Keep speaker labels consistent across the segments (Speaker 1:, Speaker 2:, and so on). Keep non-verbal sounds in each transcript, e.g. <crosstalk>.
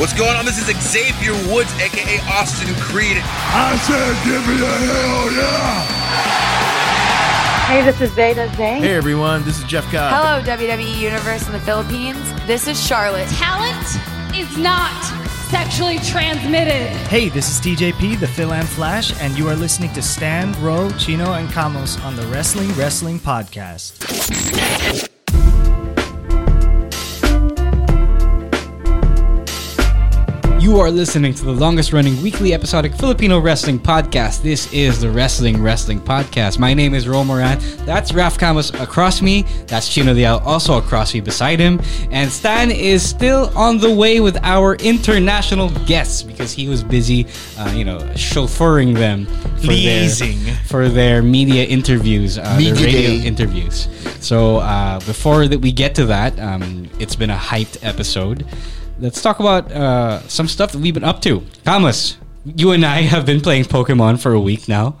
Speaker 1: What's going on? This is Xavier Woods, aka Austin Creed.
Speaker 2: I said, give me a hell yeah!
Speaker 3: Hey, this is Zeta Zane.
Speaker 4: Hey everyone, this is Jeff Cobb.
Speaker 5: Hello, WWE Universe in the Philippines. This is Charlotte.
Speaker 6: Talent is not sexually transmitted.
Speaker 7: Hey, this is TJP, the Phil and Flash, and you are listening to Stan, Ro, Chino, and Camos on the Wrestling Wrestling Podcast.
Speaker 8: You are listening to the longest running weekly episodic Filipino wrestling podcast. This is the Wrestling Wrestling Podcast. My name is Ro Moran. That's Raf Camus across me. That's Chino Liao also across me beside him. And Stan is still on the way with our international guests because he was busy, uh, you know, chauffeuring them for,
Speaker 4: Pleasing.
Speaker 8: Their, for their media interviews, uh, their
Speaker 9: Media
Speaker 8: radio
Speaker 9: day.
Speaker 8: interviews. So uh, before that we get to that, um, it's been a hyped episode. Let's talk about uh, some stuff that we've been up to. Thomas, you and I have been playing Pokemon for a week now.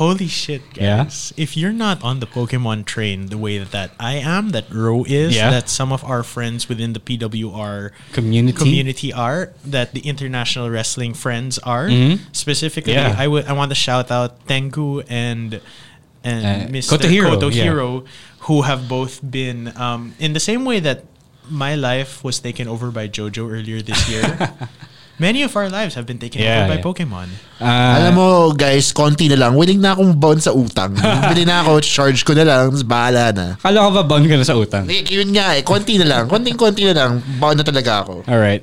Speaker 4: Holy shit, guys. If you're not on the Pokemon train the way that, that I am, that Ro is,
Speaker 8: Yeah.
Speaker 4: that some of our friends within the PWR
Speaker 8: Community.
Speaker 4: community are, that the international wrestling friends are, specifically,
Speaker 8: Mm-hmm. Yeah.
Speaker 4: I would I want to shout out Tengu and and
Speaker 8: Uh,
Speaker 4: Mr.
Speaker 8: Kotohiro,
Speaker 4: Kotohiro,
Speaker 8: yeah.
Speaker 4: who have both been um, in the same way that my life was taken over by JoJo earlier this
Speaker 8: <laughs>
Speaker 4: year. Many of our lives have been taken
Speaker 8: Yeah,
Speaker 4: over by
Speaker 8: yeah.
Speaker 4: Pokemon.
Speaker 8: Ah.
Speaker 9: Alam mo, guys, konti na lang. Willing na akong bond
Speaker 8: <laughs>
Speaker 9: sa utang. Bili na ako, charge ko na lang, tapos bahala na.
Speaker 8: Kala ko ba bound ka na sa utang?
Speaker 9: Eh, Yun nga eh, konti na lang. Konting-konti na lang, bond na talaga ako.
Speaker 8: Alright.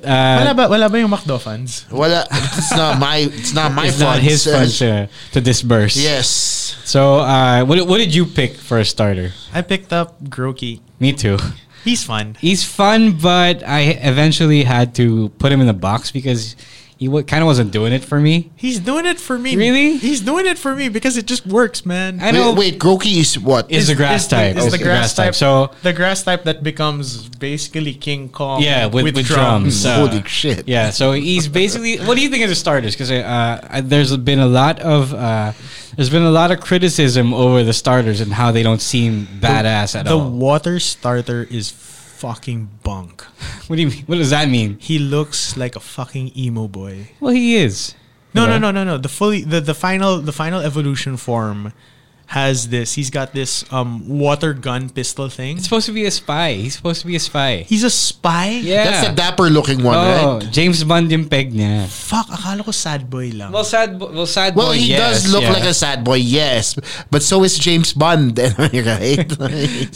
Speaker 8: Uh,
Speaker 4: Wala ba, wala ba yung McDo fans?
Speaker 9: Wala, it's not my, it's not my
Speaker 8: <laughs> it's
Speaker 9: funds.
Speaker 8: not his
Speaker 9: Uh,
Speaker 8: fun to, to disburse.
Speaker 9: Yes.
Speaker 8: So, uh, what, what did you pick for a starter?
Speaker 4: I picked up Groki.
Speaker 8: Me too.
Speaker 4: He's fun.
Speaker 8: He's fun, but I eventually had to put him in the box because he w- kind of wasn't doing it for me.
Speaker 4: He's doing it for me.
Speaker 8: Really?
Speaker 4: He's doing it for me because it just works, man.
Speaker 8: I know.
Speaker 9: Wait, wait, Groki is what?
Speaker 8: Ano- Is the grass type?
Speaker 4: It's the grass, type.
Speaker 8: So
Speaker 4: the grass type that becomes basically King Kong.
Speaker 8: yeah, with, with, drums. uh,
Speaker 9: Holy shit.
Speaker 8: Yeah, so he's basically. What do you think of the starters? Because uh, I- there's been a lot of uh, there's been a lot of criticism over the starters and how they don't seem badass at
Speaker 4: The
Speaker 8: all.
Speaker 4: water starter is fucking bunk.
Speaker 8: What do you mean? What does that mean?
Speaker 4: He looks like a fucking emo boy.
Speaker 8: Well, he is.
Speaker 4: No,
Speaker 8: Yeah.
Speaker 4: no, no, no, no. The fully the, the final the final evolution form has this. He's got this um water gun pistol thing.
Speaker 8: It's supposed to be a spy. He's supposed to be a spy.
Speaker 4: He's a spy.
Speaker 8: yeah.
Speaker 9: That's the dapper looking one,
Speaker 8: Oh,
Speaker 9: right?
Speaker 8: James Bond yung peg niya.
Speaker 4: Fuck, akala ko sad boy lang.
Speaker 8: Well, sad. bo- Well, sad boy,
Speaker 9: Well, he
Speaker 8: Oh, yes,
Speaker 9: does look
Speaker 8: yeah.
Speaker 9: like a sad boy, yes. But so is James Bond, <laughs> right?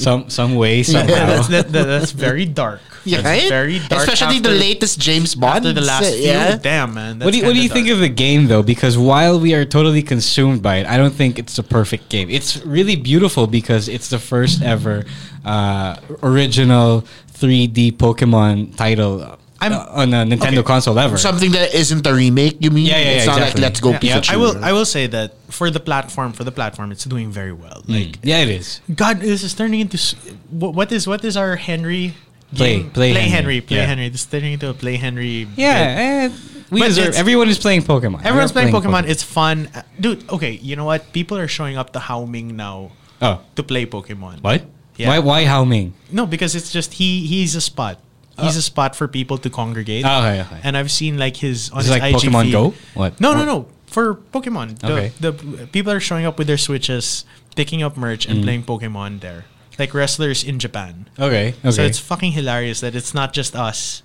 Speaker 8: some some way
Speaker 9: <laughs>
Speaker 8: somehow.
Speaker 4: Yeah, that's, that, that, that's very dark.
Speaker 9: Yeah,
Speaker 4: That's
Speaker 9: right?
Speaker 4: very dark.
Speaker 9: Especially the
Speaker 4: after-
Speaker 9: latest James Bond.
Speaker 4: After the last
Speaker 9: yeah.
Speaker 4: few, damn man.
Speaker 8: What do you, what do you think of the game though? Because while we are totally consumed by it, I don't think it's the perfect game. It's really beautiful because it's the first ever uh, original 3D Pokemon title uh,
Speaker 4: I'm-
Speaker 8: on a Nintendo
Speaker 4: okay.
Speaker 8: console ever.
Speaker 9: Something that isn't a remake, you mean?
Speaker 8: Yeah, yeah, yeah,
Speaker 9: It's not
Speaker 8: exactly.
Speaker 9: like Let's Go
Speaker 8: Yeah.
Speaker 9: Pikachu.
Speaker 4: I will. I will say that for the platform, for the platform, it's doing very well. Like
Speaker 8: yeah, it is.
Speaker 4: God, this is turning into s- what, what is what is our Henry
Speaker 8: Play-
Speaker 4: game?
Speaker 8: play
Speaker 4: Henry,
Speaker 8: Henry.
Speaker 4: play
Speaker 8: Yeah.
Speaker 4: Henry. This is turning into a play Henry. bit.
Speaker 8: Yeah, eh, we
Speaker 4: But
Speaker 8: deserve.
Speaker 4: it's-
Speaker 8: Everyone is playing Pokemon.
Speaker 4: everyone's
Speaker 8: We're
Speaker 4: playing, Pokemon. It's fun, Uh, dude. Okay, you know what? People are showing up to Haoming now
Speaker 8: oh,
Speaker 4: to play Pokemon.
Speaker 8: what?
Speaker 4: Yeah.
Speaker 8: Why? Why Hao Ming?
Speaker 4: No, because it's just he he's a spot. He's
Speaker 8: Oh.
Speaker 4: a spot for people to congregate.
Speaker 8: Okay, okay.
Speaker 4: And I've seen like his on
Speaker 8: Is it
Speaker 4: his
Speaker 8: like
Speaker 4: IG
Speaker 8: Pokemon
Speaker 4: feed-
Speaker 8: Go? What?
Speaker 4: No, no, no. For Pokemon, the,
Speaker 8: Okay.
Speaker 4: the people are showing up with their switches, picking up merch,
Speaker 8: Mm-hmm.
Speaker 4: and playing Pokemon there, like wrestlers in Japan.
Speaker 8: Okay, okay.
Speaker 4: So it's fucking hilarious that it's not just us.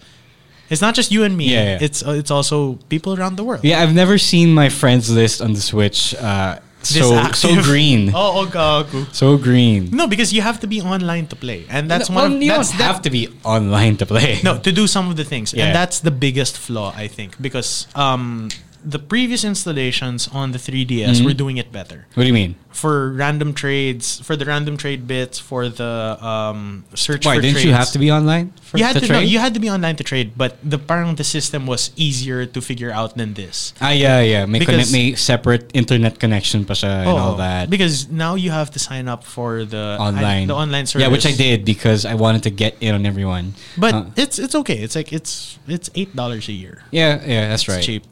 Speaker 4: It's not just you and me.
Speaker 8: Yeah, yeah.
Speaker 4: It's uh, it's also people around the world.
Speaker 8: yeah, I've never seen my friends list on the Switch. Uh,
Speaker 4: This
Speaker 8: so so
Speaker 4: active-
Speaker 8: green,
Speaker 4: <laughs> Oh, oh, gago.
Speaker 8: so green.
Speaker 4: No, because you have to be online to play, and that's
Speaker 8: No,
Speaker 4: one.
Speaker 8: well,
Speaker 4: of,
Speaker 8: you
Speaker 4: that's
Speaker 8: don't
Speaker 4: that-
Speaker 8: have to be online to play.
Speaker 4: No, to do some of the things.
Speaker 8: Yeah.
Speaker 4: And that's the biggest flaw, I think, because um, the previous installations on the 3DS
Speaker 8: Mm-hmm.
Speaker 4: were doing it better.
Speaker 8: <laughs> What do you mean?
Speaker 4: For random trades, for the random trade bits, for the um, search
Speaker 8: Why
Speaker 4: for
Speaker 8: didn't
Speaker 4: trades.
Speaker 8: you have to be online for
Speaker 4: You had
Speaker 8: to,
Speaker 4: to, no,
Speaker 8: trade?
Speaker 4: you had to be online to trade, but the parang the system was easier to figure out than this.
Speaker 8: ah, yeah, yeah. May,
Speaker 4: Because- Oh,
Speaker 8: connect, may separate internet connection pa siya and all that.
Speaker 4: Because now you have to sign up for the
Speaker 8: online.
Speaker 4: the online service.
Speaker 8: Yeah, which I did because I wanted to get in on everyone.
Speaker 4: But
Speaker 8: Uh,
Speaker 4: it's it's okay. It's like it's it's eight dollars a year.
Speaker 8: yeah, yeah, that's
Speaker 4: It's
Speaker 8: right.
Speaker 4: cheap.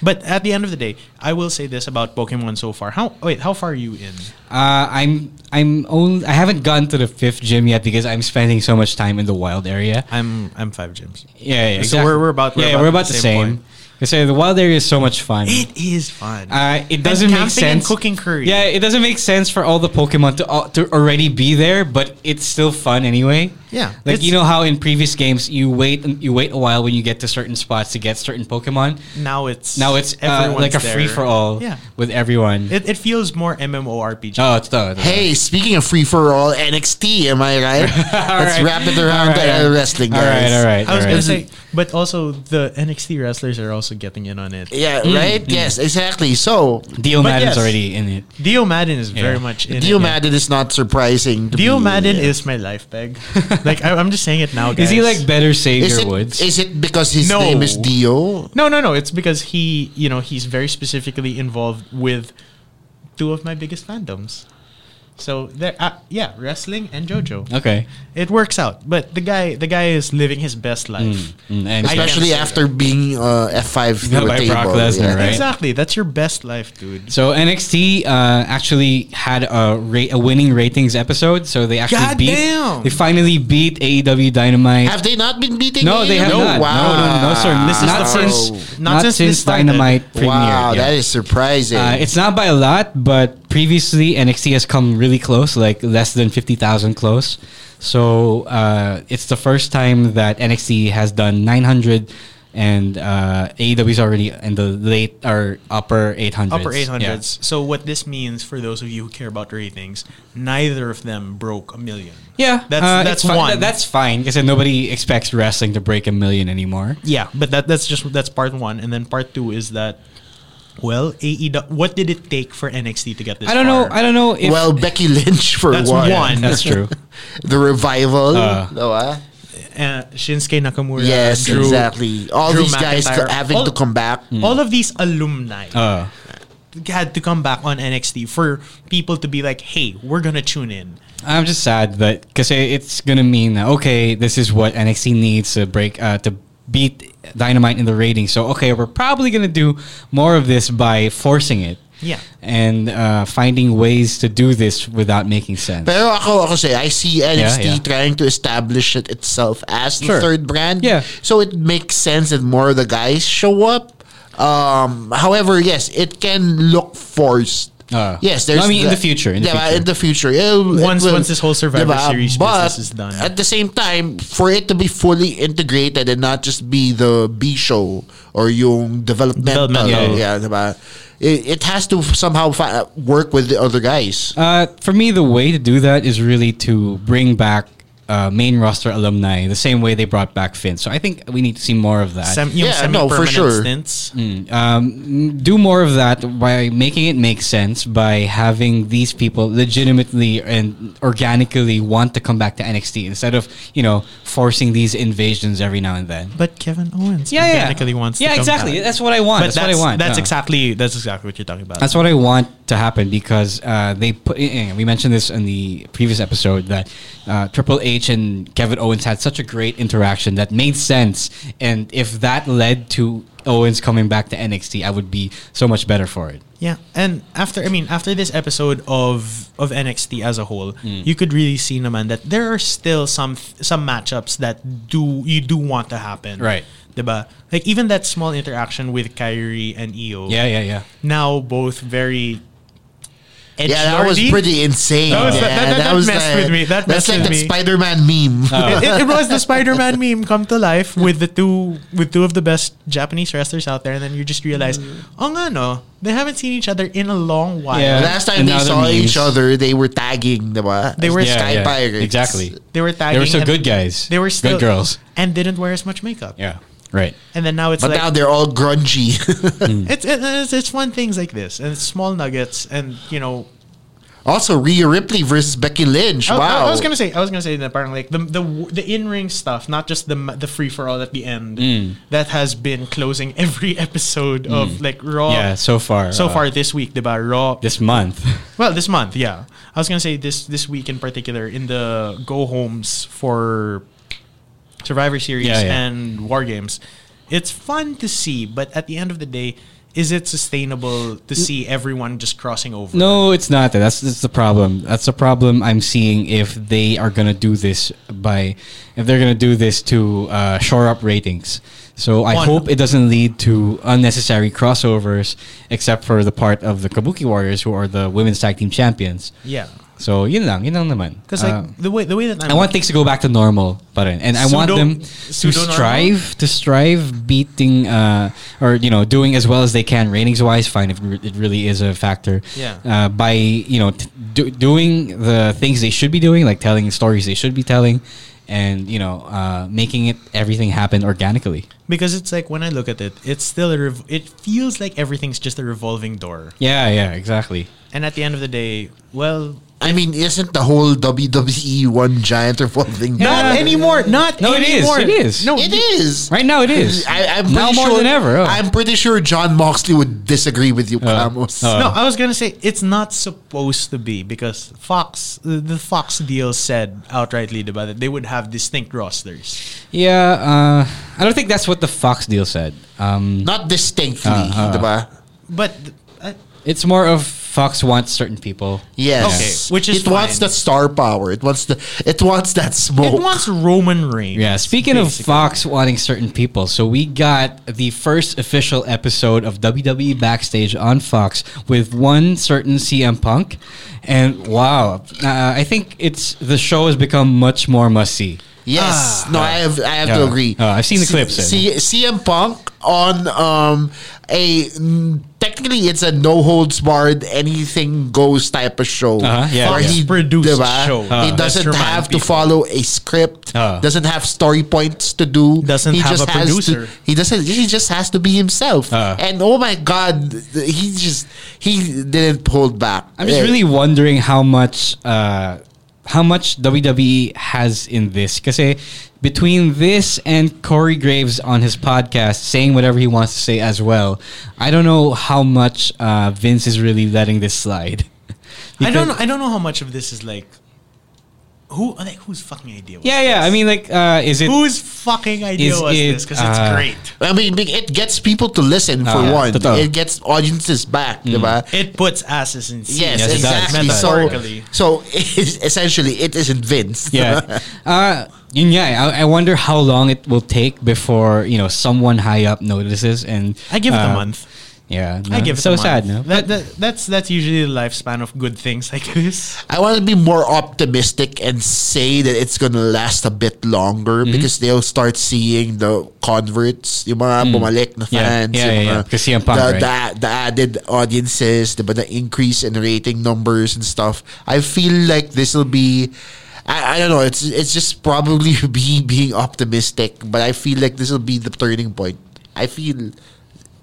Speaker 4: But at the end of the day, I will say this about Pokemon so far. How wait, how far are you in?
Speaker 8: Uh, I'm I'm only I haven't gone to the fifth gym yet because I'm spending so much time in the wild area.
Speaker 4: I'm I'm five gyms.
Speaker 8: Yeah, yeah.
Speaker 4: So we're- we're about- we're
Speaker 8: yeah,
Speaker 4: about
Speaker 8: we're
Speaker 4: the
Speaker 8: about the
Speaker 4: same
Speaker 8: same.
Speaker 4: point.
Speaker 8: Because uh, the wild area is so much fun.
Speaker 4: It is fun.
Speaker 8: Uh, it
Speaker 4: And
Speaker 8: doesn't make
Speaker 4: camping and
Speaker 8: sense.
Speaker 4: cooking curry.
Speaker 8: Yeah, it doesn't make sense for all the Pokemon to al- to already be there, but it's still fun anyway.
Speaker 4: Yeah,
Speaker 8: like
Speaker 4: it's-
Speaker 8: you know how in previous games you wait you wait a while when you get to certain spots to get certain Pokemon.
Speaker 4: Now it's
Speaker 8: Now it's uh,
Speaker 4: everyone's
Speaker 8: like a
Speaker 4: there.
Speaker 8: free for all
Speaker 4: Yeah.
Speaker 8: with everyone.
Speaker 4: It, it feels more MMORPG.
Speaker 8: oh, it's the
Speaker 9: Hey, speaking of free for all NXT, am I
Speaker 8: <laughs>
Speaker 9: right? Let's
Speaker 8: right.
Speaker 9: wrap it
Speaker 8: All
Speaker 9: around
Speaker 8: right.
Speaker 9: to uh, wrestling,
Speaker 8: All
Speaker 9: guys.
Speaker 8: right, all right.
Speaker 4: I was
Speaker 8: all
Speaker 4: gonna
Speaker 8: right.
Speaker 4: say, but also the NXT wrestlers are also getting in on it.
Speaker 9: Yeah,
Speaker 8: Mm,
Speaker 9: right? Yes, exactly. So,
Speaker 8: Dio
Speaker 4: But
Speaker 8: Madden's
Speaker 4: yes.
Speaker 8: already in it.
Speaker 4: Dio Madden is very
Speaker 8: Yeah.
Speaker 4: much in
Speaker 9: Dio
Speaker 4: it.
Speaker 9: Madden is not surprising. to
Speaker 4: Dio
Speaker 9: be-
Speaker 4: Madden is my life
Speaker 8: <laughs>
Speaker 4: bag. like I, I'm just saying it now, guys.
Speaker 8: Is he like better Savior
Speaker 9: Is it,
Speaker 8: Woods?
Speaker 9: is it because his
Speaker 4: No.
Speaker 9: name is Dio?
Speaker 4: No, no, no. It's because he, you know, he's very specifically involved with two of my biggest fandoms. So there, uh, yeah, wrestling and JoJo.
Speaker 8: okay.
Speaker 4: It works out, but the guy, the guy is living his best life.
Speaker 8: Mm, and
Speaker 4: I-
Speaker 9: Especially
Speaker 4: can't say
Speaker 9: after being uh, F5
Speaker 8: Got
Speaker 9: to a
Speaker 8: by
Speaker 9: table.
Speaker 8: Brock Lesnar,
Speaker 9: yeah.
Speaker 8: right?
Speaker 4: Exactly, that's your best life, dude.
Speaker 8: So NXT uh, actually had a, ra- a winning ratings episode, so they actually
Speaker 4: God
Speaker 8: beat.
Speaker 4: damn.
Speaker 8: They finally beat AEW Dynamite.
Speaker 9: Have they not been beating
Speaker 8: no, they have
Speaker 9: AEW?
Speaker 8: not.
Speaker 9: Wow.
Speaker 8: No, no, no, sir.
Speaker 4: This is
Speaker 8: not
Speaker 4: the
Speaker 8: since
Speaker 4: first-
Speaker 8: not,
Speaker 4: not since
Speaker 8: since,
Speaker 4: this started.
Speaker 8: Dynamite premiered.
Speaker 9: Wow,
Speaker 8: yeah.
Speaker 9: that is surprising.
Speaker 8: Uh, it's not by a lot, but previously NXT has come really close, like less than 50,000 close. So uh, it's the first time that NXT has done 900 and uh, AEW is already in the late or upper 800s.
Speaker 4: Upper 800s.
Speaker 8: Yeah.
Speaker 4: So what this means for those of you who care about ratings, neither of them broke a million.
Speaker 8: Yeah,
Speaker 4: That's-
Speaker 8: uh,
Speaker 4: that's
Speaker 8: it's fi-
Speaker 4: one.
Speaker 8: th- that's fine because nobody expects wrestling to break a million anymore.
Speaker 4: Yeah, but that that's just that's part one, and then part two is that. Well, AEW. What did it take for NXT to get this?
Speaker 8: I don't know.
Speaker 4: far?
Speaker 8: I don't know if <laughs>
Speaker 9: well, Becky Lynch for
Speaker 4: That's
Speaker 9: one.
Speaker 4: one.
Speaker 8: that's
Speaker 4: <laughs>
Speaker 8: true.
Speaker 9: The revival.
Speaker 8: Uh,
Speaker 9: no, ah?
Speaker 4: uh, Shinsuke Nakamura.
Speaker 9: Yes,
Speaker 4: Drew-
Speaker 9: exactly. All
Speaker 4: Drew
Speaker 9: these guys
Speaker 4: McIntyre. Oh.
Speaker 9: having
Speaker 4: All-
Speaker 9: to come back.
Speaker 4: All of these alumni
Speaker 8: Mm. Uh,
Speaker 4: had to come back on NXT for people to be like, "Hey, we're gonna tune in."
Speaker 8: I'm just sad that because it's gonna mean that, okay, this is what NXT needs to break uh, to beat Dynamite in the ratings. So okay, we're probably gonna do more of this by forcing it.
Speaker 4: Yeah.
Speaker 8: and uh, finding ways to do this without making sense.
Speaker 9: Pero ako, ako say, I see NXT
Speaker 8: Yeah, yeah.
Speaker 9: trying to establish it itself as the
Speaker 8: Sure.
Speaker 9: third brand.
Speaker 8: Yeah.
Speaker 9: So it makes sense that more of the guys show up. Um, however, yes, it can look forced.
Speaker 8: Uh,
Speaker 9: yes, there's.
Speaker 8: no, I mean in the future, in the
Speaker 9: Diba?
Speaker 8: future.
Speaker 9: in the future. It'll-
Speaker 4: Once-
Speaker 9: it will-
Speaker 4: once this whole Survivor
Speaker 9: diba?
Speaker 4: Series
Speaker 9: But
Speaker 4: business is done.
Speaker 9: At the same time, for it to be fully integrated and not just be the B show or yung developmental,
Speaker 4: Developmental.
Speaker 9: yeah, diba? It, it has to somehow fi- work with the other guys.
Speaker 8: Uh, for me, the way to do that is really to bring back uh, main roster alumni the same way they brought back Finn. So I think we need to see more of that.
Speaker 4: Sem- you know,
Speaker 9: Yeah, no, for
Speaker 4: semi-permanent
Speaker 9: sure.
Speaker 4: stints.
Speaker 8: Mm. um, do more of that by making it make sense by having these people legitimately and organically want to come back to NXT instead of you know forcing these invasions every now and then.
Speaker 4: But Kevin Owens
Speaker 8: Yeah, yeah,
Speaker 4: organically wants.
Speaker 8: yeah,
Speaker 4: to come
Speaker 8: exactly.
Speaker 4: back.
Speaker 8: That's what I want.
Speaker 4: But
Speaker 8: That's, what I want. Uh.
Speaker 4: That's
Speaker 8: Yeah.
Speaker 4: exactly that's exactly what you're talking about.
Speaker 8: That's what I want to happen because uh, they put. eh, eh, We mentioned this in the previous episode that uh, Triple H and Kevin Owens had such a great interaction that made sense, and if that led to Owens coming back to NXT, I would be so much better for it.
Speaker 4: Yeah, and after I mean after this episode of of NXT as a whole,
Speaker 9: Mm.
Speaker 4: you could really see naman that there are still some some matchups that do you do want to happen.
Speaker 8: Right.
Speaker 4: 'Di ba? Like even that small interaction with Kyrie and Io.
Speaker 8: Yeah, yeah, yeah.
Speaker 4: Now both very edgelordy.
Speaker 9: Yeah, that was pretty insane.
Speaker 4: That was-
Speaker 9: man.
Speaker 4: that- that- that
Speaker 9: was
Speaker 4: messed
Speaker 9: like-
Speaker 4: with me. That
Speaker 9: that's
Speaker 4: messed
Speaker 9: like
Speaker 4: with
Speaker 9: that
Speaker 4: me. Oh,
Speaker 9: Spider-Man
Speaker 4: <laughs>
Speaker 9: meme.
Speaker 4: <laughs>
Speaker 9: <laughs>
Speaker 4: it, it was the Spider-Man <laughs> meme come to life with the two with two of the best Japanese wrestlers out there, and then you just realize,
Speaker 9: Mm.
Speaker 4: oh nga no, they haven't seen each other in a long while.
Speaker 8: Yeah.
Speaker 9: Last time
Speaker 8: And
Speaker 9: they
Speaker 8: now
Speaker 9: saw
Speaker 8: they're
Speaker 9: each
Speaker 8: memes.
Speaker 9: other, they were tagging, diba?
Speaker 4: They were-
Speaker 9: As
Speaker 8: yeah,
Speaker 9: Sky
Speaker 8: yeah,
Speaker 9: Pirates.
Speaker 8: Exactly.
Speaker 4: They were tagging.
Speaker 8: They were so
Speaker 4: and-
Speaker 8: good guys.
Speaker 4: They were still
Speaker 8: good girls.
Speaker 4: and didn't wear as much makeup.
Speaker 8: Yeah. Right.
Speaker 4: And then now it's
Speaker 9: But
Speaker 4: like
Speaker 9: now they're all grungy. <laughs>
Speaker 4: it's, it's it's fun things like this and it's small nuggets and you know
Speaker 9: also, Rhea Ripley versus Becky Lynch.
Speaker 4: Oh, I- I-
Speaker 9: wow.
Speaker 4: I, was gonna say I was gonna say that apparently like the the the in ring stuff not just the ma- the free for all at the end
Speaker 8: Mm.
Speaker 4: that has been closing every <laughs> episode of like Raw
Speaker 8: Yeah. So far.
Speaker 4: so
Speaker 8: uh,
Speaker 4: far this week diba Raw
Speaker 8: this month. <laughs>
Speaker 4: well this month yeah I was gonna say this this week in particular in the go homes for Survivor Series
Speaker 8: Yeah, yeah.
Speaker 4: and War Games it's fun to see but at the end of the day is it sustainable to see everyone just crossing over?
Speaker 8: No, it's not. that. That's, that's the problem. That's the problem I'm seeing if they are going to do this by, if they're going to do this to uh, shore up ratings. So I
Speaker 4: One.
Speaker 8: hope it doesn't lead to unnecessary crossovers, except for the part of the Kabuki Warriors who are the women's tag team champions.
Speaker 4: Yeah,
Speaker 8: So yun lang, yun lang naman.
Speaker 4: because like
Speaker 8: Uh,
Speaker 4: the way the way that I'm
Speaker 8: I want things to go back to normal, but and I want
Speaker 4: Pseudo-
Speaker 8: them to
Speaker 4: pseudo-normal?
Speaker 8: strive to strive beating uh, or you know doing as well as they can ratings wise. Fine, if re- it really is a factor.
Speaker 4: Yeah.
Speaker 8: Uh, by you know t- do, doing the things they should be doing, like telling stories they should be telling, and you know uh, making it everything happen organically.
Speaker 4: because it's like when I look at it, it's still a rev- it feels like everything's just a revolving door,
Speaker 8: Yeah, yeah, exactly.
Speaker 4: and at the end of the day, well,
Speaker 9: I mean, isn't the whole WWE one giant revolving door?
Speaker 4: not anymore, not
Speaker 8: No, it is,
Speaker 4: anymore.
Speaker 8: it is.
Speaker 4: no,
Speaker 9: It is.
Speaker 8: Right now, it is.
Speaker 9: <laughs> I, I'm
Speaker 8: now
Speaker 9: pretty
Speaker 8: more
Speaker 9: sure,
Speaker 8: than ever. oh.
Speaker 9: I'm pretty sure John Moxley would disagree with you, Ramos.
Speaker 8: uh.
Speaker 4: No, I was gonna say it's not supposed to be because Fox, the the Fox deal said outrightly about it, they would have distinct rosters.
Speaker 8: yeah, uh, I don't think that's what the Fox deal said. Um,
Speaker 9: Not distinctly,
Speaker 8: Uh,
Speaker 9: diba?
Speaker 4: But uh,
Speaker 8: It's more of Fox wants certain people.
Speaker 9: Yes.
Speaker 4: Okay, which is
Speaker 9: it wants
Speaker 4: fine.
Speaker 9: that star power. It wants the it wants that smoke.
Speaker 8: Oh.
Speaker 4: it wants Roman Reigns.
Speaker 8: Yeah, speaking
Speaker 4: basically.
Speaker 8: of Fox wanting certain people, so we got the first official episode of WWE Backstage on Fox with one certain CM Punk. And wow, uh, I think it's the show has become much more must see.
Speaker 4: Ah.
Speaker 9: Yes. no, I have I have to
Speaker 8: Yeah.
Speaker 9: agree.
Speaker 8: Uh, I've seen the clips, eh?
Speaker 9: C- CM Punk on um a mm, technically it's a no holds barred anything goes type of show.
Speaker 8: Uh-huh, yeah,
Speaker 9: Where
Speaker 8: yeah.
Speaker 4: Produced
Speaker 9: diba?
Speaker 4: show. Uh,
Speaker 9: he
Speaker 4: let's
Speaker 9: doesn't
Speaker 4: remind
Speaker 9: have to
Speaker 4: people.
Speaker 9: follow a script.
Speaker 8: Uh.
Speaker 9: doesn't have story points to do.
Speaker 4: Doesn't
Speaker 9: he
Speaker 4: have
Speaker 9: just
Speaker 4: a
Speaker 9: has
Speaker 4: producer.
Speaker 9: To, he doesn't. He just has to be himself.
Speaker 8: Uh.
Speaker 9: and oh my god, th- he just he didn't hold back.
Speaker 8: I'm just
Speaker 9: Eh,
Speaker 8: really wondering how much uh, how much WWE has in this. Because between this and Corey Graves on his podcast saying whatever he wants to say as well, I don't know how much uh, Vince is really letting this slide. <laughs>
Speaker 4: I don't. know-
Speaker 8: Because-
Speaker 4: I don't know how much of this is like who. Like whose fucking idea? Was
Speaker 8: Yeah, yeah. I mean, like, uh, is it?
Speaker 4: Whose fucking idea
Speaker 8: Is
Speaker 4: was
Speaker 8: it,
Speaker 4: this? Because
Speaker 8: uh,
Speaker 4: it's great.
Speaker 9: I mean, it gets people to listen for
Speaker 8: Ah,
Speaker 9: one.
Speaker 8: totoo. Mm.
Speaker 9: It gets audiences back, diba?
Speaker 4: It puts asses in seats.
Speaker 9: Yes,
Speaker 8: Yes, it does.
Speaker 9: exactly.
Speaker 8: Method.
Speaker 9: So,
Speaker 4: Metaphorically.
Speaker 9: so <laughs> it's- essentially, it isn't Vince.
Speaker 8: <laughs> yeah. Uh, yun yeah, I, I wonder how long it will take before you know someone high up notices and
Speaker 4: I give it
Speaker 8: uh,
Speaker 4: a month.
Speaker 8: Yeah,
Speaker 4: I give it
Speaker 8: so
Speaker 4: a month.
Speaker 8: sad. No,
Speaker 4: That, that, that's that's usually the lifespan of good things like this.
Speaker 9: I want to be more optimistic and say that it's gonna last a bit longer
Speaker 8: Mm-hmm.
Speaker 9: because they'll start seeing the converts, yung mga bumalik na
Speaker 8: Mm. Yeah.
Speaker 9: fans,
Speaker 8: Yeah,
Speaker 9: yung
Speaker 8: yeah,
Speaker 9: mga-
Speaker 8: yeah. Kasi yung punk,
Speaker 9: the,
Speaker 8: right?
Speaker 9: the, the added audiences, the, the increase in rating numbers and stuff. I feel like this will be. I, I don't know. It's it's just probably <laughs> be being optimistic, but I feel like this will be the turning point. I feel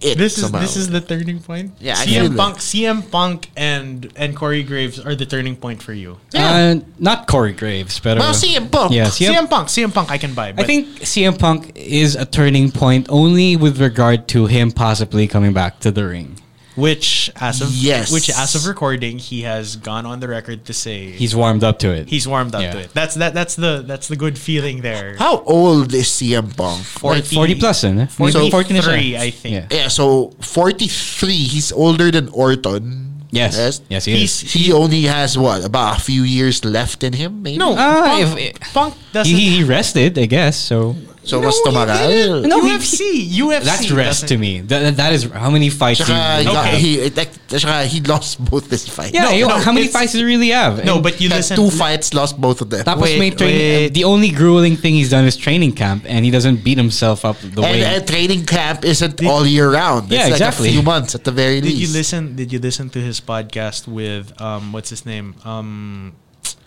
Speaker 9: it.
Speaker 4: This is
Speaker 9: somehow.
Speaker 4: this is the turning point.
Speaker 9: Yeah, I feel
Speaker 4: CM
Speaker 9: that.
Speaker 4: Punk, CM Punk, and and Corey Graves are the turning point for you.
Speaker 9: Yeah.
Speaker 8: uh, not Corey Graves, but uh,
Speaker 9: well, CM Punk.
Speaker 8: Yeah, CM
Speaker 4: CM Punk, CM Punk, I can buy.
Speaker 8: I
Speaker 4: But
Speaker 8: think CM Punk is a turning point only with regard to him possibly coming back to the ring.
Speaker 4: which as of
Speaker 9: Yes.
Speaker 4: which as of recording, he has gone on the record to say
Speaker 8: He's warmed up to it.
Speaker 4: he's warmed up
Speaker 8: Yeah.
Speaker 4: to it. That's that that's the that's the good feeling there.
Speaker 9: How old is CM Punk?
Speaker 8: 40, 40 plus, then. eh?
Speaker 4: 43,
Speaker 8: So 40 na siya.
Speaker 4: I think.
Speaker 8: Yeah.
Speaker 9: Yeah, so 43, he's older than Orton.
Speaker 8: Yes. Yes, he
Speaker 4: He's-
Speaker 8: is.
Speaker 9: He only has what, about a few years left in him, maybe?
Speaker 4: No,
Speaker 8: Ah,
Speaker 4: Punk,
Speaker 8: if it-
Speaker 4: Punk doesn't.
Speaker 8: He, he- he rested, I guess. So
Speaker 9: So mas tumagal.
Speaker 8: No, he-
Speaker 4: UFC, UFC.
Speaker 8: that's rest to
Speaker 4: doesn't-
Speaker 8: me. That, that is how many fights. he
Speaker 9: Tsaka,
Speaker 8: really
Speaker 9: he-
Speaker 8: have.
Speaker 4: Okay.
Speaker 9: he, like, tsaka he lost both his fights.
Speaker 8: Yeah.
Speaker 4: No,
Speaker 8: he-
Speaker 4: no,
Speaker 8: how many
Speaker 4: it's-
Speaker 8: fights does he really have?
Speaker 4: No,
Speaker 8: And
Speaker 4: but you
Speaker 9: He had
Speaker 4: listen.
Speaker 9: two fights, lost both of them.
Speaker 8: Tapos
Speaker 4: Wait,
Speaker 8: may training,
Speaker 4: wait.
Speaker 8: the only grueling thing he's done is training camp, and he doesn't beat himself up the
Speaker 9: and,
Speaker 8: way.
Speaker 9: and training camp isn't all year round. It's
Speaker 8: Yeah,
Speaker 9: like
Speaker 8: exactly.
Speaker 9: a few months at the very
Speaker 4: Did you
Speaker 9: least.
Speaker 4: listen? Did you listen to his podcast with um? What's his name? Um,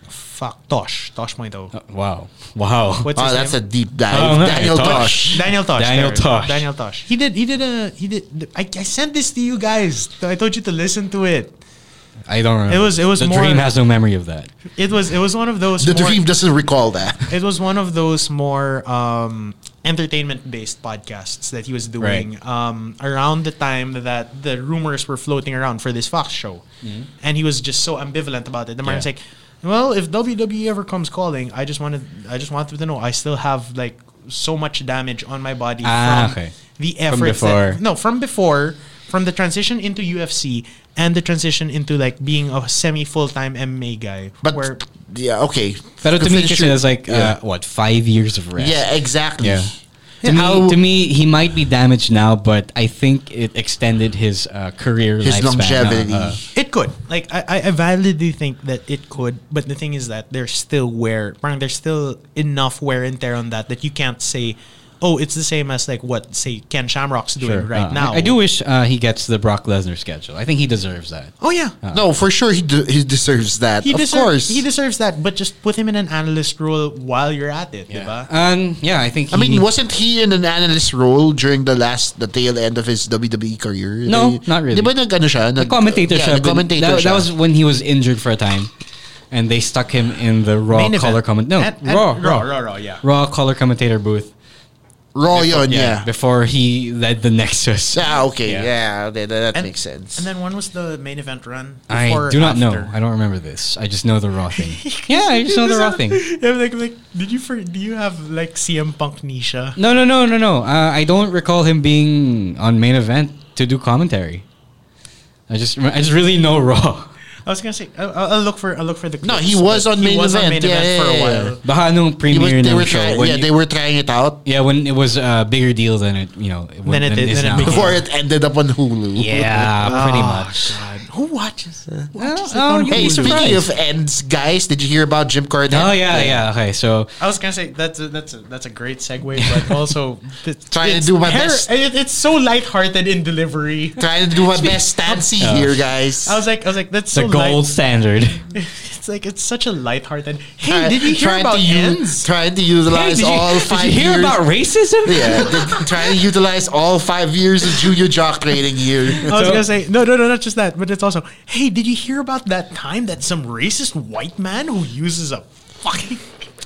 Speaker 4: fuck Tosh Tosh Moito.
Speaker 8: Uh, wow! Wow!
Speaker 4: What's
Speaker 9: Oh,
Speaker 4: his
Speaker 9: that's a
Speaker 4: name?
Speaker 9: deep
Speaker 8: Oh,
Speaker 9: dive.
Speaker 8: no,
Speaker 9: Daniel
Speaker 8: Tosh.
Speaker 9: Tosh.
Speaker 4: Daniel Tosh.
Speaker 8: Daniel
Speaker 4: there.
Speaker 8: Tosh.
Speaker 4: Daniel Tosh. He did. He did a. He did. I, I sent this to you guys. I told you to listen to it.
Speaker 8: I don't remember.
Speaker 4: It was- it was
Speaker 8: the
Speaker 4: more-
Speaker 8: dream has no memory of that.
Speaker 4: It was. It was one of those.
Speaker 9: The
Speaker 4: more-
Speaker 9: dream doesn't recall that.
Speaker 4: It was one of those more um, entertainment-based podcasts that he was doing
Speaker 8: Right.
Speaker 4: um, around the time that the rumors were floating around for this Fox show, and he was just so ambivalent about it. The man's
Speaker 8: Mm-hmm. Yeah.
Speaker 4: like, "Well, if WWE ever comes calling, I just wanted, I just wanted to know I still have like so much damage on my body
Speaker 8: Ah,
Speaker 4: from
Speaker 8: okay.
Speaker 4: the
Speaker 8: From
Speaker 4: efforts.
Speaker 8: before.
Speaker 4: That, no, from before." from the transition into UFC and the transition into like being a semi full time MMA guy.
Speaker 9: But
Speaker 4: where
Speaker 9: yeah, okay.
Speaker 8: Pero to me,
Speaker 9: finish
Speaker 8: kasi
Speaker 9: your-
Speaker 8: it's like, uh, what, five years of rest?
Speaker 9: yeah, exactly.
Speaker 8: Yeah. To,
Speaker 9: Yeah,
Speaker 8: me,
Speaker 9: how-
Speaker 8: to me, he might be damaged now, but I think it extended his uh, career
Speaker 9: His
Speaker 8: lifespan.
Speaker 9: longevity.
Speaker 8: Uh, uh,
Speaker 4: it could like I, I- I validly think that it could, but the thing is that there's still wear, parang there's still enough wear and tear on that that you can't say, oh, it's the same as like what say Ken Shamrock's doing
Speaker 8: sure.
Speaker 4: right
Speaker 8: Uh,
Speaker 4: now.
Speaker 8: I, I do wish uh, he gets the Brock Lesnar schedule. I think he deserves that.
Speaker 4: Oh yeah,
Speaker 9: No, for sure he de- he deserves that.
Speaker 4: He
Speaker 9: of
Speaker 4: deserves,
Speaker 9: course.
Speaker 4: He deserves that, but just put him in an analyst role while you're at it, diba?
Speaker 8: Um, yeah, I think.
Speaker 9: I mean,
Speaker 8: he-
Speaker 9: wasn't he in an analyst role during the last the tail end of his WWE career?
Speaker 8: No,
Speaker 9: They-
Speaker 8: not really.
Speaker 9: Di ba nag ano siya?
Speaker 8: the
Speaker 9: Nag-
Speaker 8: commentator
Speaker 9: yeah,
Speaker 8: siya, but
Speaker 9: commentator
Speaker 8: that,
Speaker 9: siya.
Speaker 8: that was when he was injured for a time, and they stuck him in the raw
Speaker 4: Main event.
Speaker 8: color comment. No,
Speaker 4: At- at-
Speaker 8: raw, raw,
Speaker 4: Raw, Raw, Raw, yeah.
Speaker 8: raw color commentator booth.
Speaker 9: Raw yun, yeah.
Speaker 8: before he led the Nexus.
Speaker 9: Ah, okay,
Speaker 8: Yeah.
Speaker 9: yeah, that, that- that
Speaker 4: And-
Speaker 9: makes sense.
Speaker 4: And then when was the main event run?
Speaker 8: I
Speaker 4: Before or
Speaker 8: do not know.
Speaker 4: after?
Speaker 8: I don't remember this. I just know the raw
Speaker 9: <laughs>
Speaker 8: thing. yeah, I just know the raw thing.
Speaker 4: <laughs> Yeah, like, like, did you for, do you have like CM Punk Nisha?
Speaker 8: No, no, no, no, no. Uh, I don't recall him being on main event to do commentary. I just, rem- I just really know raw. <laughs>
Speaker 4: I was gonna say I'll, I'll I'll look for I'll look for the.
Speaker 9: No,
Speaker 4: clips,
Speaker 9: he was
Speaker 4: but
Speaker 9: on main event. Yeah, yeah, yeah.
Speaker 8: Baka nung
Speaker 9: He was-
Speaker 8: premiere
Speaker 9: they
Speaker 8: ng
Speaker 9: were
Speaker 8: show.
Speaker 9: try-
Speaker 8: when
Speaker 9: yeah,
Speaker 8: you-
Speaker 9: they were trying it out
Speaker 8: Yeah, when it was a bigger deal than it, you know, when,
Speaker 4: Than it is-
Speaker 8: is
Speaker 4: than it
Speaker 8: now.
Speaker 4: became.
Speaker 9: <laughs> before it ended up on Hulu.
Speaker 8: Yeah, pretty
Speaker 9: Oh,
Speaker 8: much.
Speaker 4: Who watches? It?
Speaker 8: oh, you'd
Speaker 9: Hey,
Speaker 8: be
Speaker 9: speaking
Speaker 8: surprised.
Speaker 9: of ends, guys, did you hear about Jim Cornette?
Speaker 8: Oh yeah, yeah. Okay, so
Speaker 4: I was gonna say that's a, that's a, that's a great segue, but
Speaker 8: <laughs>
Speaker 4: also it's-
Speaker 9: Trying to
Speaker 4: it's
Speaker 9: do my
Speaker 4: her-
Speaker 9: best.
Speaker 4: It, it's so lighthearted in delivery.
Speaker 9: Trying to do my best Stancy
Speaker 8: Oh.
Speaker 9: here, guys.
Speaker 4: I was like, I was like, that's
Speaker 8: the
Speaker 4: so
Speaker 8: gold
Speaker 4: light-
Speaker 8: standard.
Speaker 4: <laughs> It's like it's such a lighthearted. Hey,
Speaker 9: Try-
Speaker 4: did you hear
Speaker 9: trying
Speaker 4: about
Speaker 9: to use-
Speaker 4: ends?
Speaker 9: Trying to utilize all five
Speaker 8: <laughs> did you hear
Speaker 9: years.
Speaker 8: about racism?
Speaker 9: <laughs> yeah, did- trying to utilize all five years of junior jock training here.
Speaker 4: I was
Speaker 8: So-
Speaker 4: gonna say no, no, no, not just that, but it's also hey, did you hear about that time that some racist white man who uses a fucking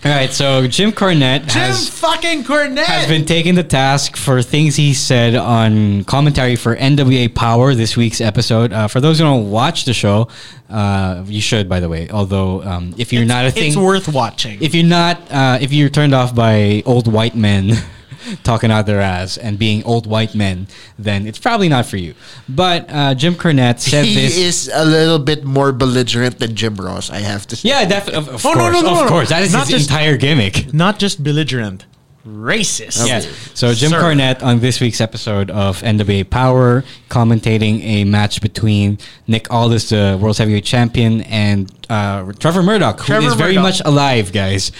Speaker 8: All right, so Jim Cornette
Speaker 4: Jim
Speaker 8: has
Speaker 4: fucking Cornette
Speaker 8: has been taking the task for things he said on commentary for NWA Power this week's episode. Uh, for those who don't watch the show, uh, you should, by the way. Although, um, if you're not a thing,
Speaker 4: It's worth watching.
Speaker 8: if you're not uh, if you're turned off by old white men <laughs> talking out their ass and being old white men then it's probably not for you but uh, jim cornette said
Speaker 9: he
Speaker 8: this
Speaker 9: is a little bit more belligerent than Jim Ross, I have to say.
Speaker 8: yeah definitely of, of
Speaker 4: Oh,
Speaker 8: course
Speaker 4: no, no, no,
Speaker 8: of
Speaker 4: no, no.
Speaker 8: course that is
Speaker 4: Not
Speaker 8: his
Speaker 4: just-
Speaker 8: entire gimmick
Speaker 4: Not just belligerent, racist.
Speaker 8: Yes. So Jim
Speaker 4: Sir.
Speaker 8: Cornette on this week's episode of NWA Power commentating a match between Nick Aldis, the World Heavyweight Champion, and uh, Trevor Murdoch, who is
Speaker 4: Trevor
Speaker 8: very
Speaker 4: Murdoch.
Speaker 8: much alive, guys.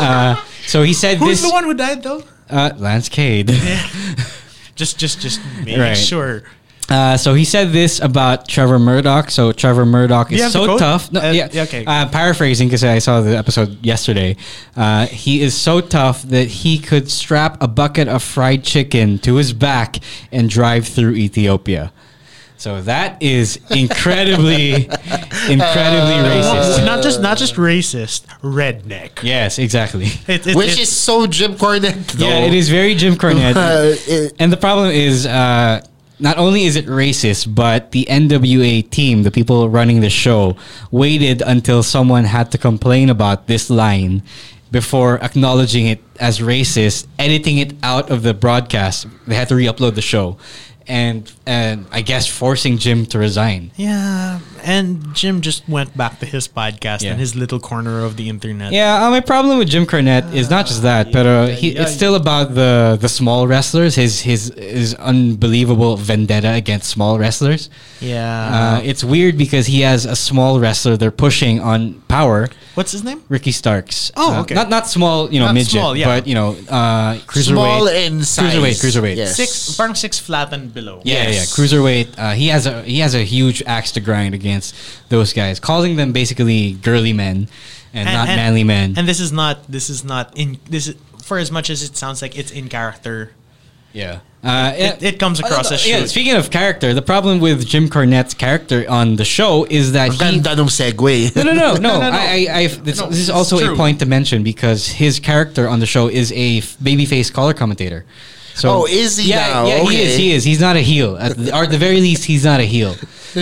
Speaker 8: uh, so he said
Speaker 4: Who's
Speaker 8: this.
Speaker 4: the one who died though?
Speaker 8: Uh, Lance
Speaker 4: <laughs>
Speaker 8: Cade.
Speaker 4: Just, just, just make
Speaker 8: Right.
Speaker 4: sure.
Speaker 8: Uh, so he said this about Trevor Murdoch. So Trevor Murdoch
Speaker 4: you
Speaker 8: is
Speaker 4: have the
Speaker 8: so
Speaker 4: quote?
Speaker 8: tough. No,
Speaker 4: Uh,
Speaker 8: yeah,
Speaker 4: yeah, okay.
Speaker 8: Uh, paraphrasing because I saw the episode yesterday. Uh, he is so tough that he could strap a bucket of fried chicken to his back and drive through Ethiopia. So that is incredibly,
Speaker 4: <laughs>
Speaker 8: incredibly racist.
Speaker 4: Uh, not just, not just racist. Redneck.
Speaker 8: Yes, exactly.
Speaker 4: It, it,
Speaker 9: Which
Speaker 4: it-
Speaker 9: is so Jim Cornette. Though.
Speaker 8: Yeah, it is very Jim Cornette.
Speaker 9: Uh, it-
Speaker 8: And the problem is, uh, not only is it racist, but the NWA team, the people running the show, waited until someone had to complain about this line before acknowledging it as racist, editing it out of the broadcast. They had to re-upload the show, and and I guess forcing Jim to resign.
Speaker 4: Yeah, and Jim just went back to his podcast
Speaker 8: Yeah.
Speaker 4: and his little corner of the internet.
Speaker 8: Yeah, uh, my problem with Jim Cornette is not just that, but uh, he, it's still about the the small wrestlers. His his his unbelievable vendetta against small wrestlers.
Speaker 4: yeah.
Speaker 8: Uh, it's weird because he has a small wrestler they're pushing on power,
Speaker 4: What's his name?
Speaker 8: Ricky Starks.
Speaker 4: Oh,
Speaker 8: Uh,
Speaker 4: okay.
Speaker 8: not not small, you know,
Speaker 4: Not
Speaker 8: midget,
Speaker 4: small, yeah.
Speaker 8: but you know, uh, cruiserweight,
Speaker 9: Small in size.
Speaker 8: cruiserweight, cruiserweight.
Speaker 9: Yes.
Speaker 4: Six, parang six flat and below.
Speaker 8: Yeah, yeah, yeah,
Speaker 9: Yes.
Speaker 8: cruiserweight. Uh, he has a he has a huge axe to grind against those guys, calling them basically girly men and, not manly men.
Speaker 4: And this is not. This is not in. This is, for as much as it sounds like it's in character.
Speaker 8: Yeah. Uh,
Speaker 4: It- it comes across as
Speaker 8: Yeah,
Speaker 4: shoot.
Speaker 8: speaking of character, the problem with Jim Cornette's character on the show is that he.
Speaker 9: Ganda nung <laughs> segue.
Speaker 8: No, no, no, no.
Speaker 4: no, no.
Speaker 8: I, I, I, this,
Speaker 4: No,
Speaker 8: this is
Speaker 4: it's
Speaker 8: also
Speaker 4: true.
Speaker 8: a point to mention because his character on the show is a f- babyface color commentator.
Speaker 9: So, oh, is he
Speaker 8: yeah,
Speaker 9: now?
Speaker 8: Yeah, he is.
Speaker 9: Okay.
Speaker 8: He is. He's not a heel. At the, or at the very least, he's not a heel.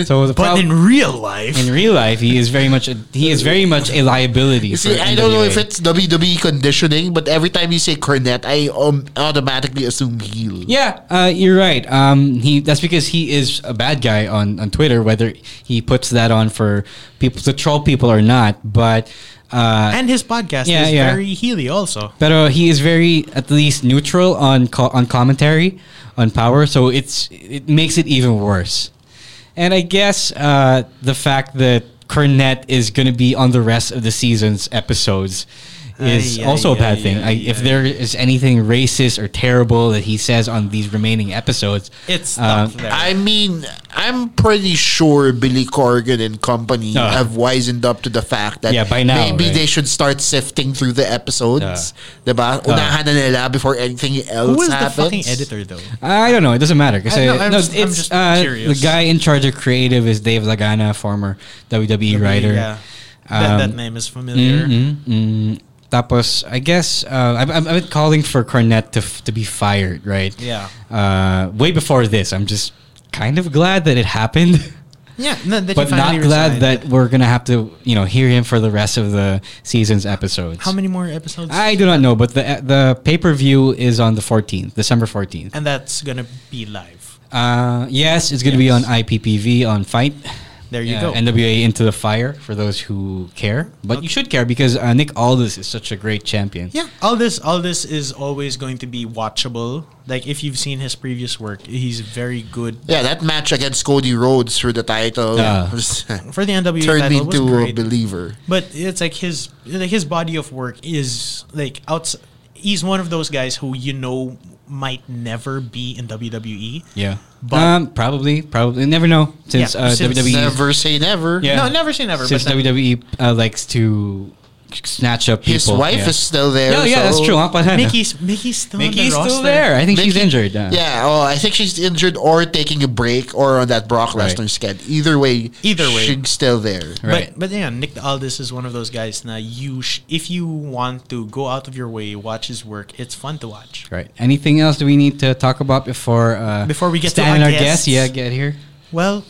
Speaker 8: So the
Speaker 4: But
Speaker 8: prob-
Speaker 4: in real life,
Speaker 8: in real life, he is very much a, he is very much a liability.
Speaker 9: You
Speaker 8: for
Speaker 9: see, I don't know
Speaker 8: NWA.
Speaker 9: if it's WWE conditioning, but every time you say cornet, I um, automatically assume heel.
Speaker 8: Yeah, uh, you're right. Um, he that's because he is a bad guy on, on Twitter, whether he puts that on for people to troll people or not. But uh,
Speaker 4: and his podcast
Speaker 8: Yeah,
Speaker 4: is
Speaker 8: yeah.
Speaker 4: very heely also.
Speaker 8: Pero he is very at least neutral on co- on commentary on power, so it's it makes it even worse. And I guess uh, the fact that Cornette is going to be on the rest of the season's episodes is
Speaker 4: Ay, ay,
Speaker 8: also a bad
Speaker 4: ay,
Speaker 8: thing.
Speaker 4: ay,
Speaker 8: I, if
Speaker 4: ay.
Speaker 8: there is anything racist or terrible that he says on these remaining episodes, um,
Speaker 4: It's stuck there.
Speaker 9: I mean, I'm pretty sure Billy Corgan and company
Speaker 8: Uh.
Speaker 9: have wisened up to the fact that
Speaker 8: Yeah, by now, right?
Speaker 9: maybe
Speaker 8: Uh.
Speaker 9: they should start sifting through the episodes. Diba? Unahan na nila before anything
Speaker 4: Who
Speaker 9: else
Speaker 4: was the
Speaker 9: happens.
Speaker 4: fucking editor though?
Speaker 8: I don't know. It doesn't matter because
Speaker 4: I know,
Speaker 8: no,
Speaker 4: I'm just- I'm
Speaker 8: it's
Speaker 4: just
Speaker 8: uh, the
Speaker 4: curious.
Speaker 8: guy in charge of creative is Dave Lagana, former WWE writer.
Speaker 4: E, Yeah. that, that
Speaker 8: Um, mm-hmm.
Speaker 4: name is familiar.
Speaker 8: Tapos, I guess uh, I've, I've I've been calling for Cornette to, f- to be fired, right?
Speaker 4: Yeah.
Speaker 8: Uh, way before this, I'm just kind of glad that it
Speaker 4: <laughs>
Speaker 8: happened,
Speaker 4: Yeah, no, that
Speaker 8: but
Speaker 4: he
Speaker 8: not
Speaker 4: finally
Speaker 8: glad
Speaker 4: resigned.
Speaker 8: that we're gonna have to, you know, hear him for the rest of the season's episodes.
Speaker 4: How many more episodes?
Speaker 8: I do not know, but the the pay per view is on the 14th, December 14th.
Speaker 4: and that's gonna be live.
Speaker 8: Uh, yes, it's gonna be on
Speaker 4: Yes.
Speaker 8: IPPV on Fight.
Speaker 4: There
Speaker 8: Yeah,
Speaker 4: you go.
Speaker 8: NWA into the fire for those who care, but you should care because uh, Nick Aldis is such a great champion.
Speaker 4: yeah, all this, all this is always going to be watchable. Like if you've seen his previous work, he's very good
Speaker 9: Yeah, that match against Cody Rhodes for the title
Speaker 8: Yeah.
Speaker 9: was-
Speaker 4: for the NWA
Speaker 9: <laughs> turned me
Speaker 4: title. Was
Speaker 9: into a
Speaker 4: great,
Speaker 9: believer.
Speaker 4: but it's like his like his body of work is like outs. He's one of those guys who you know might never be in E. WWE.
Speaker 8: yeah.
Speaker 4: But-
Speaker 8: um, probably, probably never know since,
Speaker 4: Yeah,
Speaker 8: uh,
Speaker 4: since
Speaker 8: WWE.
Speaker 9: Never say never.
Speaker 8: Yeah.
Speaker 4: No, never say never.
Speaker 8: since
Speaker 4: but then-
Speaker 8: WWE uh, likes to snatch up people.
Speaker 9: His wife
Speaker 8: yeah.
Speaker 9: is still there.
Speaker 8: No, yeah, that's
Speaker 9: so-
Speaker 8: true. Huh? But I know.
Speaker 4: Mickey's Mickey's still on the
Speaker 8: <laughs> Mickey's still
Speaker 4: roster.
Speaker 8: there. I think she's
Speaker 9: Mickey-
Speaker 8: injured. uh,
Speaker 9: Yeah, oh, I think she's injured or taking a break or on that Brock
Speaker 8: Right.
Speaker 9: Lesnar sked. Either way,
Speaker 4: Either way.
Speaker 9: she's still there.
Speaker 8: Right.
Speaker 4: But but yeah, Nick Aldis is one of those guys. Now you, sh- if you want to go out of your way, watch his work. It's fun to watch.
Speaker 8: Right. Anything else do we need to talk about before uh,
Speaker 4: Before we get to
Speaker 8: Stan
Speaker 4: our
Speaker 8: and our
Speaker 4: guests?
Speaker 8: guests? Yeah, get here.
Speaker 4: Well,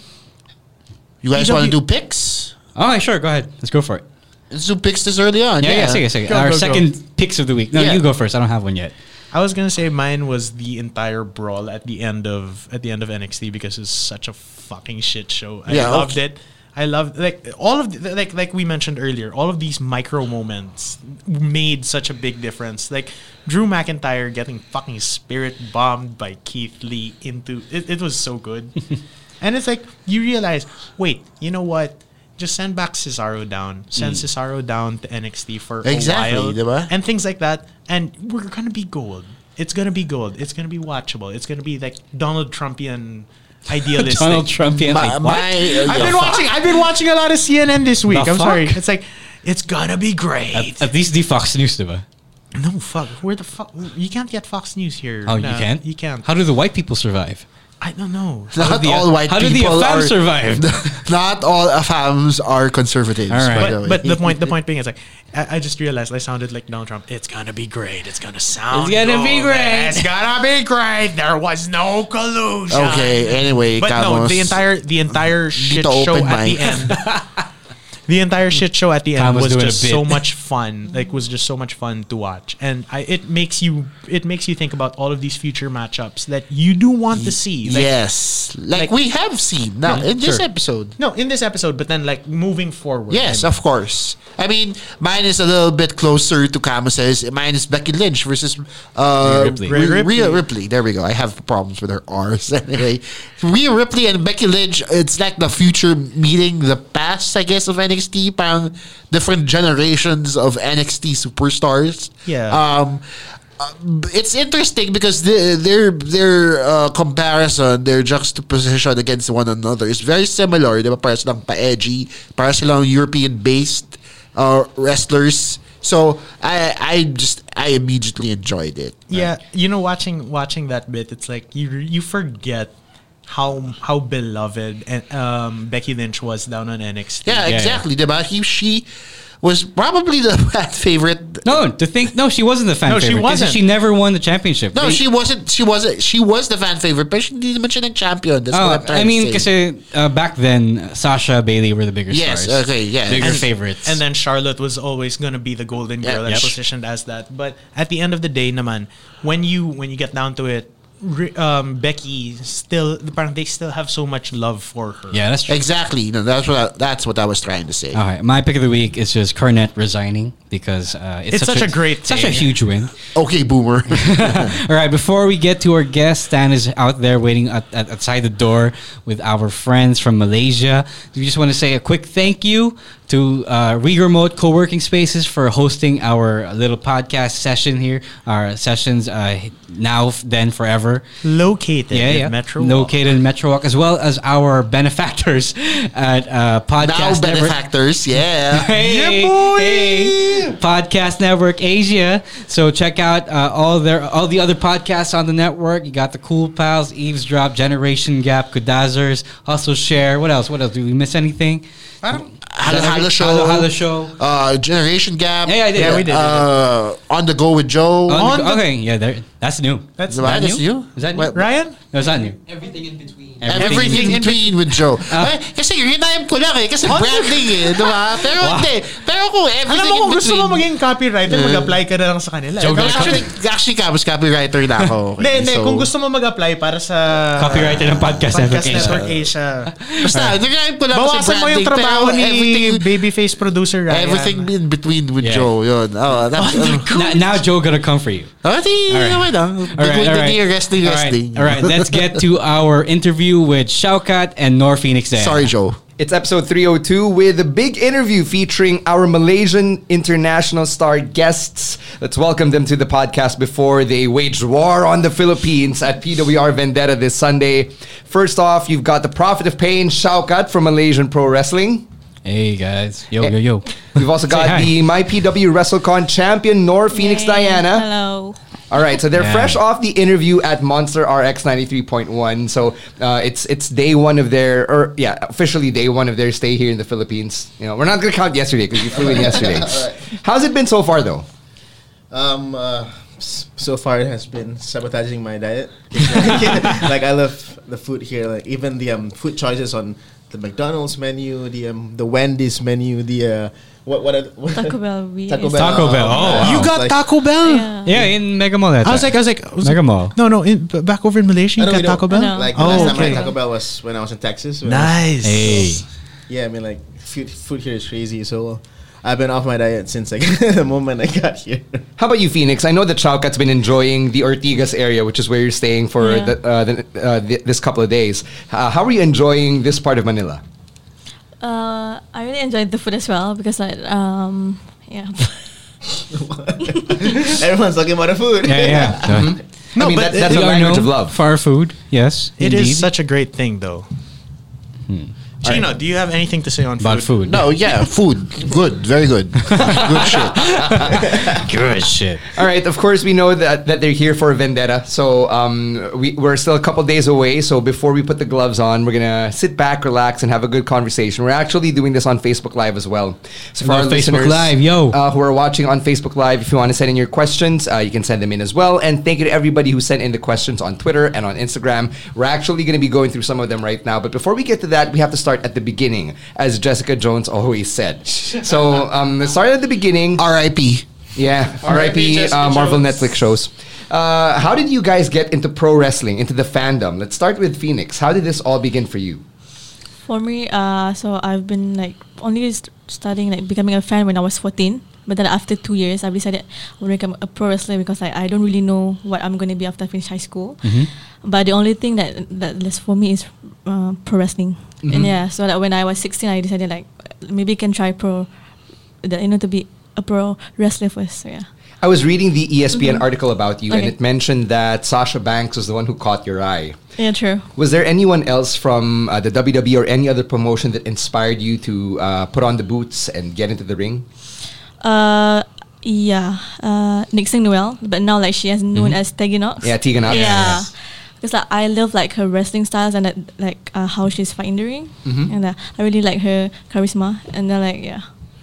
Speaker 9: You guys want to
Speaker 4: EW
Speaker 9: do picks?
Speaker 8: All right, sure. Go ahead. Let's go for it.
Speaker 9: Let's do picks this early on.
Speaker 8: Yeah, yeah. Second, second.
Speaker 4: Go,
Speaker 8: our
Speaker 4: go, go.
Speaker 8: second picks of the week. No,
Speaker 9: Yeah.
Speaker 8: you go first. I don't have one yet.
Speaker 4: I was gonna say mine was the entire brawl at the end of at the end of NXT because it's such a fucking shit show. I
Speaker 9: Yeah,
Speaker 4: loved
Speaker 9: okay.
Speaker 4: it. I loved like all of the, like like we mentioned earlier, all of these micro moments made such a big difference. Like Drew McIntyre getting fucking spirit bombed by Keith Lee into it, it was so
Speaker 9: <laughs>
Speaker 4: good. and it's like you realize, wait, you know what? Just send back Cesaro down. Send Cesaro down to NXT for
Speaker 9: Mm. Exactly,
Speaker 4: a while
Speaker 9: diba?
Speaker 4: and things like that. And we're gonna be gold. It's gonna be gold. It's gonna be watchable. It's gonna be like
Speaker 8: <laughs>
Speaker 4: Donald Trumpian idealistic.
Speaker 8: Donald Trumpian.
Speaker 9: My,
Speaker 8: like,
Speaker 9: my,
Speaker 8: what?
Speaker 9: uh,
Speaker 4: I've
Speaker 9: yeah,
Speaker 4: been
Speaker 9: fuck.
Speaker 4: watching. I've been watching a lot of CNN this week. I'm
Speaker 8: fuck?
Speaker 4: sorry. It's like it's gonna be great.
Speaker 8: At, at least the Fox News, diba?
Speaker 4: no fuck. Where the fuck? You can't get Fox News here.
Speaker 8: Oh,
Speaker 4: Nah,
Speaker 8: you can't.
Speaker 4: You can't.
Speaker 8: How do the white people survive?
Speaker 4: I don't know.
Speaker 9: Not
Speaker 8: the-
Speaker 9: all white
Speaker 8: how do the
Speaker 9: people
Speaker 8: Afam
Speaker 9: are
Speaker 8: survive?
Speaker 9: <laughs> Not all Afams are conservatives.
Speaker 8: All right.
Speaker 9: by the
Speaker 4: But, but
Speaker 9: way.
Speaker 4: the point the point being is like I, I just realized I sounded like Donald Trump. It's gonna be great. It's gonna
Speaker 8: It's
Speaker 4: sound.
Speaker 8: gonna be
Speaker 4: good.
Speaker 8: great.
Speaker 4: It's gonna be great. There was no collusion.
Speaker 9: okay. Anyway,
Speaker 4: But no,
Speaker 9: Camus,
Speaker 4: the entire the entire shit
Speaker 9: to
Speaker 4: show
Speaker 9: open
Speaker 4: at the
Speaker 9: mic.
Speaker 4: end.
Speaker 9: <laughs>
Speaker 4: The entire shit show at the end
Speaker 8: Thomas
Speaker 4: was
Speaker 8: doing a
Speaker 4: just
Speaker 8: bit.
Speaker 4: so much fun. Like was just so much fun to watch, and I, it makes you it makes you think about all of these future matchups that you do want to see. Like,
Speaker 9: yes, like,
Speaker 4: like-
Speaker 9: we have seen now in this
Speaker 8: sure.
Speaker 9: episode.
Speaker 4: No, in this episode, but then like moving forward.
Speaker 9: Yes,
Speaker 4: I mean.
Speaker 9: of course. I mean, mine is a little bit closer to Camus's. Mine is Becky Lynch versus uh,
Speaker 8: Ripley.
Speaker 9: Rhea
Speaker 4: Rhea
Speaker 9: Ripley.
Speaker 4: Ripley.
Speaker 9: There we go. I have problems with her R's <laughs> anyway. Rhea Ripley and Becky Lynch. It's like the future meeting the past, I guess, of NXT. Parang different generations of NXT superstars.
Speaker 4: Yeah.
Speaker 9: Um, uh, it's interesting because the, their their uh, comparison, their juxtaposition against one another is very similar. Diba? Para silang pa-edgy, para silang European-based uh, wrestlers. So, I I just, I immediately enjoyed it.
Speaker 4: Yeah, you know, watching watching that bit, it's like you you forget how how beloved and um, Becky Lynch was down on NXT.
Speaker 9: Yeah,
Speaker 8: yeah.
Speaker 9: exactly. Diba? He, she, was probably the <laughs> fan favorite.
Speaker 8: No, to think no, she wasn't the fan
Speaker 4: No, she
Speaker 8: favorite. 'cause
Speaker 4: wasn't.
Speaker 8: She never won the championship.
Speaker 9: No,
Speaker 8: They-
Speaker 9: she wasn't. She wasn't. She was the fan favorite, but she didn't mention a champion. That's
Speaker 8: Oh,
Speaker 9: what I'm trying
Speaker 8: I mean,
Speaker 9: to say.
Speaker 8: kasi uh, back then, Sasha Bailey were the bigger
Speaker 9: Yes,
Speaker 8: stars.
Speaker 9: okay, yeah.
Speaker 8: bigger
Speaker 9: And-
Speaker 8: favorites.
Speaker 4: And then Charlotte was always going to be the golden girl
Speaker 9: Yeah,
Speaker 4: and
Speaker 9: yep.
Speaker 4: positioned as that. But at the end of the day naman, when you when you get down to it, re- um, Becky still parang they still have so much love for her.
Speaker 8: yeah, that's true.
Speaker 9: exactly. No, that's what. I, that's what I was trying to say.
Speaker 8: All right, my pick of the week is just Cornette resigning because uh, it's,
Speaker 4: It's such a great
Speaker 8: such a
Speaker 4: thing.
Speaker 8: huge win.
Speaker 9: Okay, boomer. <laughs>
Speaker 8: All right, before we get to our guest, Stan is out there waiting at, at, outside the door with our friends from Malaysia. We just want to say a quick thank you to uh, Uyghur Remote Co-working Spaces for hosting our little podcast session here. Our sessions uh, now, then, forever.
Speaker 4: Located in Metro. Walk.
Speaker 8: located in Metro Walk, as well as our benefactors <laughs> at uh,
Speaker 9: now
Speaker 8: Podcast Network.
Speaker 9: benefactors.
Speaker 8: <laughs>
Speaker 9: Yeah.
Speaker 8: Hey, hey, Podcast Network Asia. So check out uh, all their all the other podcasts on the network. You got the Cool Pals, Eavesdrop, Generation Gap, Kudazers, Hustle Share. What else? What else? Do we miss anything?
Speaker 9: Halo, Halo show.
Speaker 8: Halo, Halo show.
Speaker 9: Uh, Generation Gap.
Speaker 8: Yeah, yeah, I did. Yeah, we did,
Speaker 9: Uh, on the go with Joe.
Speaker 8: Oh,
Speaker 4: On the-
Speaker 8: okay, yeah, there, that's new.
Speaker 4: That's
Speaker 9: Is that
Speaker 8: new?
Speaker 9: is you?
Speaker 8: Is that new?
Speaker 9: What-
Speaker 4: Ryan.
Speaker 8: No, it's not new.
Speaker 10: Everything in between.
Speaker 9: Everything in between with Joe. eh, kasi rinime ko lang eh. Kasi branding eh. Di ba? Pero hindi. Pero kung
Speaker 4: Alam
Speaker 9: everything
Speaker 4: mo
Speaker 9: in
Speaker 4: kung gusto
Speaker 9: between.
Speaker 4: mo maging copywriter, mag-apply ka na lang sa kanila.
Speaker 8: Joke lang.
Speaker 9: actually, actually, Cabs, copywriter na ako.
Speaker 4: <laughs>
Speaker 9: Okay,
Speaker 4: Hindi, hindi.
Speaker 9: so-
Speaker 4: Kung gusto mo mag-apply para sa
Speaker 8: Copyrighted ng podcast,
Speaker 4: Podcast Network
Speaker 8: network.
Speaker 4: Asia.
Speaker 9: Basta, rinime ko lang kasi
Speaker 4: Bawasan mo yung
Speaker 9: branding.
Speaker 4: trabaho
Speaker 9: pero
Speaker 4: ni
Speaker 9: everything,
Speaker 4: Babyface producer Ryan.
Speaker 9: everything in between with
Speaker 8: Yeah.
Speaker 9: Joe. Yun. Oh, that's,
Speaker 8: Na- now Joe gonna come for you.
Speaker 9: oh, di naman ah.
Speaker 8: All
Speaker 9: Big
Speaker 8: right, all right.
Speaker 9: wrestling,
Speaker 8: All right,
Speaker 9: wrestling.
Speaker 8: All right,
Speaker 9: <laughs>
Speaker 8: let's get to our interview with Shaukat and Nor Phoenix. Dan.
Speaker 9: Sorry, Joe.
Speaker 10: It's episode 302 with a big interview featuring our Malaysian international star guests. Let's welcome them to the podcast before they wage war on the Philippines at PWR Vendetta this Sunday. First off, you've got the Prophet of Pain, Shaukat from Malaysian Pro Wrestling.
Speaker 8: Hey guys, yo yo yo.
Speaker 10: We've also
Speaker 8: <laughs> Say
Speaker 10: got
Speaker 8: hi.
Speaker 10: the MyPW WrestleCon champion, Nor Phoenix Diana.
Speaker 6: Hello.
Speaker 10: All right, so they're
Speaker 8: Yeah.
Speaker 10: fresh off the interview at Monster RX 93.1. So uh, it's it's day one of their, or yeah, officially day one of their stay here in the Philippines. You know, we're not gonna count yesterday because you flew in yesterday.
Speaker 8: <laughs>
Speaker 10: How's it been so far, though?
Speaker 7: Um, uh, s- so far it has been sabotaging my
Speaker 9: <laughs>
Speaker 7: diet. like <laughs> I love the food here. Like even the um, food choices on the McDonald's menu, the um, the Wendy's menu, the uh, what what, are- what
Speaker 6: Taco Bell, we-
Speaker 7: Taco Bell.
Speaker 8: Taco Bell. Oh, wow.
Speaker 4: You got
Speaker 7: Like-
Speaker 4: Taco Bell?
Speaker 6: Yeah.
Speaker 8: Yeah, in Mega Mall. That
Speaker 4: I was like, I was like, I was like-
Speaker 8: Mega Mall.
Speaker 4: No, no, in, b- back over in
Speaker 7: <laughs>
Speaker 4: Malaysia,
Speaker 7: I
Speaker 4: you
Speaker 7: don't
Speaker 4: got
Speaker 7: know.
Speaker 4: Taco Bell.
Speaker 6: No.
Speaker 7: Like the
Speaker 4: Oh,
Speaker 7: last time I
Speaker 4: okay.
Speaker 7: had Taco Bell was when I was in Texas. when I was-
Speaker 4: Nice.
Speaker 8: hey,
Speaker 7: yeah, I mean like food food here is crazy. So I've been off my diet since like <laughs> the moment I got here.
Speaker 10: How about you, Phoenix? I know that Chaukat's been enjoying the Ortigas area, which is where you're staying for
Speaker 6: Yeah.
Speaker 10: the, uh, the, uh, th- this couple of days. Uh, how are you enjoying this part of Manila?
Speaker 6: Uh, I really enjoyed the food as well because I um yeah.
Speaker 7: Everyone's talking about the food.
Speaker 8: yeah, yeah. So,
Speaker 10: No, I mean,
Speaker 4: but
Speaker 10: that, that's
Speaker 8: we
Speaker 10: a
Speaker 8: are
Speaker 10: language
Speaker 8: known
Speaker 10: of love.
Speaker 8: for our food. Yes,
Speaker 4: It is
Speaker 8: indeed.
Speaker 4: such a great thing, though. Gino, do you have anything to say on
Speaker 8: about food.
Speaker 4: food?
Speaker 9: No, yeah, food. Good. Very
Speaker 7: <laughs>
Speaker 9: good. good shit.
Speaker 8: good shit.
Speaker 10: All right. Of course, we know that, that they're here for a vendetta. So um, we, we're still a couple days away. So before we put the gloves on, we're gonna sit back, relax, and have a good conversation. We're actually doing this on Facebook Live as well. So
Speaker 8: Hello, Facebook Live, yo.
Speaker 10: uh, who are watching on Facebook Live, if you want to send in your questions, uh, you can send them in as well. And thank you to everybody who sent in the questions on Twitter and on Instagram. We're actually going to be going through some of them right now. But before we get to that, we have to start at the beginning, as Jessica Jones always
Speaker 7: <laughs>
Speaker 10: said. So um, start at the beginning.
Speaker 9: R.I.P.
Speaker 10: Yeah,
Speaker 7: R.I.P.
Speaker 10: R.I.P. Uh,
Speaker 7: Jessica
Speaker 10: Marvel
Speaker 7: Jones.
Speaker 10: Netflix shows. Uh, how did you guys get into pro wrestling, into the fandom? Let's start with Phoenix. How did this all begin for you?
Speaker 6: For me, uh, so I've been like only st- studying like becoming a fan when I was fourteen. But then after two years, I've decided I want to become a pro wrestler because like, I don't really know what I'm going to be after I finish high school. But the only thing that that is for me is uh, pro wrestling. And yeah, so like when I was sixteen, I decided like maybe can try pro, the, you know, to be a pro wrestler first. So yeah.
Speaker 10: I was reading the E ESPN
Speaker 7: Mm-hmm.
Speaker 10: article about you, and
Speaker 6: Okay.
Speaker 10: it mentioned that Sasha Banks was the one who caught your eye.
Speaker 6: Yeah, true.
Speaker 10: Was there anyone else from uh, the WWE
Speaker 11: E
Speaker 10: or any other promotion that inspired you to uh, put on the boots and get into the ring?
Speaker 6: Uh, yeah, uh, Nixon Noel, but now like she is known as Teggy Knox.
Speaker 10: Yeah, Tegan Knox.
Speaker 6: Yeah,
Speaker 10: Yes.
Speaker 6: because like I love like her wrestling styles and uh, like uh, how she's fighting the ring, and uh, I really like her charisma and then like yeah.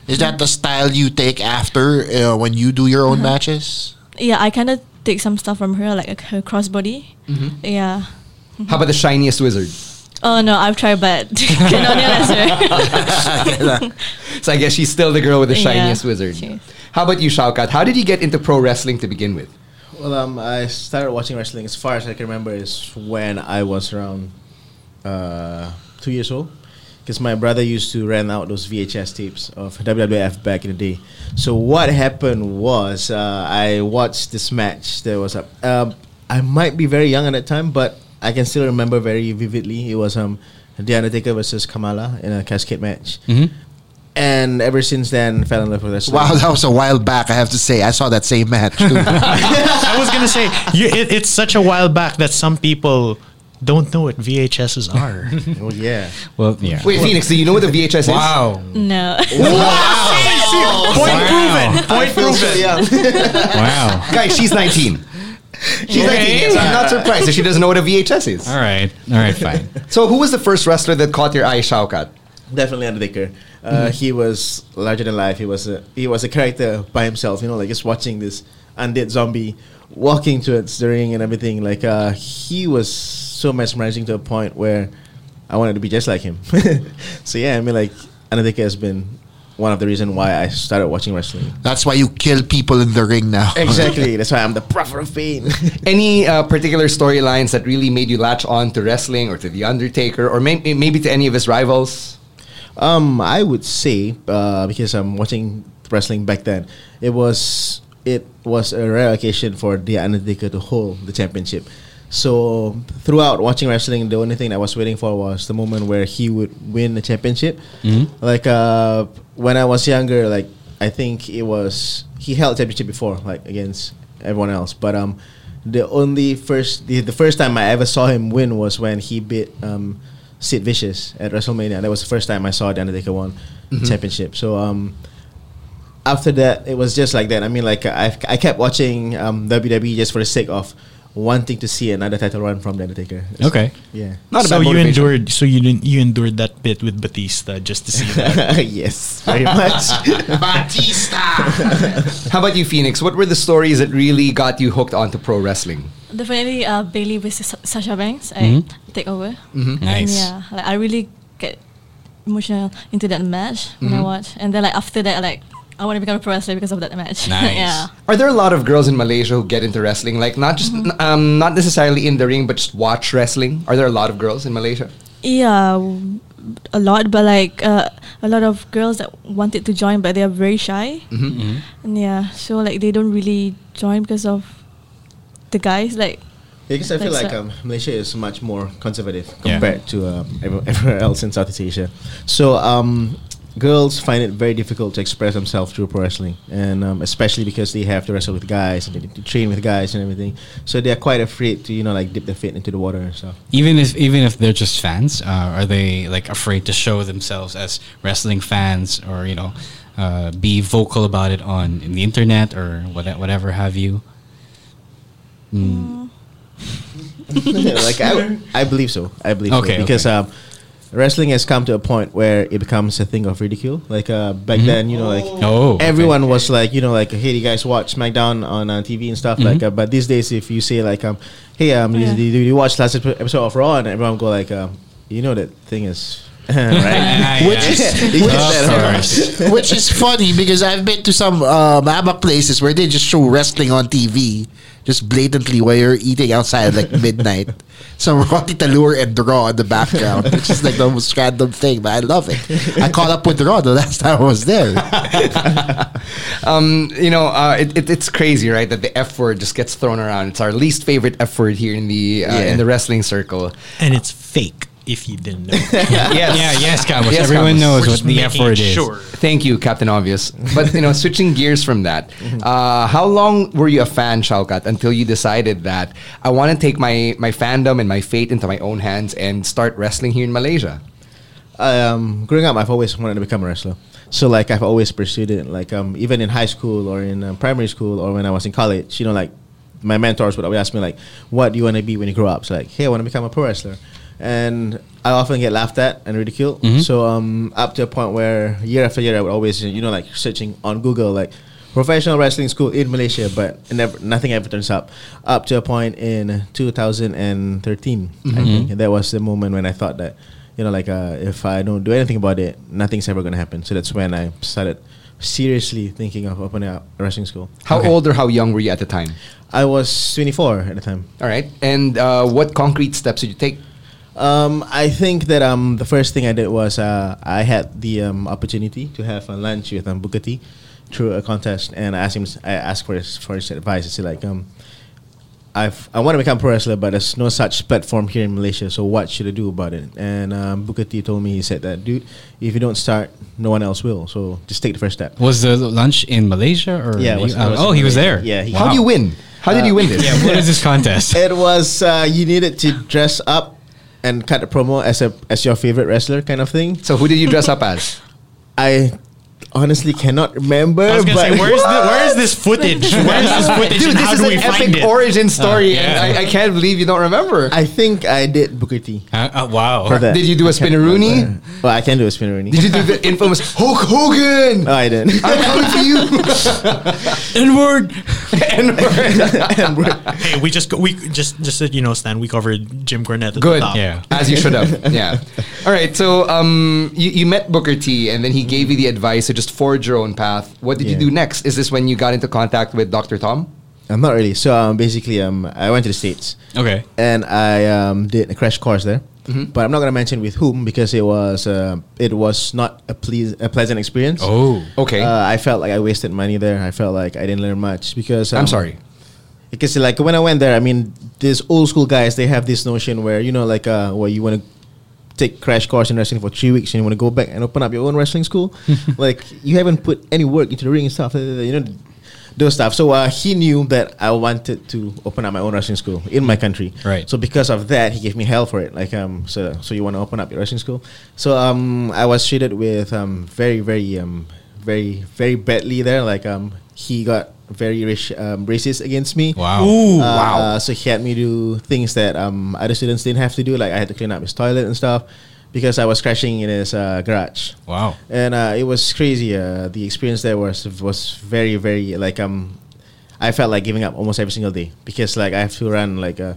Speaker 9: Is that the style you take after uh, when you do your own
Speaker 6: Uh-huh.
Speaker 9: matches?
Speaker 6: Yeah, I kind of take some stuff from her, like her crossbody.
Speaker 11: Mhm.
Speaker 6: Yeah.
Speaker 11: How about the shiniest wizard?
Speaker 6: Oh no, I've tried, but <laughs> cannot nail as her.
Speaker 11: so I guess she's still the girl with the shiniest wizard. How about you, Shaukat? How did you get into pro wrestling to begin with?
Speaker 10: Well, um, I started watching wrestling as far as I can remember is when I was around uh, two years old. Because my brother used to rent out those VHS tapes of WWF back in the day. So what happened was uh, I watched this match. There was a, um, I might be very young at that time, but I can still remember very vividly. It was um, The Undertaker versus Kamala in a cascade match.
Speaker 9: Mhm.
Speaker 10: And ever since then, fell in love with wrestling.
Speaker 9: Wow, that was a while back. I have
Speaker 10: <laughs>
Speaker 9: to say, I saw that same match. too.
Speaker 4: <laughs> I was gonna say you, it, it's such a while back that some people don't know what VHSs are.
Speaker 10: oh yeah.
Speaker 8: Well,
Speaker 11: <laughs>
Speaker 8: yeah.
Speaker 11: Wait, Phoenix, do you know what the VHS
Speaker 8: Wow.
Speaker 6: no. <laughs>
Speaker 11: Wow.
Speaker 4: Point proven.
Speaker 11: Point proven.
Speaker 8: Wow.
Speaker 11: <laughs> Guys, she's 19. She's 19.
Speaker 8: Okay.
Speaker 11: So I'm not surprised if she doesn't know what a VHS is.
Speaker 8: All right. All right.
Speaker 4: <laughs>
Speaker 8: Fine.
Speaker 11: So who was the first wrestler that caught your eye, Shaukat?
Speaker 10: Definitely Undertaker. Uh,
Speaker 9: Mm-hmm.
Speaker 11: Mhm.
Speaker 10: He was larger than life. He was a he was a character by himself. You know, like just watching this undead zombie walking towards the ring and everything. Like uh, he was so mesmerizing to a point where I wanted to be just like him. <laughs> so yeah, I mean, like Undertaker has been one of the reason why I started watching wrestling.
Speaker 9: That's why you kill people in the ring now.
Speaker 11: <laughs>
Speaker 9: <laughs>
Speaker 10: Exactly. That's why I'm the prophet of pain. <laughs>
Speaker 11: Any uh, particular storylines that really made you latch on to wrestling or to The Undertaker or may- maybe to any of his rivals?
Speaker 10: Um, I would say uh, because I'm watching wrestling back then, it was it was a rare occasion for the Undertaker to hold the championship. So throughout watching wrestling, the only thing I was waiting for was the moment where he would win the championship.
Speaker 8: Mhm.
Speaker 11: Mm-hmm.
Speaker 10: Like uh, when I was younger, like I think it was he held championship before, like against everyone else. But um, the only first the, the first time I ever saw him win was when he beat um, Sid Vicious at WrestleMania. That was the first time I saw the Undertaker won the
Speaker 11: Mhm.
Speaker 10: championship. So um, after that, it was just like that. I mean, like I I kept watching um, WWE just for the sake of wanting to see another title run from the Undertaker.
Speaker 8: Okay.
Speaker 10: Yeah.
Speaker 4: so you endured. So you didn't. You endured that bit with Batista just to see that.
Speaker 10: <laughs>
Speaker 11: <laughs>
Speaker 10: yes, very much.
Speaker 11: How about you, Phoenix? What were the stories that really got you hooked onto pro wrestling?
Speaker 6: Definitely uh, Bailey versus Sa- Sasha Banks. I
Speaker 11: Mhm.
Speaker 6: take over.
Speaker 11: Mhm.
Speaker 6: And
Speaker 11: Nice.
Speaker 6: yeah, like I really get emotional into that match when I
Speaker 11: Mhm.
Speaker 6: watch, and then like after that, like I want to become a pro wrestler because of that match. <laughs> yeah.
Speaker 11: Are there a lot of girls in Malaysia who get into wrestling? Like not just um, not necessarily in the ring, but just watch wrestling. Are there a lot of girls in Malaysia?
Speaker 6: Yeah, w- a lot, but like uh, a lot of girls that wanted to join, but they are very shy.
Speaker 11: Mm-hmm.
Speaker 6: And yeah, so like they don't really join because of the guys. Like,
Speaker 10: Because I feel
Speaker 6: Like
Speaker 10: like
Speaker 6: so-
Speaker 10: um, Malaysia is much more conservative
Speaker 8: Yeah.
Speaker 10: compared to um, ever- <laughs> everywhere else in Southeast Asia. So um, girls find it very difficult to express themselves through pro wrestling, and um, especially because they have to wrestle with guys and they need to train with guys and everything. So they are quite afraid to you know like dip their feet into the water and stuff.
Speaker 8: Even if even if they're just fans, uh, are they like afraid to show themselves as wrestling fans, or you know, uh, be vocal about it on in the internet or what, whatever have you? Mm.
Speaker 10: <laughs> like I, I believe so. I believe
Speaker 8: Okay,
Speaker 10: so because um, wrestling has come to a point where it becomes a thing of ridicule. Like uh, back
Speaker 8: Mhm.
Speaker 10: then, you know, like
Speaker 8: Oh, okay.
Speaker 10: everyone was like, you know, like hey, you guys watch SmackDown on uh, TV and stuff.
Speaker 8: Hmm?
Speaker 10: Like, uh, but these days, if you say like, um, hey, um,
Speaker 6: Yeah.
Speaker 10: did, you, did you watch last epi- episode of Raw? And everyone go like, um, you know, that thing is <laughs>
Speaker 8: <laughs>
Speaker 10: right.
Speaker 8: Which
Speaker 9: is-
Speaker 10: You
Speaker 9: which
Speaker 10: get
Speaker 9: is-
Speaker 10: that, huh?
Speaker 9: Which is funny because I've been to some um, ABBA places where they just show wrestling on TV, just blatantly while you're eating outside
Speaker 10: <laughs>
Speaker 9: at like midnight. Some Roti Talur and Raw in the background, which is like the most random thing, but I love it. I caught up with Raw the last time I was there.
Speaker 11: Um, you know, uh, it, it, it's crazy, right? That the F word just gets thrown around. It's our least favorite F word here in the uh,
Speaker 4: Yeah.
Speaker 11: in the wrestling circle.
Speaker 4: and it's fake. If you didn't know.
Speaker 11: Yes.
Speaker 8: Yeah, yes, Cowboys. Everyone knows
Speaker 4: We're what just the F making word is. sure.
Speaker 11: Thank you, Captain Obvious. But you know, <laughs> switching gears from that,
Speaker 1: Mm-hmm.
Speaker 11: uh, how long were you a fan, Shaukat, until you decided that I want to take my my fandom and my fate into my own hands and start wrestling here in Malaysia?
Speaker 10: um, growing up, I've always wanted to become a wrestler. So like I've always pursued it. Like um, even in high school or in um, primary school or when I was in college, you know, like my mentors would always ask me like, "What do you want to be when you grow up?" So like, "Hey, I want to become a pro wrestler." and I often get laughed at and ridiculed.
Speaker 8: Mhm.
Speaker 10: So um, up to a point where year after year, I would always you know like searching on Google like professional wrestling school in Malaysia, but it never nothing ever turns up. Up to a point in 2013, I
Speaker 8: Mhm.
Speaker 10: think and that was the moment when I thought that you know like uh, if I don't do anything about it, nothing's ever gonna happen. So that's when I started seriously thinking of opening up a wrestling school.
Speaker 11: How old or how young were you at the time?
Speaker 10: I was 24 at the time.
Speaker 11: All right. And uh, what concrete steps did you take?
Speaker 10: Um, I think that um, the first thing I did was uh, I had the um, opportunity to have a lunch with um, Booker T through a contest, and I asked him. I asked for his for his advice. I said like, um, I've I want to become a pro wrestler, but there's no such platform here in Malaysia. So what should I do about it? And um, Booker T told me he said that, dude, if you don't start, no one else will. So just take the first step.
Speaker 8: Was the lunch in Malaysia or?
Speaker 10: Yeah, it was-
Speaker 8: Uh,
Speaker 10: it was
Speaker 8: oh, he
Speaker 10: in
Speaker 8: was there.
Speaker 10: Malaysia. Yeah, he-
Speaker 11: How do you win? How did you
Speaker 10: Uh,
Speaker 11: win this?
Speaker 8: Yeah, what is this
Speaker 10: <laughs>
Speaker 8: contest?
Speaker 10: It was uh, you needed to dress up and cut a promo as a as your favorite wrestler kind of thing.
Speaker 11: So who did you dress up as?
Speaker 10: I honestly cannot remember.
Speaker 4: I was gonna
Speaker 10: but
Speaker 4: say, where's the, where is this footage? Where is <laughs> this footage?
Speaker 11: Dude,
Speaker 4: and
Speaker 11: this
Speaker 4: how
Speaker 11: is
Speaker 4: do we
Speaker 11: an
Speaker 4: find
Speaker 11: epic
Speaker 4: it? Oh,
Speaker 11: origin story, and
Speaker 8: yeah.
Speaker 11: I, I can't believe you don't remember.
Speaker 10: <laughs> I think I did Booker T
Speaker 8: Uh, uh, wow.
Speaker 10: for that.
Speaker 11: Oh, Did you do a spinneroonie?
Speaker 10: Well, Oh, I can do a spinneroony.
Speaker 11: Did you do the infamous Hulk Hogan?
Speaker 4: <laughs>
Speaker 10: No,
Speaker 4: Oh,
Speaker 10: I
Speaker 11: <laughs>
Speaker 10: didn't. <laughs>
Speaker 11: I'm coming for you. <laughs>
Speaker 8: Inward.
Speaker 4: <laughs> Hey, we just go, we just just so you know, Stan. We covered Jim Cornette at
Speaker 11: Good.
Speaker 4: the top.
Speaker 8: Yeah.
Speaker 11: As you should
Speaker 4: <laughs>
Speaker 11: have. Yeah. All right. So um, you, you met Booker T, and then he gave you the advice to just forge your own path. What did you
Speaker 10: Yeah.
Speaker 11: do next? Is this when you got into contact with Dr. Tom?
Speaker 10: I'm not really. So um, basically, um, I went to the states
Speaker 8: Okay.
Speaker 10: and I um, did a crash course there.
Speaker 11: Mm-hmm.
Speaker 10: But I'm not gonna mention with whom because it was uh, it was not a pleas a pleasant experience.
Speaker 8: Oh.
Speaker 11: Okay.
Speaker 10: Uh, I felt like I wasted money there. I felt like I didn't learn much because um,
Speaker 11: I'm sorry.
Speaker 10: Because like when I went there, I mean, these old school guys they have this notion where you know like uh, where you want to take crash course in wrestling for three weeks and you want to go back and open up your own wrestling school, like you haven't put any work into the ring and stuff. uh, You know. Those stuff. So uh, he knew that I wanted to open up my own wrestling school in my country.
Speaker 8: Right.
Speaker 10: So because of that, he gave me hell for it. Like um, so so you want to open up your wrestling school? So um, I was treated with um very very um very very badly there. Like um, he got very raci- um, racist against me.
Speaker 8: Wow.
Speaker 10: Uh, So he had me do things that um, other students didn't have to do. Like I had to clean up his toilet and stuff because I was crashing in his uh, garage.
Speaker 8: Wow.
Speaker 10: And uh, it was crazy. Uh, the experience there was was very very like um, I felt like giving up almost every single day because like I have to run like uh,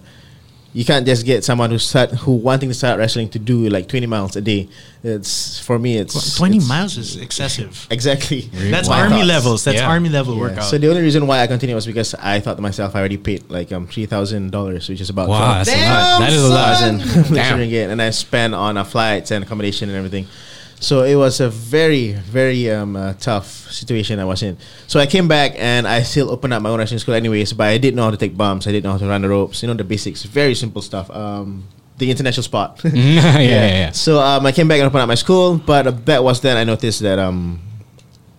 Speaker 10: you can't just get someone who start who wanting to start wrestling to do like twenty miles a day. It's for me. It's
Speaker 4: Well, Twenty
Speaker 10: it's-
Speaker 4: miles is excessive.
Speaker 10: Exactly.
Speaker 4: That's
Speaker 10: My
Speaker 4: army
Speaker 10: thoughts.
Speaker 4: levels. That's
Speaker 8: Yeah.
Speaker 4: army level
Speaker 10: Yeah.
Speaker 4: workout.
Speaker 10: So the only reason why I continued was because I thought to myself I already paid like um three thousand dollars, which is about
Speaker 8: Wow, that's a lot. That is a lot. Damn.
Speaker 10: Damn. and I spent on uh, flights and accommodation and everything. So it was a very very um uh, tough situation I was in. So I came back and I still opened up my own wrestling school anyways, but I didn't know how to take bumps. I didn't know how to run the ropes. You know the basics, very simple stuff. Um, the international spot.
Speaker 8: <laughs> <laughs> yeah, yeah, yeah.
Speaker 10: So um, I came back and opened up my school, but uh, that was then I noticed that um,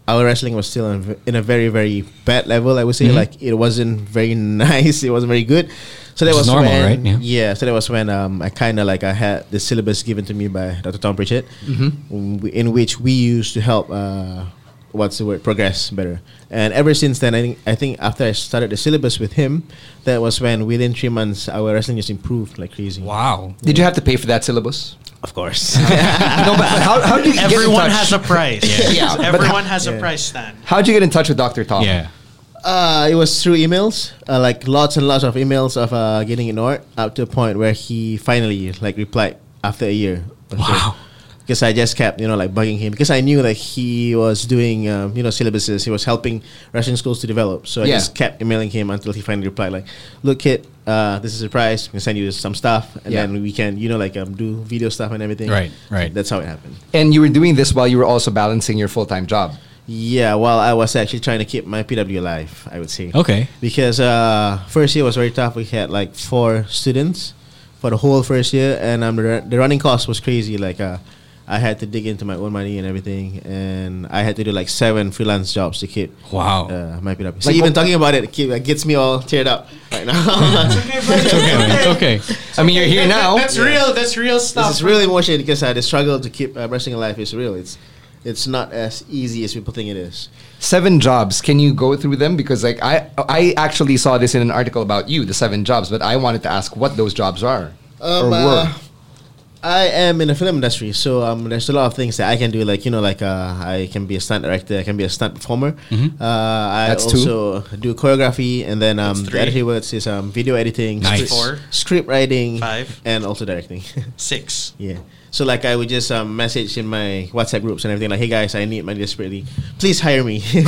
Speaker 10: our wrestling was still in, v- in a very very bad level. I would say
Speaker 8: Mhm.
Speaker 10: like it wasn't very <laughs> nice. It wasn't very good. So that
Speaker 8: Which is
Speaker 10: was
Speaker 8: normal,
Speaker 10: when,
Speaker 8: right? Yeah.
Speaker 10: So that was when um, I kind of like I had the syllabus given to me by Dr. Tom Pritchett,
Speaker 8: Mm-hmm.
Speaker 10: um, w- in which we used to help. Uh, What's the word? Progress better. And ever since then, I think, I think after I started the syllabus with him, that was when within three months our wrestling just improved like crazy.
Speaker 8: Wow.
Speaker 11: Did you have to pay for that syllabus?
Speaker 10: Of
Speaker 11: <laughs>
Speaker 10: course.
Speaker 11: no, but how, how did you get in
Speaker 4: Everyone
Speaker 11: touch?
Speaker 4: has a price.
Speaker 11: Yeah. <laughs> But
Speaker 4: Everyone has a price, Stan.
Speaker 11: How'd you get in touch with Dr. Tom?
Speaker 8: Yeah.
Speaker 10: Uh, it was through emails, uh, like lots and lots of emails of uh, getting ignored, up to a point where he finally like replied after a year.
Speaker 8: Wow.
Speaker 10: Because I just kept, you know, like bugging him because I knew that he was doing, um, you know, syllabuses. He was helping Russian schools to develop. So I
Speaker 11: Yeah.
Speaker 10: just kept emailing him until he finally replied, like, "Look, kid, uh, this is a prize. We can send you some stuff, and
Speaker 11: Yeah.
Speaker 10: then we can, you know, like um, do video stuff and everything."
Speaker 8: Right, right.
Speaker 10: That's how it happened.
Speaker 11: And you were doing this while you were also balancing your full time job.
Speaker 10: Yeah, well, I was actually trying to keep my PW alive, I would say.
Speaker 8: Okay.
Speaker 10: Because uh, first year was very tough. We had like four students for the whole first year, and um, the, ru- the running cost was crazy. Like, uh, I had to dig into my own money and everything, and I had to do like seven freelance jobs to keep
Speaker 8: Wow.
Speaker 10: uh, my PW. So,
Speaker 11: Like
Speaker 10: even
Speaker 11: what-
Speaker 10: talking about it, it keep- it gets me all teared up right <laughs> now.
Speaker 8: <laughs> It's okay. man.
Speaker 10: <laughs>
Speaker 8: It's okay.
Speaker 11: I mean, you're here now.
Speaker 4: That's real. That's real stuff.
Speaker 10: This is real emotion because uh, the struggle to keep uh, wrestling alive is real. It's, it's not as easy as people think it is.
Speaker 11: Seven jobs. Can you go through them? Because like I, I actually saw
Speaker 9: <laughs>
Speaker 11: this in an article about you, the seven jobs. But I wanted to ask what those jobs are
Speaker 10: Um,
Speaker 11: or were.
Speaker 10: uh, I am in the film industry, so um, there's a lot of things that I can do. Like you know, like uh, I can be a stunt director, I can be a stunt performer.
Speaker 8: Mhm.
Speaker 10: Uh, I
Speaker 8: That's two.
Speaker 10: also do choreography, and then um, the other three words is um, video editing,
Speaker 8: Nice.
Speaker 10: script-
Speaker 8: Four.
Speaker 10: script writing, five, and also directing. <laughs>
Speaker 4: Six.
Speaker 10: Yeah. So like I would just um, message in my WhatsApp groups and everything like, "Hey guys, I need money desperately. Please hire me." <laughs>
Speaker 11: hey,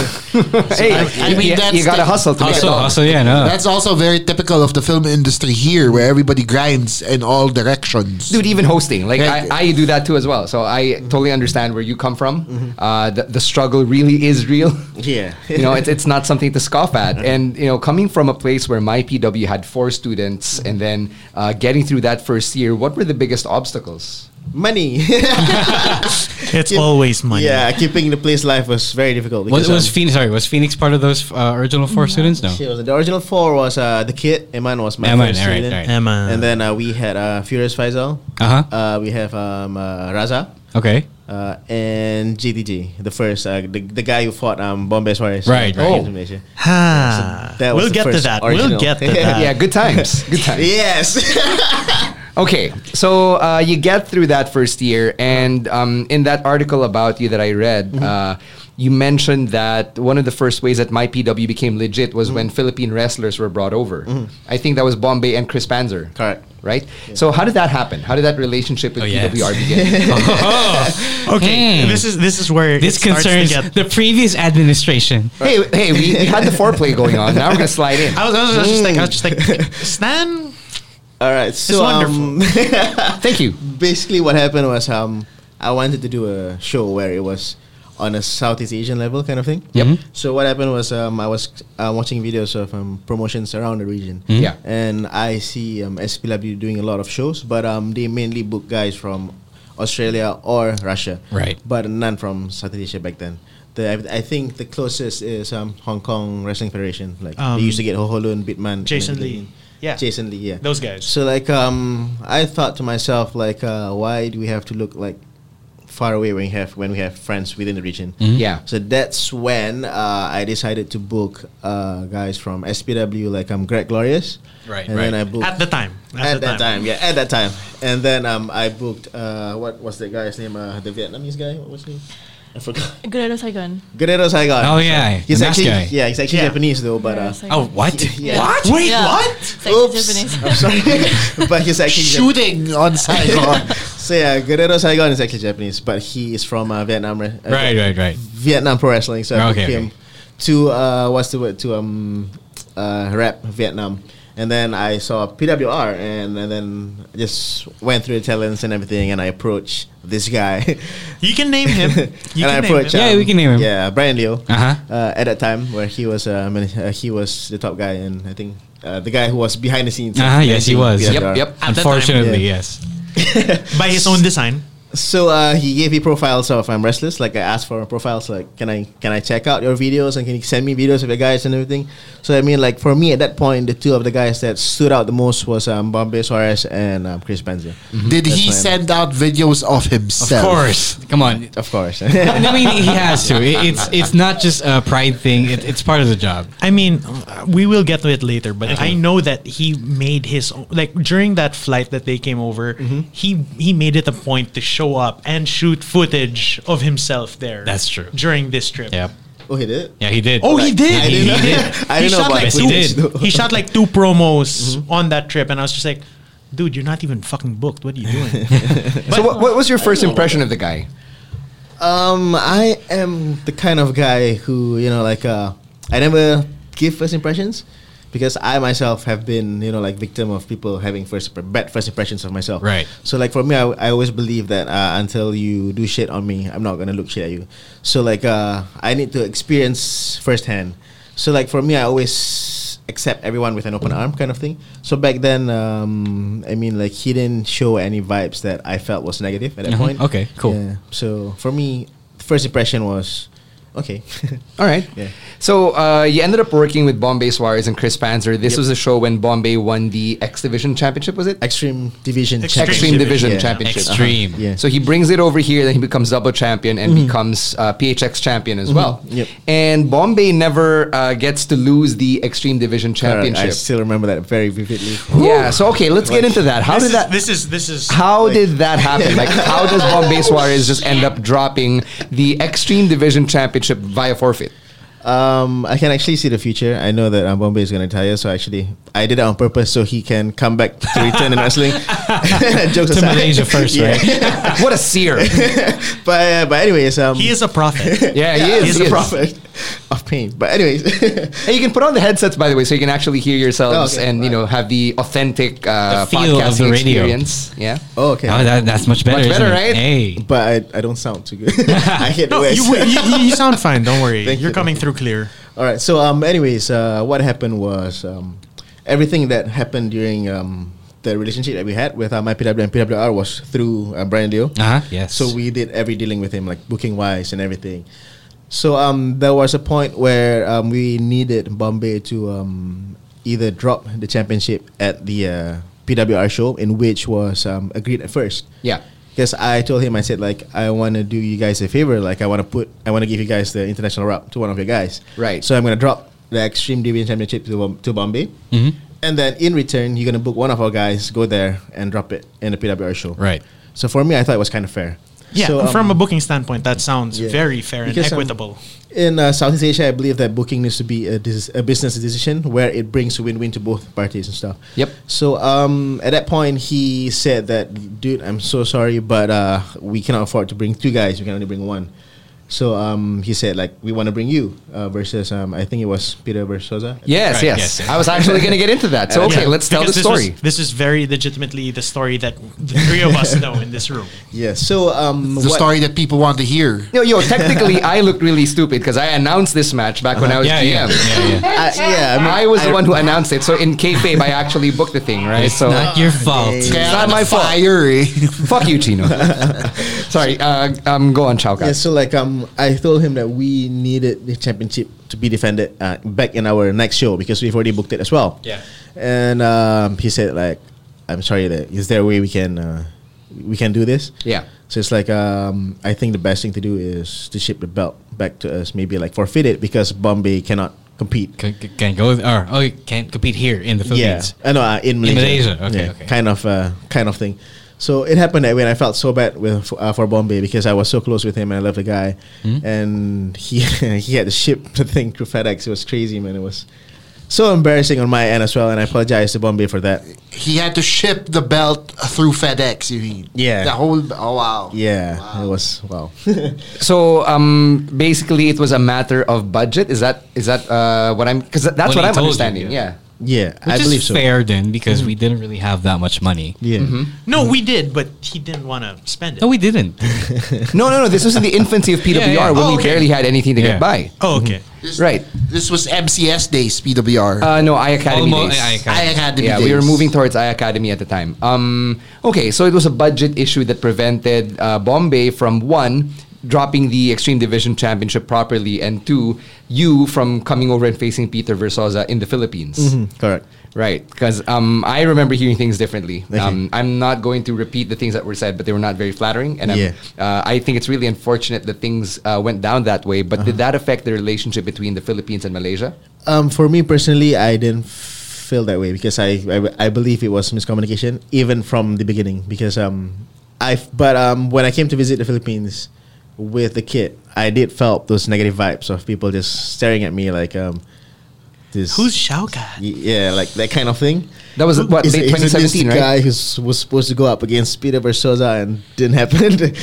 Speaker 9: I mean, that's the- That's also very typical of the film industry here, where everybody grinds in all directions.
Speaker 11: Dude, even hosting. Like, I, I do that too as well. So I totally understand where you come from. Uh, the, the struggle really is real. <laughs>
Speaker 10: Yeah.
Speaker 11: you know, it's, it's not something to scoff at. And, you know, coming from a place where my PW had four students and then uh, getting through that first year, what were the biggest obstacles?
Speaker 10: <laughs> money. <laughs>
Speaker 4: It's always money.
Speaker 10: Yeah, keeping the place live was very difficult.
Speaker 8: Was,
Speaker 10: because,
Speaker 8: was
Speaker 10: um,
Speaker 8: Phoenix? Sorry, was Phoenix part of those uh, original four students? No.
Speaker 10: She was- the original four was uh, the kid. Eman was my
Speaker 8: Eman,
Speaker 10: first
Speaker 8: alright,
Speaker 10: student.
Speaker 8: alright. Eman.
Speaker 10: And then uh, we had uh, Furious Faisal.
Speaker 8: Uh-huh.
Speaker 10: Uh, we have um, uh, Raza. <laughs>
Speaker 8: Okay.
Speaker 10: Uh, and GDG, the first, uh, the, the guy who fought um, Bombay Suarez.
Speaker 8: Right, Oh.
Speaker 10: when he
Speaker 8: right.
Speaker 10: came to Malaysia.
Speaker 4: Ha.
Speaker 10: So that was
Speaker 4: We'll
Speaker 10: the
Speaker 4: get to
Speaker 10: first
Speaker 4: that. We'll <laughs>
Speaker 10: original.
Speaker 4: get to that.
Speaker 11: yeah, good times. Good times.
Speaker 10: yes. <laughs>
Speaker 11: Okay, so uh, you get through that first year, and um, in that article about you that I read, uh, you mentioned that one of the first ways that my PW became legit was when Philippine wrestlers were brought over. I think that was Bombay and Chris Panzer.
Speaker 10: Correct.
Speaker 11: Right? So, how did that happen? How did that relationship with PWR begin?
Speaker 8: <laughs>
Speaker 4: Okay, this is Hmm. this is where
Speaker 8: This
Speaker 4: it starts to
Speaker 8: concerns
Speaker 4: get-
Speaker 8: the previous administration.
Speaker 11: hey, hey we, we had the foreplay going on. Now we're going to slide in.
Speaker 4: I was, I was, I was just like, I was just <laughs> like, Stan.
Speaker 10: All right. So um,
Speaker 11: Thank you.
Speaker 10: <laughs> basically, what happened was um, I wanted to do a show where it was on a Southeast Asian level kind of thing.
Speaker 8: Yep. Mhm.
Speaker 10: So what happened was um, I was uh, watching videos of um, promotions around the region.
Speaker 8: Mhm. Yeah.
Speaker 10: And I see um, SPW doing a lot of shows, but um, they mainly book guys from Australia or Russia.
Speaker 8: Right.
Speaker 10: But none from Southeast Asia back then. The, I I think the closest is um, Hong Kong Wrestling Federation. Like
Speaker 4: Um,
Speaker 10: they used to get Ho Holun, Bitman, and
Speaker 4: Jason
Speaker 10: everything.
Speaker 4: Lee. Yeah.
Speaker 10: Jason Lee, yeah.
Speaker 4: Those guys.
Speaker 10: So like um I thought to myself like uh, why do we have to look like far away when we have when we have friends within the region?
Speaker 11: Mhm. Yeah.
Speaker 10: So that's when uh, I decided to book uh, guys from SPW like um Greg Glorious.
Speaker 8: Right,
Speaker 10: And then
Speaker 8: right.
Speaker 10: I booked
Speaker 4: At the time.
Speaker 10: At, that time. yeah, at that time. And then um I booked uh what was the guy's name? Uh, the Vietnamese guy, what was his name? I forgot. <laughs>
Speaker 6: Guerrero Saigon.
Speaker 10: Guerrero Saigon.
Speaker 8: Oh, yeah,
Speaker 10: he's
Speaker 8: the mask
Speaker 10: actually
Speaker 8: guy.
Speaker 10: yeah, he's actually Japanese though, but uh,
Speaker 8: Oh,
Speaker 10: <laughs>
Speaker 8: what?
Speaker 10: Yeah.
Speaker 8: What?
Speaker 4: Wait,
Speaker 6: Yeah.
Speaker 4: what?
Speaker 6: It's like
Speaker 10: <laughs>
Speaker 6: Japanese.
Speaker 10: I'm
Speaker 6: <laughs>
Speaker 10: sorry, <laughs> but he's actually Jap-
Speaker 9: Shooting on
Speaker 10: <laughs>
Speaker 9: Saigon.
Speaker 10: So yeah, Guerrero Saigon is actually Japanese, but he is from uh, Vietnam. Right,
Speaker 8: Right, right, right.
Speaker 10: Vietnam pro wrestling. So I
Speaker 8: Okay,
Speaker 10: took him
Speaker 8: okay.
Speaker 10: to uh, what's the word to um uh, rap Vietnam, and then I saw PWR, and, and then just went through the talents and everything, and I approached this guy. <laughs>
Speaker 4: You can name him. You can
Speaker 10: and I
Speaker 4: name
Speaker 10: approached
Speaker 4: him.
Speaker 8: him. Yeah, we can name him.
Speaker 10: Yeah, Brian Leo.
Speaker 8: Uh-huh.
Speaker 10: Uh, at that time, where he was uh, man- uh, he was the top guy, and I think uh, the guy who was behind the scenes. of
Speaker 8: Ah, yes, he
Speaker 10: managing
Speaker 8: was.
Speaker 11: Yep, yep.
Speaker 4: At
Speaker 10: PWR.
Speaker 4: that time,
Speaker 8: Unfortunately,
Speaker 10: yeah.
Speaker 8: yes.
Speaker 4: By his own design.
Speaker 10: So uh, he gave me profiles of I'm restless. Like I asked for profiles. Like can I can I check out your videos and can you send me videos of your guys and everything? So I mean like for me at that point the two of the guys that stood out the most was um, Bombay Suarez and um, Chris Benzer.
Speaker 4: Mm.
Speaker 9: Did
Speaker 10: That's
Speaker 9: he
Speaker 10: why I'm-
Speaker 9: send out videos of
Speaker 8: Of
Speaker 9: himself?
Speaker 8: course. Come on.
Speaker 10: Of course. <laughs> Oh,
Speaker 8: I mean, he has to. It, it's it's not just a pride thing. It, it's part of the job.
Speaker 4: I mean, uh, we will get to it later, but I know that he made his own, like during that flight that they came over, he he made it a point to show up and shoot footage of himself there.
Speaker 8: That's true.
Speaker 4: During this trip.
Speaker 8: Yep.
Speaker 10: oh, he did.
Speaker 8: Yeah, he did.
Speaker 4: Oh, he did.
Speaker 10: I
Speaker 4: He,
Speaker 10: didn't
Speaker 8: <laughs>
Speaker 10: know.
Speaker 4: did.
Speaker 10: <laughs> I
Speaker 4: he
Speaker 10: didn't know
Speaker 4: shot
Speaker 10: about
Speaker 4: like
Speaker 10: that.
Speaker 4: two.
Speaker 8: Yes, he
Speaker 10: did.
Speaker 4: <laughs> He shot like two promos on that trip, and I was just like, "Dude, you're not even fucking booked. <laughs> What are you doing?"
Speaker 11: So, what, what was your first impression of the guy?
Speaker 10: Um, I am the kind of guy who you know like uh, I never give first impressions because I myself have been you know like victim of people having first bad first impressions of myself.
Speaker 8: Right.
Speaker 10: So like for me, I, I always believe that uh, until you do shit on me, I'm not gonna look shit at you. So like uh, I need to experience firsthand. So like for me, I always accept everyone with an open arm kind of thing. So back then, um, I mean like he didn't show any vibes
Speaker 11: Mm-hmm.
Speaker 10: that I felt was negative at that
Speaker 8: Uh-huh.
Speaker 10: point.
Speaker 8: Okay, cool.
Speaker 10: Yeah. So for me, first impression was Okay. <laughs>
Speaker 11: All right.
Speaker 10: Yeah.
Speaker 11: So uh, you ended up working with Bombay Suarez and Chris Panzer. This
Speaker 10: Yep.
Speaker 11: was a show when Bombay won the X Division Championship. Was it
Speaker 10: Extreme Division
Speaker 11: Extreme,
Speaker 10: Championship.
Speaker 11: Division
Speaker 10: Yeah.
Speaker 11: Championship? Uh-huh.
Speaker 8: Extreme.
Speaker 10: Yeah.
Speaker 11: So he brings it over here. Then he becomes double champion and
Speaker 10: Mhm.
Speaker 11: becomes uh, PHX champion as
Speaker 10: Mhm.
Speaker 11: well.
Speaker 10: Yep.
Speaker 11: And Bombay never uh, gets to lose the Extreme Division
Speaker 10: Correct. I
Speaker 11: Championship.
Speaker 10: still remember that very vividly.
Speaker 11: Yeah. So okay, let's get into that. How
Speaker 4: this
Speaker 11: did
Speaker 4: is-
Speaker 11: that?
Speaker 4: This is this is
Speaker 11: How did that happen?
Speaker 10: <laughs>
Speaker 11: Like, how does Bombay Suarez just end up dropping the Extreme Division Championship via forfeit?
Speaker 10: Um, I can actually see the future. I know that um, Bombay is going to retire, so actually, I did it on purpose so he can come back
Speaker 11: <laughs>
Speaker 10: to return in wrestling. Jokes
Speaker 8: To
Speaker 10: aside.
Speaker 8: Malaysia first,
Speaker 10: Yeah.
Speaker 8: right?
Speaker 11: what a seer!
Speaker 10: <laughs> but uh, but anyways, um,
Speaker 4: he is a
Speaker 10: <laughs>
Speaker 4: prophet.
Speaker 11: Yeah, he is.
Speaker 10: he's
Speaker 11: he
Speaker 10: a
Speaker 11: is.
Speaker 10: prophet <laughs> of pain. But anyways, <laughs>
Speaker 11: And you can put on the headsets, by the way, so you can actually hear yourselves
Speaker 10: Oh, okay.
Speaker 11: and you know have the authentic uh,
Speaker 8: The feel of
Speaker 11: podcasting
Speaker 8: the radio.
Speaker 11: experience. Yeah,
Speaker 10: oh okay.
Speaker 8: Oh, that, that's much better.
Speaker 11: Much better,
Speaker 8: isn't it?
Speaker 11: right?
Speaker 8: Hey.
Speaker 10: but I, I don't sound
Speaker 11: <laughs>
Speaker 10: too good. <laughs> I hate
Speaker 4: No,
Speaker 10: West.
Speaker 4: you, you, you sound fine. Don't worry.
Speaker 10: <laughs> Thank
Speaker 4: You're
Speaker 10: you.
Speaker 4: coming through
Speaker 10: <laughs>
Speaker 4: clear.
Speaker 10: All right. So, um, anyways, uh, what happened was um, everything that happened during um, the relationship that we had with um, IPW and PWR was through uh, Brian Leo.
Speaker 8: Uh huh. Yes.
Speaker 10: So we did every dealing with him, like booking wise and everything. So um, there was a point where um, we needed Bombay to um, either drop the championship at the uh, PWR show, in which was um, agreed at first.
Speaker 11: yeah.
Speaker 10: Because I told him, I said like, I want to do you guys a favor. Like, I want to put, I want to give you guys the international route to one of your guys.
Speaker 11: Right.
Speaker 10: So I'm gonna drop the Extreme Division Championship to, Bom- to Bombay,
Speaker 8: Mhm.
Speaker 11: Mm-hmm.
Speaker 10: and then in return, you're gonna book one of our guys, go there and drop it in the PWR show.
Speaker 8: Right.
Speaker 10: So for me, I thought it was kind of fair.
Speaker 4: Yeah,
Speaker 10: So, um,
Speaker 4: from a booking standpoint, that sounds
Speaker 10: yeah.
Speaker 4: very fair and
Speaker 10: Because, um,
Speaker 4: equitable.
Speaker 10: in uh, Southeast Asia, I believe that booking needs to be a, dis- a business decision where it brings win-win to both parties and stuff.
Speaker 11: Yep.
Speaker 10: So um, at that point, he said that, dude, I'm so sorry, but uh, we cannot afford to bring two guys. We can only bring one. So um, he said, like, we want to bring you uh, versus, um, I think it was Peter versus Sosa.
Speaker 11: Yes,
Speaker 8: Right,
Speaker 11: yes,
Speaker 8: yes, yes.
Speaker 11: I was actually going to get into
Speaker 10: <laughs>
Speaker 11: that. So okay,
Speaker 4: Yeah,
Speaker 11: let's tell the
Speaker 4: because
Speaker 11: story.
Speaker 4: This, was- this is very legitimately the story that the three of us know in this room.
Speaker 10: Yeah. So um,
Speaker 9: The story that people want to hear.
Speaker 11: no, yo, technically, I looked really stupid because I announced this match back when I was
Speaker 8: Uh-huh. yeah, yeah,
Speaker 11: GM.
Speaker 8: yeah, yeah.
Speaker 10: <laughs> I, yeah, I, mean,
Speaker 11: I was the one who announced it. So in kayfabe, I actually booked the thing, right?
Speaker 8: It's
Speaker 11: so
Speaker 8: not
Speaker 10: uh,
Speaker 8: your fault.
Speaker 9: Kaya
Speaker 11: not
Speaker 9: na
Speaker 11: my fault.
Speaker 9: fire,
Speaker 11: <laughs>
Speaker 9: eh.
Speaker 11: fuck you, <laughs> Chino. Sorry, uh, um, go on, Chao.
Speaker 10: Yeah, so like um, I told him that we needed the championship to be defended uh, back in our next show because we've already booked it as well.
Speaker 4: Yeah.
Speaker 10: and um, he said like, "I'm sorry, that is there a way we can uh, we can do this?"
Speaker 11: Yeah.
Speaker 10: So it's like um, I think the best thing to do is to ship the belt back to us, maybe like forfeit it because Bombay cannot compete.
Speaker 8: Can, can go or oh, you can't compete here in the Philippines.
Speaker 10: Yeah, I know uh, in Malaysia.
Speaker 8: Malaysia, okay, okay.
Speaker 10: kind of uh, kind of thing. So it happened that when I felt so bad with uh, for Bombay because I was so close with him and I loved the guy,
Speaker 8: Hmm?
Speaker 10: and he <laughs> he had to ship <laughs> the thing through FedEx. It was crazy, man. It was so embarrassing on my end as well, and I apologize to Bombay for that.
Speaker 9: He had to ship the belt through FedEx, you mean?
Speaker 10: Yeah.
Speaker 9: The whole. Oh, wow.
Speaker 10: Yeah, it was wow. <laughs>
Speaker 11: So um, basically, it was a matter of budget. Is that is that uh, what I'm? Because that's
Speaker 8: What
Speaker 11: what
Speaker 8: he
Speaker 11: I'm
Speaker 8: told you,
Speaker 11: understanding. yeah.
Speaker 8: yeah.
Speaker 10: yeah,
Speaker 8: Which
Speaker 10: I
Speaker 8: is
Speaker 10: believe so. Mm-hmm.
Speaker 8: fair Mm-hmm. then because we didn't really have that much money.
Speaker 10: Yeah,
Speaker 4: No, we did, but he didn't want to spend
Speaker 8: No,
Speaker 4: it.
Speaker 8: we didn't.
Speaker 11: No, no, no. This was in the <laughs> infancy of PWR
Speaker 8: Yeah, yeah.
Speaker 11: when
Speaker 4: Oh,
Speaker 11: we
Speaker 4: okay.
Speaker 11: barely had anything to get
Speaker 8: Yeah.
Speaker 11: by.
Speaker 4: oh, okay.
Speaker 9: This,
Speaker 11: Right.
Speaker 9: This was MCS days, PWR.
Speaker 11: Uh, no, I Academy
Speaker 8: Almo-
Speaker 11: days.
Speaker 8: I- I-
Speaker 9: I had to be
Speaker 11: yeah, we
Speaker 9: days.
Speaker 11: were moving towards I Academy at the time. Um, okay, so it was a budget issue that prevented uh, Bombay from one dropping the Extreme Division Championship properly, and two, you from coming over and facing Peter Versosa in the Philippines.
Speaker 10: Mm-hmm. correct.
Speaker 11: Right, because um, I remember hearing things differently.
Speaker 10: Okay.
Speaker 11: Um, I'm not going to repeat the things that were said, but they were not very flattering. And I'm-
Speaker 10: Yeah.
Speaker 11: uh, I think it's really unfortunate that things uh, went down that way. But did that affect the relationship between the Philippines and Malaysia?
Speaker 10: Um, for me personally, I didn't feel that way because I, I I believe it was miscommunication even from the beginning because um I but um when I came to visit the Philippines with the kid, I did felt those negative vibes of people just staring at me like um this
Speaker 4: Who's Shao Kahn?
Speaker 10: y- yeah like that kind of thing.
Speaker 11: That was what
Speaker 10: Is
Speaker 11: late
Speaker 10: it- is it
Speaker 11: 2017,
Speaker 10: this
Speaker 11: right?
Speaker 10: guy who's was supposed to go up against Peter Versosa and didn't happen. <laughs>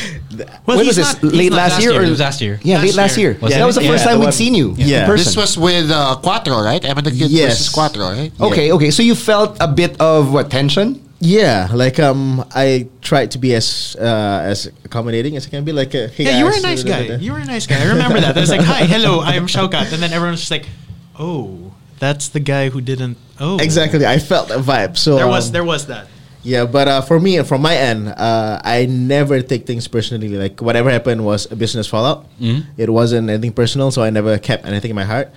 Speaker 4: Well,
Speaker 11: when was
Speaker 4: he's
Speaker 11: this?
Speaker 4: not- he's
Speaker 11: late
Speaker 4: not
Speaker 11: last, year, or
Speaker 8: It was last year.
Speaker 11: Yeah,
Speaker 4: Last
Speaker 11: late last
Speaker 4: year.
Speaker 11: year.
Speaker 8: Was
Speaker 11: that
Speaker 8: it?
Speaker 11: was the
Speaker 10: Yeah,
Speaker 11: first
Speaker 10: the
Speaker 11: time
Speaker 10: one-
Speaker 11: we'd seen you.
Speaker 10: Yeah.
Speaker 11: in person.
Speaker 9: This was with uh, Quattro, right? Evan the Kid
Speaker 10: Yes.
Speaker 9: versus Quattro, right?
Speaker 11: okay, okay. So you felt a bit of what tension?
Speaker 10: Yeah, like um, I tried to be as uh, as accommodating as I can be. Like, uh, hey
Speaker 4: Yeah, you were a
Speaker 10: guys,
Speaker 4: nice
Speaker 10: da, da,
Speaker 4: guy.
Speaker 10: da, da.
Speaker 4: You were a nice guy. I remember that. I was like, hi, hello, I am Shao Kahn. And then everyone's just like, oh, that's the guy who didn't. Oh.
Speaker 10: exactly. I felt that vibe. So
Speaker 4: There was,
Speaker 10: um,
Speaker 4: there was that.
Speaker 10: Yeah, but uh, for me, from my end, uh, I never take things personally. Like whatever happened was a business fallout.
Speaker 8: Mhm.
Speaker 10: It wasn't anything personal, so I never kept anything in my heart.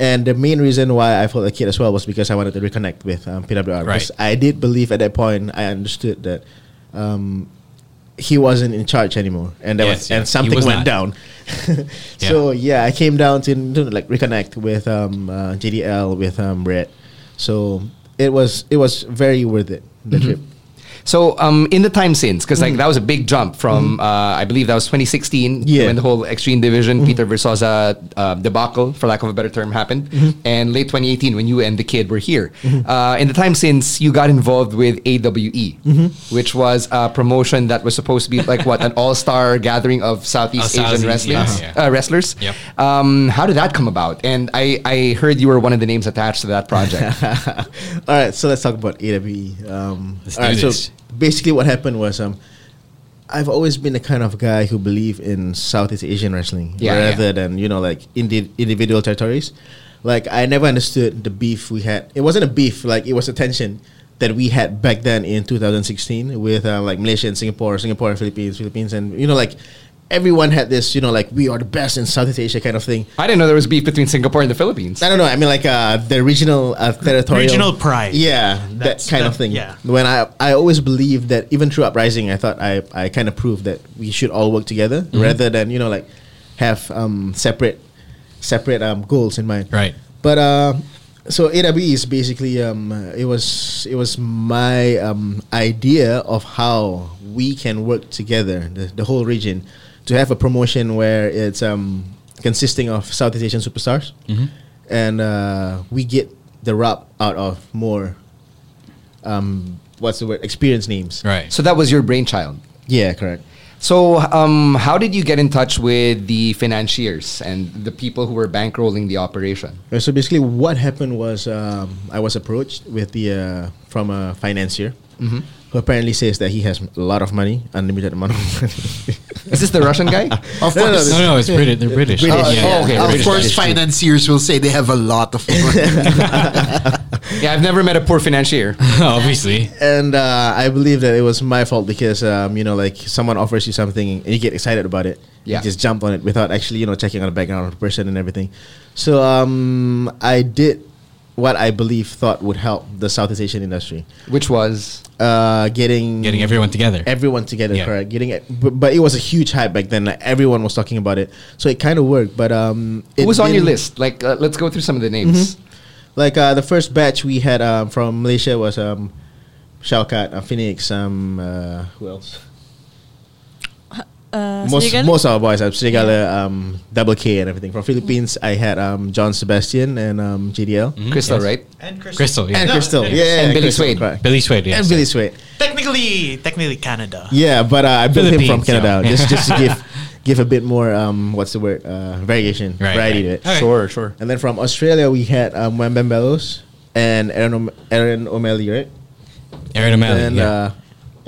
Speaker 10: And the main reason why I felt a kid as well was because I wanted to reconnect with um, PWR. Because I did believe at that point, I understood that um, he wasn't in charge anymore, and that
Speaker 8: Yes,
Speaker 10: was,
Speaker 8: yes, he
Speaker 10: and something
Speaker 8: was
Speaker 10: went
Speaker 8: not.
Speaker 10: down. <laughs> So yeah, I came down to, to like reconnect with um, uh, JDL with um, Red. So it was it was very worth it the
Speaker 11: Mhm.
Speaker 8: Mm-hmm.
Speaker 10: trip.
Speaker 11: So um, in the time since, because like
Speaker 10: Mhm.
Speaker 11: that was a big jump from uh, I believe that was 2016
Speaker 10: Yeah.
Speaker 11: when the whole Extreme Division Peter Versosa uh, debacle, for lack of a better term, happened, and late 2018 when you and the kid were here. Uh, in the time since, you got involved with AWE,
Speaker 10: Mhm.
Speaker 11: which was a promotion that was supposed to be like what an all-star gathering of Southeast Asian
Speaker 8: Oh, Southeast,
Speaker 11: wrestlers,
Speaker 8: yeah, yeah.
Speaker 11: Uh, wrestlers.
Speaker 8: Yep.
Speaker 11: Um, how did that come about? And I, I heard you were one of the names attached to that project.
Speaker 10: <laughs> all right, so let's talk about AWE. Um,
Speaker 8: Let's
Speaker 10: all
Speaker 8: do
Speaker 10: right,
Speaker 8: this.
Speaker 10: so basically what happened was um, I've always been the kind of guy who believe in Southeast Asian wrestling
Speaker 11: Yeah,
Speaker 10: rather than you know like indi- individual territories. Like I never understood the beef we had. It wasn't a beef, like it was a tension that we had back then in 2016 with uh, like Malaysia and Singapore, Singapore and Philippines, Philippines, and you know like everyone had this, you know like we are the best in Southeast Asia kind of thing.
Speaker 11: I didn't know there was beef between Singapore and the Philippines.
Speaker 10: I don't know. I mean, like uh, the regional uh, territorial
Speaker 4: Regional pride.
Speaker 10: Yeah, that
Speaker 4: That's-
Speaker 10: kind of
Speaker 4: that-
Speaker 10: thing.
Speaker 4: yeah.
Speaker 10: When I I always believed that even through uprising, I thought I I kind of proved that we should all work together
Speaker 8: Mhm.
Speaker 10: rather than you know like have um separate separate um goals in mind.
Speaker 8: Right.
Speaker 10: But uh, so AWE is basically um it was it was my um idea of how we can work together the, the whole region to have a promotion where it's um consisting of Southeast Asian superstars
Speaker 8: Mhm.
Speaker 10: and uh, we get the rap out of more um what's the word experience names
Speaker 8: Right.
Speaker 10: <laughs>
Speaker 11: So that was your brainchild.
Speaker 10: yeah correct
Speaker 11: So, um, how did you get in touch with the financiers and the people who were bankrolling the operation?
Speaker 10: Uh, So basically, what happened was um, I was approached with the uh, from a financier
Speaker 8: Mm-hmm.
Speaker 11: Mhm.
Speaker 10: who apparently says that he has a lot of money, unlimited amount of money.
Speaker 11: Is this the Russian guy?
Speaker 10: <laughs>
Speaker 9: Of
Speaker 10: No, no,
Speaker 9: course.
Speaker 8: No, no,
Speaker 10: <laughs>
Speaker 8: it's British. They're British. Yeah,
Speaker 10: British, yeah.
Speaker 8: yeah.
Speaker 11: Oh, okay.
Speaker 8: They're
Speaker 9: Of
Speaker 8: British.
Speaker 9: course,
Speaker 8: That is true.
Speaker 9: financiers will say they have a lot of money.
Speaker 11: yeah, I've never met a poor financier.
Speaker 8: Obviously.
Speaker 10: and uh, I believe that it was my fault because um, you know, like someone offers you something and you get excited about it,
Speaker 11: Yeah.
Speaker 10: you just jump on it without actually you know checking on the background of the person and everything. So um, I did what I believe thought would help the Southeast Asian industry,
Speaker 11: Which was
Speaker 10: uh, getting
Speaker 8: Getting everyone together.
Speaker 10: everyone together
Speaker 8: Yeah.
Speaker 10: correct getting it but, but it was a huge hype back then like everyone was talking about it so it kind of worked but um it
Speaker 11: who was on your
Speaker 10: didn't-
Speaker 11: list? Like, uh, let's go through some of the names.
Speaker 10: like uh the first batch we had um from malaysia was um Shaukat, uh, Phoenix, um, uh, who else?
Speaker 6: Uh,
Speaker 10: most
Speaker 6: Senegal?
Speaker 10: most of our boys, uh, Serigala, um, Double K, and everything. From Philippines, I had um, John Sebastian and um, JDL
Speaker 11: Crystal, right?
Speaker 4: And Crystal.
Speaker 8: Crystal, yeah.
Speaker 10: and
Speaker 4: No,
Speaker 10: Crystal, yeah,
Speaker 4: and-
Speaker 10: yeah, yeah,
Speaker 11: and Billy
Speaker 10: Crystal,
Speaker 11: Swade.
Speaker 10: correct.
Speaker 8: Mm-hmm. Billy Suede, yeah.
Speaker 10: and Billy Swade.
Speaker 4: Technically, technically Canada.
Speaker 10: Yeah, but uh, I built him from
Speaker 8: Philippines, yeah.
Speaker 10: Canada just just to
Speaker 8: <laughs>
Speaker 10: give give a bit more um, what's the word uh, variation
Speaker 8: Right,
Speaker 10: variety
Speaker 8: right.
Speaker 10: to it.
Speaker 8: Okay.
Speaker 11: Sure, sure.
Speaker 10: And then from Australia, we had um, Wembem Bellows and Aaron, O'M- Aaron O'Malley, right?
Speaker 8: Aaron O'Malley.
Speaker 10: and
Speaker 8: yeah.
Speaker 10: uh,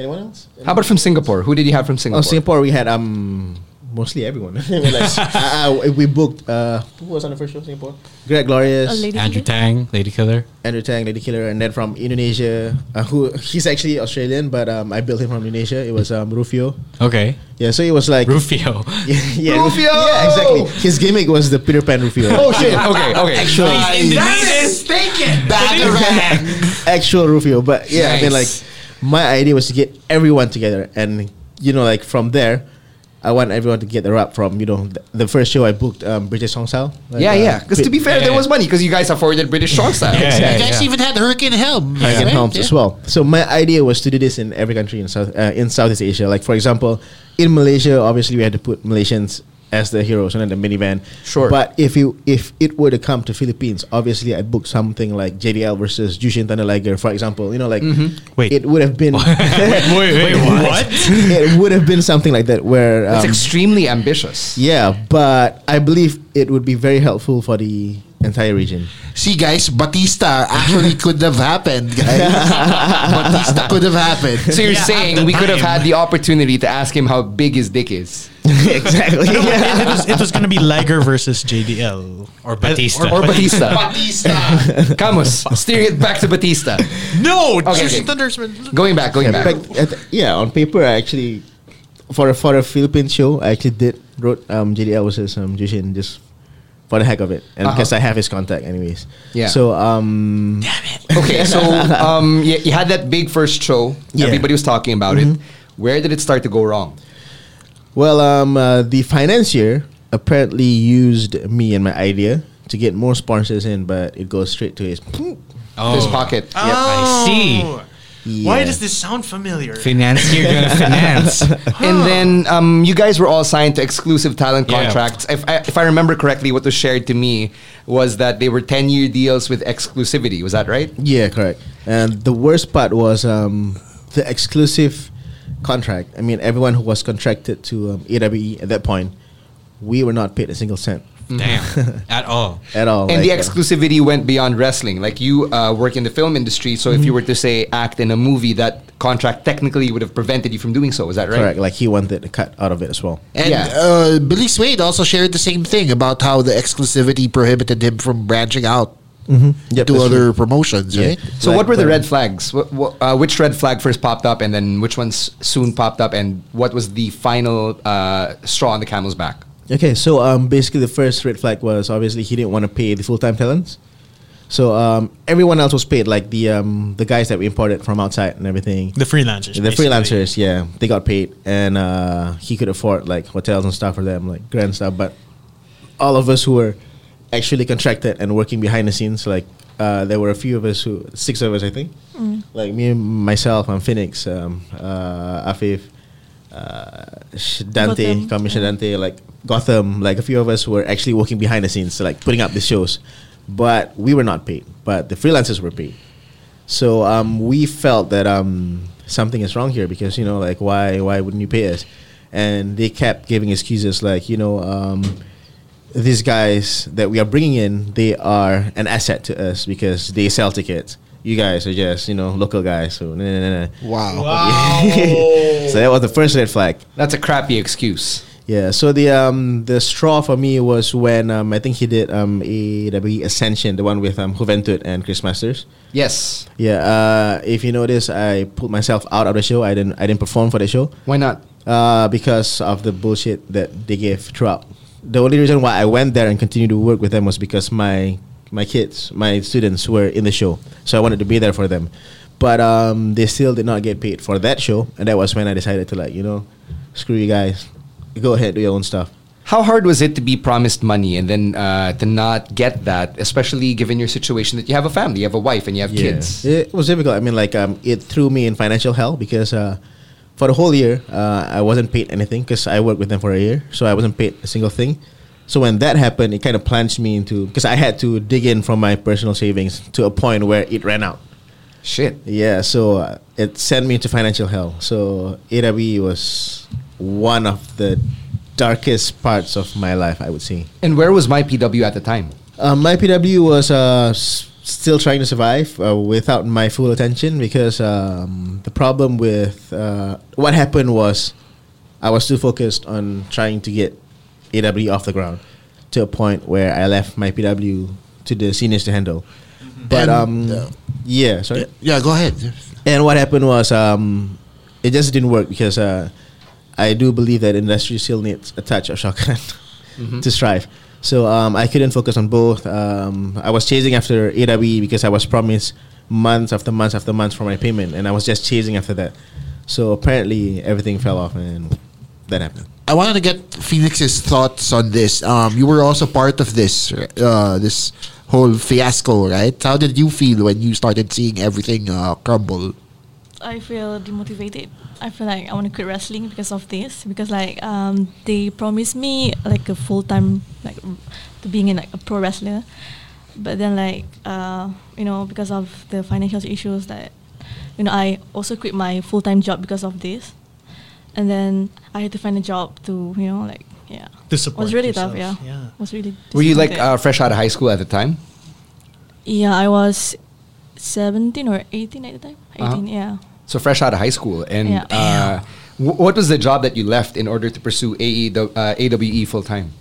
Speaker 10: anyone else?
Speaker 11: How about from Singapore? Who did you have from Singapore?
Speaker 10: Oh, Singapore, we had um, mostly everyone. <laughs> I mean, like, I- I- we booked, uh, who was on the first show, Singapore? Greg Glorious,
Speaker 6: A lady
Speaker 8: Andrew
Speaker 6: killer?
Speaker 8: Tang, Lady Killer.
Speaker 10: Andrew Tang, Lady Killer, and then from Indonesia, uh, who he's actually Australian, but um, I built him from Indonesia. It was um, Rufio.
Speaker 8: Okay.
Speaker 10: Yeah, so it was like.
Speaker 8: Rufio.
Speaker 10: <laughs> yeah, yeah,
Speaker 11: Rufio!
Speaker 10: Yeah, exactly. His gimmick was the Peter Pan Rufio.
Speaker 11: Oh shit. Okay,
Speaker 10: <laughs>
Speaker 11: okay.
Speaker 10: actual Rufio. But yeah, I mean, like,
Speaker 8: Nice.
Speaker 10: my idea was to get everyone together, and you know, like from there, I want everyone to get the rap from you know th- the first show I booked, um, British Song Style. Like,
Speaker 11: Yeah,
Speaker 10: uh,
Speaker 11: yeah. Because to be fair, there
Speaker 8: Yeah.
Speaker 11: was money because you guys afforded British strong style.
Speaker 8: Yeah,
Speaker 9: you
Speaker 8: yeah,
Speaker 9: guys
Speaker 8: yeah.
Speaker 9: even had Hurricane Helm.
Speaker 10: Megan
Speaker 9: right?
Speaker 10: Helms
Speaker 9: Yeah.
Speaker 10: as well. So my idea was to do this in every country in South uh, in Southeast Asia. Like for example, in Malaysia, obviously we had to put Malaysians as the heroes and then the minivan.
Speaker 11: Sure.
Speaker 10: But if you if it were to come to Philippines, obviously I'd book something like JDL versus Jushin Thunder Liger, for example. You know, like
Speaker 11: Mm-hmm.
Speaker 4: Wait.
Speaker 10: it would
Speaker 11: <laughs>
Speaker 10: have been <laughs>
Speaker 8: wait, wait, what?
Speaker 10: it would have been something like that where
Speaker 11: That's
Speaker 10: um,
Speaker 11: extremely ambitious.
Speaker 10: <laughs> yeah, but I believe it would be very helpful for the entire region.
Speaker 9: See, guys, Batista <laughs> actually could have happened, guys.
Speaker 10: <laughs>
Speaker 9: Batista could have happened.
Speaker 11: So you're
Speaker 4: Yeah, at
Speaker 11: saying
Speaker 4: the
Speaker 11: we could have
Speaker 4: time.
Speaker 11: had the opportunity to ask him how big his dick is.
Speaker 10: exactly.
Speaker 4: No, it, it was, it was going to be
Speaker 7: <laughs>
Speaker 4: Liger versus JDL.
Speaker 8: Or Batista. <laughs>
Speaker 11: Or Batista.
Speaker 9: Batista.
Speaker 11: Camus, steering it back to Batista.
Speaker 4: No,
Speaker 11: Okay,
Speaker 4: Jason
Speaker 11: okay.
Speaker 4: Thunder's been-
Speaker 11: Going back, going
Speaker 10: yeah,
Speaker 11: back.
Speaker 10: but at- yeah, on paper, I actually for a for a Philippine show, I actually did wrote um, JDL versus um, Jushin just for the heck of it, and
Speaker 11: Uh-huh.
Speaker 10: because I have his contact, anyways.
Speaker 11: Yeah.
Speaker 10: So um,
Speaker 11: <laughs> Okay,
Speaker 10: <laughs>
Speaker 11: so um, you, you had that big first show.
Speaker 10: Yeah. Mm-hmm.
Speaker 11: Everybody was talking about it. Where did it start to go wrong?
Speaker 10: well, um, uh, the financier apparently used me and my idea to get more sponsors in, but it goes straight to his.
Speaker 8: Oh,
Speaker 11: His pocket.
Speaker 8: I see.
Speaker 4: Oh. Why
Speaker 10: Yeah.
Speaker 4: does this sound familiar?
Speaker 8: Financier gonna finance.
Speaker 11: And then um, you guys were all signed to exclusive talent
Speaker 8: Uh-huh. Yeah.
Speaker 11: contracts. If I, if I remember correctly, what was shared to me was that they were 10 year deals with exclusivity. Was that right?
Speaker 10: Yeah, correct. And the worst part was um, the exclusive contract. I mean, everyone who was contracted to um, AWE at that point, we were not paid a single cent
Speaker 8: Damn. At all.
Speaker 10: at all.
Speaker 11: And the
Speaker 10: Like, uh,
Speaker 11: exclusivity went beyond wrestling. Like you uh, work in the film industry, so
Speaker 10: Mm-hmm.
Speaker 11: if you were to say act in a movie, that contract technically would have prevented you from doing so. Is that right?
Speaker 10: Correct. Like he wanted a cut out of it as well.
Speaker 9: And
Speaker 11: Yeah.
Speaker 9: uh, Billy Swade also shared the same thing about how the exclusivity prohibited him from branching out
Speaker 10: Yep,
Speaker 9: to
Speaker 10: that's
Speaker 9: other
Speaker 10: true.
Speaker 9: promotions,
Speaker 10: Yeah.
Speaker 9: right?
Speaker 11: So
Speaker 10: Like,
Speaker 11: what were the
Speaker 10: um,
Speaker 11: red flags? What, what, uh, which red flag first popped up, and then which ones soon popped up, and what was the final uh, straw on the camel's back?
Speaker 10: Okay, so um, basically the first red flag was obviously he didn't want to pay the full time talents. So um, everyone else was paid, like the um, the guys that we imported from outside and everything.
Speaker 4: The freelancers.
Speaker 10: The
Speaker 4: basically.
Speaker 10: freelancers, yeah, they got paid, and uh, he could afford like hotels and stuff for them, like grand stuff. But all of us who were actually contracted and working behind the scenes, like uh, there were a few of us who, six of us, I think, like me, myself, I'm Phoenix, um, uh, Afif, uh, Sh- Dante,
Speaker 6: Gotham.
Speaker 10: Commissioner Dante, like Gotham, like a few of us who were actually working behind the scenes, so, like putting up the shows, but we were not paid, but the freelancers were paid. So um, we felt that um, something is wrong here because you know, like why why wouldn't you pay us? And they kept giving excuses like you know um, these guys that we are bringing in they are an asset to us because they sell tickets. You guys are just you know local guys, so nah, nah, <laughs> nah, nah.
Speaker 9: Wow.
Speaker 10: so that was the first red flag.
Speaker 11: That's a crappy excuse.
Speaker 10: Yeah. So the um the straw for me was when um I think he did um AWE Ascension, the one with um Juventud and Chris Masters.
Speaker 11: Yes.
Speaker 10: Yeah. Uh, if you notice, I pulled myself out of the show. I didn't. I didn't perform for the show
Speaker 11: Why not?
Speaker 10: uh, because of the bullshit that they gave throughout. The only reason why I went there and continued to work with them was because my my kids, my students were in the show, so I wanted to be there for them. But um, they still did not get paid for that show, and that was when I decided to like you know, screw you guys, go ahead do your own stuff.
Speaker 11: How hard was it to be promised money and then uh, to not get that, especially given your situation that you have a family, you have a wife, and you have kids?
Speaker 10: It was difficult. I mean, like, um, it threw me in financial hell because uh, for the whole year, uh, I wasn't paid anything because I worked with them for a year. So I wasn't paid a single thing. So when that happened, it kind of plunged me into because I had to dig in from my personal savings to a point where it ran out.
Speaker 11: Shit.
Speaker 10: Yeah, so uh, it sent me into financial hell. So AWE was one of the darkest parts of my life, I would say.
Speaker 11: And where was my PW at the time?
Speaker 10: Uh, my PW was uh, s- still trying to survive uh, without my full attention because um, the problem with uh, what happened was I was too focused on trying to get AW off the ground to a point where I left my PW to the seniors to handle. But
Speaker 9: And,
Speaker 10: um,
Speaker 9: uh,
Speaker 10: yeah, sorry.
Speaker 9: Yeah, go ahead.
Speaker 10: And what happened was um, it just didn't work because uh, I do believe that industry still needs a touch of shotgun <laughs>
Speaker 4: Mm-hmm.
Speaker 10: to strive. So um, I couldn't focus on both. Um, I was chasing after AWE because I was promised months after months after months for my payment, and I was just chasing after that. So apparently everything fell off, and that happened.
Speaker 9: I wanted to get Phoenix's thoughts on this. Um, you were also part of this uh, this whole fiasco, right? How did you feel when you started seeing everything uh, crumble?
Speaker 6: I feel demotivated. I feel like I want to quit wrestling because of this. Because like um, they promised me like a full time like r- to being in like a pro wrestler, but then like uh, you know because of the financial issues that you know I also quit my full time job because of this, and then I had to find a job to you know like yeah.
Speaker 4: To
Speaker 6: It
Speaker 4: support
Speaker 6: was really
Speaker 4: yourself,
Speaker 6: tough. Yeah.
Speaker 4: yeah.
Speaker 6: Was really.
Speaker 11: Were you like
Speaker 6: disappointed.
Speaker 11: uh, fresh out of high school at the time?
Speaker 6: yeah, I was seventeen or eighteen at the time.
Speaker 11: Uh-huh.
Speaker 6: 18 Yeah.
Speaker 11: So fresh out of high school, and
Speaker 6: Yeah.
Speaker 11: uh, Wh- what was the job that you left in order to pursue AE, uh, AWE full time?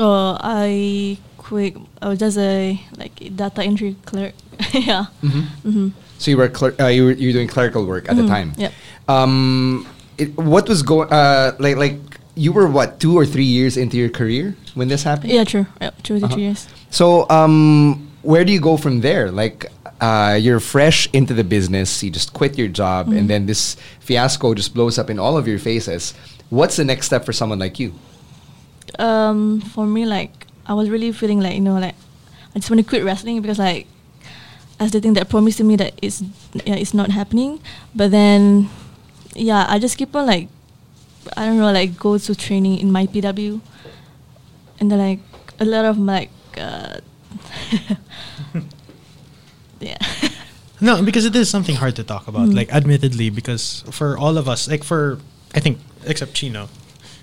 Speaker 6: Oh, I quit. I was just a like data entry clerk. <laughs> yeah.
Speaker 11: Mhm.
Speaker 6: Mm-hmm.
Speaker 11: So you were cler- uh, you were you were doing clerical work at the
Speaker 6: Mhm,
Speaker 11: time.
Speaker 6: yep.
Speaker 11: Um, it, what was going uh, like like you were what two or three years into your career when this happened?
Speaker 6: Yeah, true. Yep, two to
Speaker 11: Uh-huh.
Speaker 6: three years.
Speaker 11: So um, where do you go from there? Like uh, you're fresh into the business, you just quit your job,
Speaker 6: Mhm.
Speaker 11: and then this fiasco just blows up in all of your faces. What's the next step for someone like you?
Speaker 6: um, for me, like I was really feeling like you know, like I just want to quit wrestling because like that's the thing that promised to me that it's yeah, it's not happening. But then, yeah, I just keep on like I don't know, like go to training in my PW, and then like a lot of my like uh, yeah.
Speaker 4: No, because it is something hard to talk about.
Speaker 6: Mm.
Speaker 4: Like, admittedly, because for all of us, like for I think except Chino.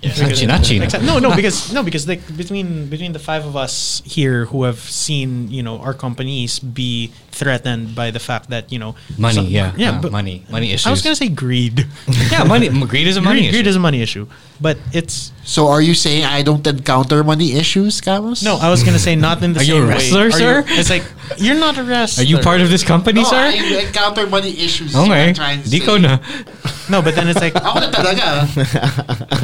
Speaker 8: Yeah.
Speaker 4: Because-
Speaker 8: Actually, not Chino.
Speaker 4: except- no,
Speaker 8: <laughs>
Speaker 4: no, because no, because like between between the five of us here who have seen you know our companies be threatened by the fact that you know
Speaker 8: Money, yeah.
Speaker 4: yeah,
Speaker 8: Uh,
Speaker 4: but-
Speaker 8: money. Money
Speaker 4: I was
Speaker 8: issues.
Speaker 4: gonna say greed.
Speaker 8: Yeah, money- m- greed is a <laughs> money
Speaker 4: Greed, greed
Speaker 8: issue.
Speaker 4: is a money issue, but it's
Speaker 9: So are you saying I don't encounter money issues, Camus?
Speaker 4: no. I was gonna say not in the
Speaker 9: Are
Speaker 4: same
Speaker 9: you a
Speaker 4: way.
Speaker 9: wrestler,
Speaker 4: Are you-
Speaker 9: sir?
Speaker 4: It's like you're not a wrestler.
Speaker 9: no, I encounter money issues.
Speaker 4: Oh my,
Speaker 9: Okay.
Speaker 4: di ko na. No, but then it's like <laughs>
Speaker 9: Ako na talaga.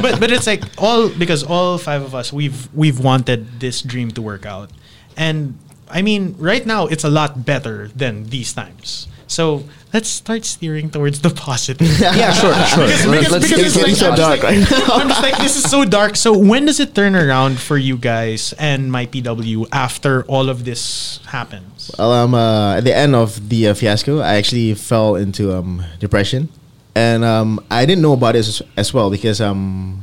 Speaker 4: but but it's like all because all five of us we've we've wanted this dream to work out, and I mean right now it's a lot better than these times. So let's start steering towards the positive.
Speaker 11: Yeah, sure, sure. <laughs> Let's-
Speaker 4: Because, because,
Speaker 11: let's-
Speaker 4: because
Speaker 11: it's getting
Speaker 4: it's, like,
Speaker 11: so
Speaker 4: I'm just
Speaker 11: dark
Speaker 4: like-
Speaker 11: right now.
Speaker 4: I'm just like this is so dark. So when does it turn around for you guys and my PW after all of this happens?
Speaker 10: Well, um, uh, at the end of the uh, fiasco, I actually fell into um, depression, and um, I didn't know about this as- as well because um,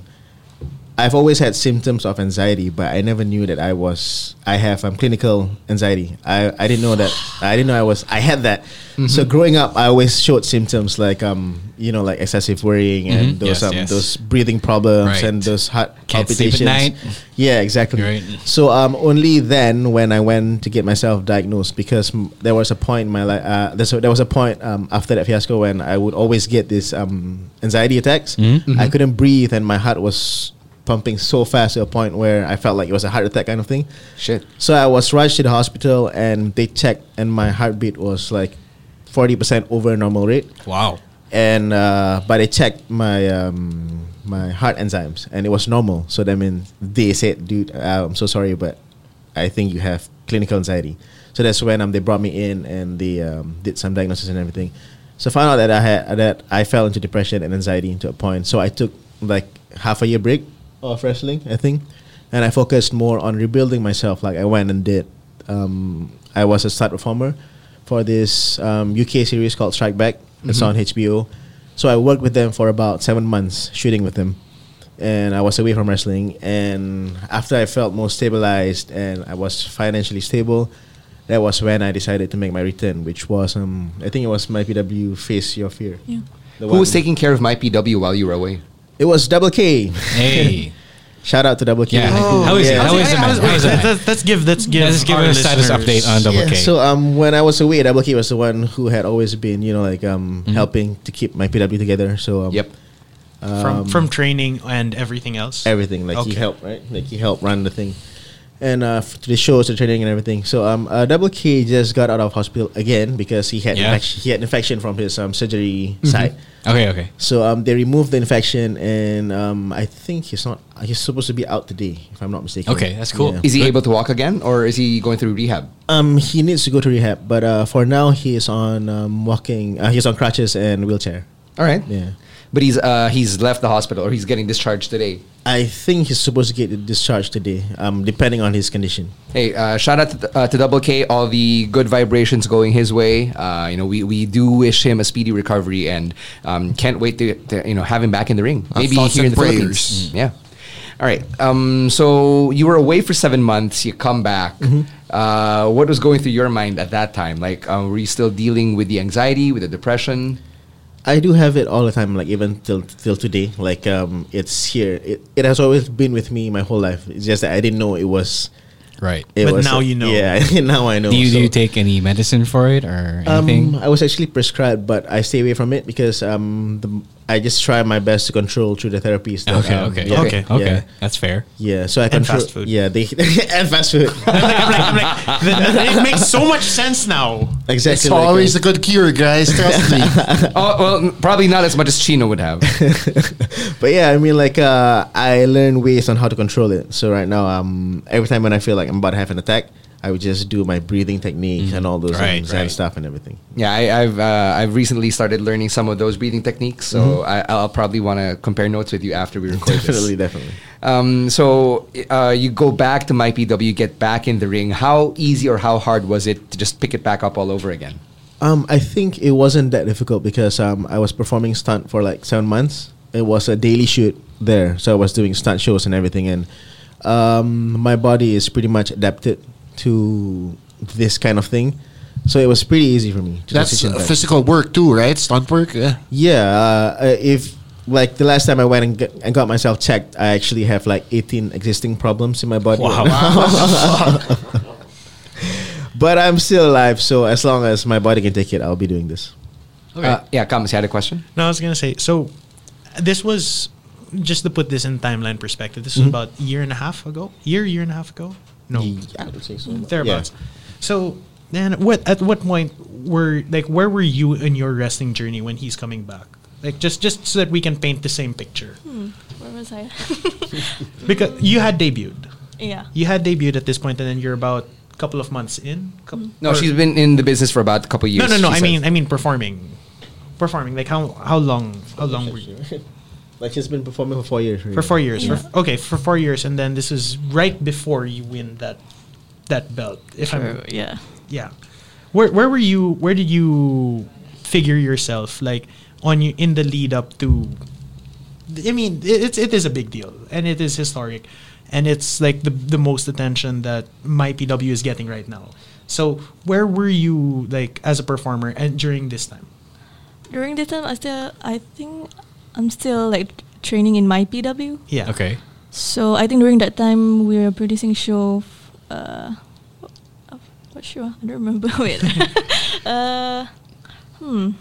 Speaker 10: I've always had symptoms of anxiety, but I never knew that I was I have um, clinical anxiety. I, I didn't know that I didn't know I was I had that.
Speaker 8: Mm-hmm.
Speaker 10: So growing up, I always showed symptoms like um you know like excessive worrying
Speaker 8: Mhm.
Speaker 10: and those
Speaker 8: Yes,
Speaker 10: um
Speaker 8: yes.
Speaker 10: those breathing problems
Speaker 8: Right.
Speaker 10: and those heart
Speaker 8: Can't sleep at
Speaker 10: palpitations.
Speaker 8: night.
Speaker 10: Yeah, exactly. So um, only then when I went to get myself diagnosed because m- there was a point in my life. Uh, there's a, there was a point um, after that fiasco when I would always get these um, anxiety attacks.
Speaker 8: Mhm.
Speaker 10: I couldn't breathe and my heart was pumping so fast to a point where I felt like it was a heart attack kind of thing.
Speaker 11: Shit.
Speaker 10: So I was rushed to the hospital and they checked and my heartbeat was like forty percent over normal rate.
Speaker 8: Wow.
Speaker 10: And uh, but they checked my um, my heart enzymes and it was normal. So that means they said, "Dude, uh, I'm so sorry, but I think you have clinical anxiety." So that's when um, they brought me in and they um, did some diagnosis and everything. So I found out that I had that I fell into depression and anxiety to a point. So I took like half a year break of wrestling, I think, and I focused more on rebuilding myself. Like I went and did. Um, I was a start performer for this um, UK series called Strike Back. It's
Speaker 11: Mhm.
Speaker 10: on HBO. So I worked with them for about seven months, shooting with them, and I was away from wrestling. And after I felt more stabilized and I was financially stable, that was when I decided to make my return, which was um, I think it was my PW Face Your Fear.
Speaker 6: Yeah.
Speaker 10: The
Speaker 11: Who was
Speaker 10: one-
Speaker 11: taking care of my PW while you were away?
Speaker 10: It was Double K.
Speaker 8: Hey.
Speaker 10: Shout out to Double K.
Speaker 8: Yeah. Oh. How is it? How is it, man? How is it, man?
Speaker 4: Let's, let's give let's give
Speaker 8: Let's give
Speaker 4: our
Speaker 8: a status
Speaker 4: listeners-
Speaker 8: update on Double K.
Speaker 10: So um, when I was away, Double K was the one who had always been, you know, like um, helping to keep my PW together. So um, yep,
Speaker 4: from from training and everything else.
Speaker 10: everything like he
Speaker 4: Okay.
Speaker 10: helped, right? Like he helped run the thing, and uh, f- to the shows, the training, and everything. So um, uh, Double K just got out of hospital again because he had
Speaker 8: Yeah.
Speaker 10: infection, he had an infection from his um, surgery
Speaker 8: Mhm.
Speaker 10: side.
Speaker 8: Okay, okay.
Speaker 10: So um, they removed the infection, and um, I think he's not. He's supposed to be out today, if I'm not mistaken. Yeah.
Speaker 11: Is he able to walk again, or is he going through rehab?
Speaker 10: Um, he needs to go to rehab, but uh, for now he is on um, walking. Uh, he's on crutches and wheelchair.
Speaker 11: All right.
Speaker 10: Yeah.
Speaker 11: But he's uh, he's left the hospital, or he's getting discharged today.
Speaker 10: I think he's supposed to get discharged today, um, depending on his condition.
Speaker 11: Hey, uh, shout out to, uh, to Double K, all the good vibrations going his way. Uh, you know, we, we do wish him a speedy recovery and um, can't wait to, to you know have him back in the ring.
Speaker 9: Our
Speaker 11: Maybe
Speaker 9: thoughts
Speaker 11: here in
Speaker 9: and
Speaker 11: the
Speaker 9: prayers.
Speaker 11: Philippines. Mm. Yeah. All right. Um, so you were away for seven months. You come back.
Speaker 9: Mm-hmm.
Speaker 11: Uh, what was going through your mind at that time? Like, uh, were you still dealing with the anxiety, with the
Speaker 9: <laughs>
Speaker 11: depression?
Speaker 10: I do have it all the time, like even till till today. Like um, it's here. It, it has always been with me my whole life. It's just that I didn't know it was.
Speaker 8: Right.
Speaker 10: It
Speaker 8: But
Speaker 10: was-
Speaker 8: now you know.
Speaker 10: Yeah, <laughs> now I know.
Speaker 8: do you do
Speaker 10: so-
Speaker 8: you take any medicine for it or anything?
Speaker 10: Um, I was actually prescribed, but I stay away from it because um, the, I just try my best to control through the therapy stuff.
Speaker 8: Okay, okay, okay, okay. That's fair.
Speaker 10: Yeah, so I
Speaker 8: And
Speaker 10: control.
Speaker 8: fast food.
Speaker 10: Yeah, they <laughs> and
Speaker 8: <laughs>
Speaker 10: fast food.
Speaker 4: it makes so much sense now.
Speaker 10: Exactly.
Speaker 9: It's always a good cure, guys. Trust me.
Speaker 11: oh, well, n- probably not as much as Chino would have.
Speaker 10: but yeah, I mean, like uh, I learn ways on how to control it. So right now, um, every time when I feel like I'm about to have an attack, I would just do my breathing techniques and all those
Speaker 8: Right,
Speaker 10: things
Speaker 8: right.
Speaker 10: and stuff and everything.
Speaker 11: Yeah, I, I've uh, I've recently started learning some of those breathing techniques, so
Speaker 4: Mm-hmm.
Speaker 11: I, I'll probably want to compare notes with you after we record
Speaker 10: Definitely,
Speaker 11: this.
Speaker 10: definitely.
Speaker 11: Um, so uh, you go back to MyPW, get back in the ring. How easy or how hard was it to just pick it back up all over again?
Speaker 10: Um, I think it wasn't that difficult because um, I was performing stunt for like seven months. It was a daily shoot there, so I was doing stunt shows and everything. And um, my body is pretty much adapted to this kind of thing, so it was pretty easy for me. to
Speaker 9: That's
Speaker 10: transition
Speaker 9: uh,
Speaker 10: back.
Speaker 9: physical work too, right? Stunt work. Yeah.
Speaker 10: Yeah, uh, uh, if like the last time I went and, get, and got myself checked, I actually have like 18 existing problems in my body.
Speaker 4: Wow.
Speaker 10: <laughs> but I'm still alive, so as long as my body can take it, I'll be doing this.
Speaker 11: Uh, yeah, Kamis, you had a question.
Speaker 4: <laughs> No, I was gonna say. So, this was just to put this in timeline perspective. This was about a year and a half ago. Year, year and a half ago. No, Mm,
Speaker 10: I would say so.
Speaker 4: thereabouts. So, then what? At what point were like where were you in your wrestling journey when he's coming back? Like just just so that we can paint the same picture
Speaker 11: Hmm.
Speaker 6: Where was I? <laughs>
Speaker 4: because you had debuted.
Speaker 6: yeah.
Speaker 4: You had debuted at this point, and then you're about a couple of months in. Couple,
Speaker 11: No,
Speaker 4: or-
Speaker 11: she's been in the business for about a couple years.
Speaker 4: no, no, no.
Speaker 11: she
Speaker 4: I
Speaker 11: said.
Speaker 4: mean, I mean performing, performing. Like how how long how long were you?
Speaker 10: Like she's been performing for four years. really.
Speaker 4: For four years.
Speaker 6: Yeah.
Speaker 4: For, okay, for four years, and then this is right before you win that that belt. If I'm
Speaker 6: yeah.
Speaker 4: yeah, where where were you? Where did you figure yourself like on you in the lead up to? I mean, it, it's it is a big deal, and it is historic, and it's like the the most attention that my PW is getting right now. So where were you like as a performer and during this time?
Speaker 6: During the time, I still, I think I'm still like training in my PW.
Speaker 4: Yeah.
Speaker 8: Okay.
Speaker 6: So I think during that time we were producing show. F- uh, of- what show? I don't remember. <laughs> Wait. uh, hmm.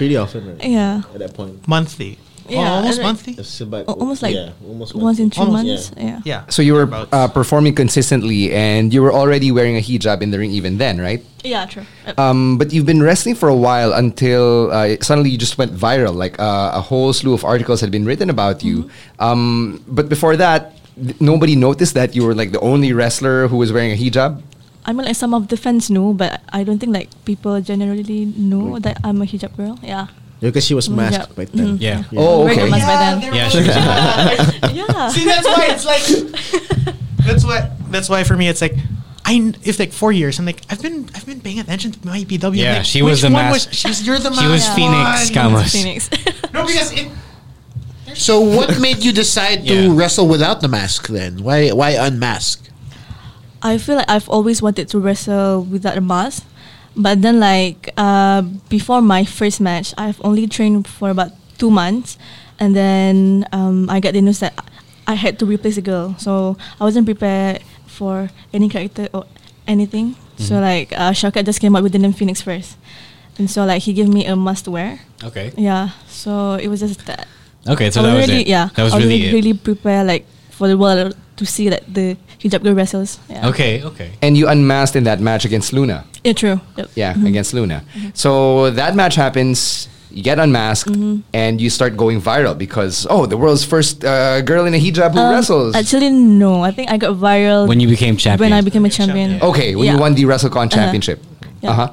Speaker 10: pretty often. right?
Speaker 6: Yeah.
Speaker 10: At that point,
Speaker 4: Monthly.
Speaker 6: Yeah,
Speaker 4: Oh, almost
Speaker 6: like-
Speaker 4: monthly.
Speaker 10: It's about-
Speaker 6: Al- almost like
Speaker 10: yeah, almost
Speaker 6: once in
Speaker 10: monthly.
Speaker 6: three
Speaker 4: Almost,
Speaker 6: months. Yeah.
Speaker 4: Yeah.
Speaker 11: So you were
Speaker 4: Thereabouts.
Speaker 11: uh, performing consistently, and you were already wearing a hijab in the ring even then, right?
Speaker 6: Yeah, true. Uh,
Speaker 11: Um, but you've been wrestling for a while until uh, suddenly you just went viral. Like uh, a whole slew of articles had been written about you. Um, but before that, th- nobody noticed that you were like the only wrestler who was wearing a hijab.
Speaker 6: I mean, like some of the fans know, but I don't think like people generally know that I'm a hijab girl. Yeah.
Speaker 10: because she was masked
Speaker 6: Hijab.
Speaker 10: by then.
Speaker 6: Mhm.
Speaker 8: Yeah.
Speaker 10: Yeah.
Speaker 11: Oh,
Speaker 6: Wearing a
Speaker 11: okay.
Speaker 6: mask by then.
Speaker 8: Yeah, she was
Speaker 6: <laughs> yeah.
Speaker 4: See, that's why it's like. that's why. That's why for me it's like. I, kn- if like four years, I'm like I've been I've been paying attention to my PW.
Speaker 8: Yeah,
Speaker 4: like,
Speaker 8: she was
Speaker 4: which
Speaker 8: the
Speaker 4: one
Speaker 8: mas-
Speaker 4: she was you're the
Speaker 8: She was
Speaker 4: masked
Speaker 8: Phoenix
Speaker 4: one.
Speaker 8: Camus.
Speaker 6: Phoenix. <laughs>
Speaker 4: No, because it,
Speaker 9: So what <laughs> made you decide to
Speaker 8: Yeah.
Speaker 9: wrestle without the mask then? Why why unmask?
Speaker 6: I feel like I've always wanted to wrestle without a mask, but then like uh, before my first match, I've only trained for about two months, and then um, I got the news that I had to replace a girl, so I wasn't prepared for any character or anything.
Speaker 8: Mm-hmm.
Speaker 6: So like uh, Shawkat just came up with the name Phoenix first, and so like he gave me a must wear.
Speaker 8: Okay.
Speaker 6: Yeah, so it was just that.
Speaker 8: Okay, so
Speaker 6: I
Speaker 8: that was
Speaker 6: really,
Speaker 8: it.
Speaker 6: Yeah,
Speaker 8: That was
Speaker 6: I wasn't
Speaker 8: really it.
Speaker 6: really prepared like for the world to see that the hijab girl wrestles. Yeah.
Speaker 8: Okay, okay.
Speaker 11: And you unmasked in that match against Luna.
Speaker 6: Yeah, true. Yep.
Speaker 11: Yeah, against Luna. So that match happens. You get unmasked and you start going viral because oh, the world's first uh, girl in a hijab who
Speaker 6: Um,
Speaker 11: wrestles.
Speaker 6: Actually, no. I think I got viral
Speaker 8: When you became champion.
Speaker 6: when I became a champion.
Speaker 11: Okay, when you
Speaker 6: Yeah. Uh-huh.
Speaker 11: won the WrestleCon championship.
Speaker 6: Yeah.
Speaker 11: Uh-huh.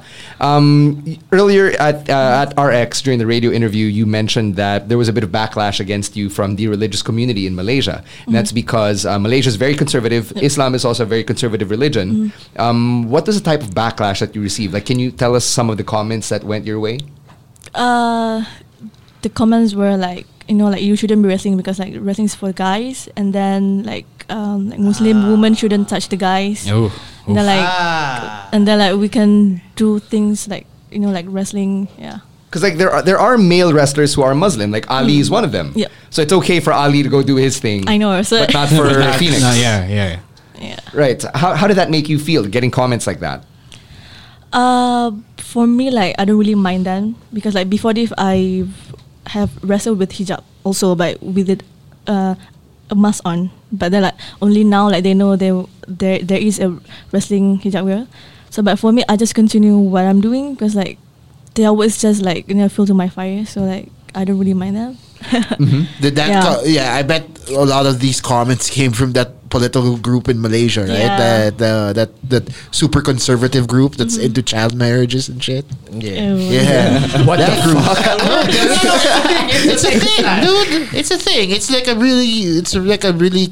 Speaker 11: Um, y- earlier at uh, at RX during the radio interview, you mentioned that there was a bit of backlash against you from the religious community in Malaysia. And
Speaker 6: Mm-hmm.
Speaker 11: that's because uh, Malaysia is very conservative. Islam is also a very conservative religion.
Speaker 6: Mm-hmm.
Speaker 11: Um, what was the type of backlash that you received? Like, can you tell us some of the comments that went your way?
Speaker 6: Uh, the comments were like, you know, like you shouldn't be wrestling because like wrestling is for guys, and then like, um, like Muslim women shouldn't touch the guys.
Speaker 8: Oh.
Speaker 6: And they're like,
Speaker 4: Ah.
Speaker 6: and they're like, we can do things like you know, like wrestling. Yeah.
Speaker 11: Because like there are there are male wrestlers who are Muslim. Like Ali is one of them.
Speaker 6: Yep.
Speaker 11: So it's okay for Ali to go do his thing.
Speaker 6: Mm-hmm. I know, so-
Speaker 11: but
Speaker 6: <laughs>
Speaker 11: not for
Speaker 8: Not-
Speaker 11: Phoenix.
Speaker 8: no, yeah, yeah.
Speaker 6: Yeah.
Speaker 11: Right. How how did that make you feel? Getting comments like that.
Speaker 6: Uh, for me, like I don't really mind them because like before this, I have wrestled with hijab also, but with it, uh, a mask on. But they're like only now, like they know there there there is a wrestling hijab wear. So, but for me, I just continue what I'm doing because like they always just like you know fuel to my fire. So like I don't really mind that.
Speaker 9: mm-hmm. Did that?
Speaker 6: Yeah.
Speaker 9: Yeah. yeah, I bet a lot of these comments came from that political group in Malaysia, right?
Speaker 6: Yeah.
Speaker 9: That uh, that that super conservative group that's into child marriages and shit.
Speaker 10: Yeah,
Speaker 6: Ew.
Speaker 9: yeah.
Speaker 11: What
Speaker 9: that
Speaker 11: the
Speaker 9: group?
Speaker 11: It's
Speaker 9: <laughs> it's
Speaker 11: a
Speaker 9: a
Speaker 11: thing.
Speaker 9: thing, dude. It's a thing. It's like a really, it's like a really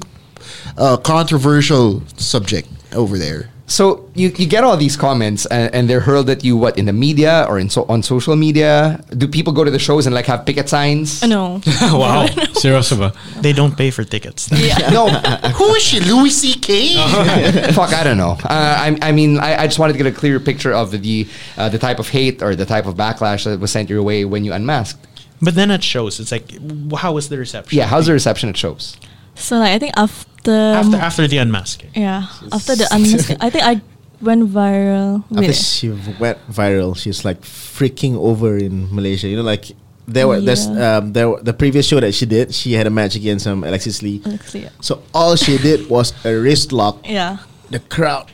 Speaker 9: uh, controversial subject over there.
Speaker 11: So you, you get all these comments and, and they're hurled at you what in the media or in so, on social media? Do people go to the shows and like have picket signs?
Speaker 6: Oh, Uh,
Speaker 10: <laughs>
Speaker 6: No.
Speaker 8: <laughs> wow. Seriously.
Speaker 6: <laughs>
Speaker 8: ba?
Speaker 4: They don't pay for tickets.
Speaker 11: <laughs> No, <laughs>
Speaker 9: Who is she, Louis C.K.?
Speaker 11: fuck, I don't know. Uh, I, I mean, I, I just wanted to get a clearer picture of the uh, the type of hate or the type of backlash that was sent your way when you unmasked.
Speaker 4: But then it shows. It's like, w- how was the reception?
Speaker 11: Yeah, how's the reception at shows?
Speaker 6: So like I think after
Speaker 4: after after the unmasking?
Speaker 6: yeah after
Speaker 10: <laughs>
Speaker 6: the unmasking, I think I went viral.
Speaker 10: After
Speaker 6: Wait,
Speaker 10: she v- went viral, she's like freaking over in Malaysia. You know, like there were there's
Speaker 6: Yeah.
Speaker 10: um there were- the previous show that she did, she had a match against um Alexis Lee.
Speaker 6: Alexia.
Speaker 10: So all she did was a wrist lock.
Speaker 6: Yeah.
Speaker 10: The crowd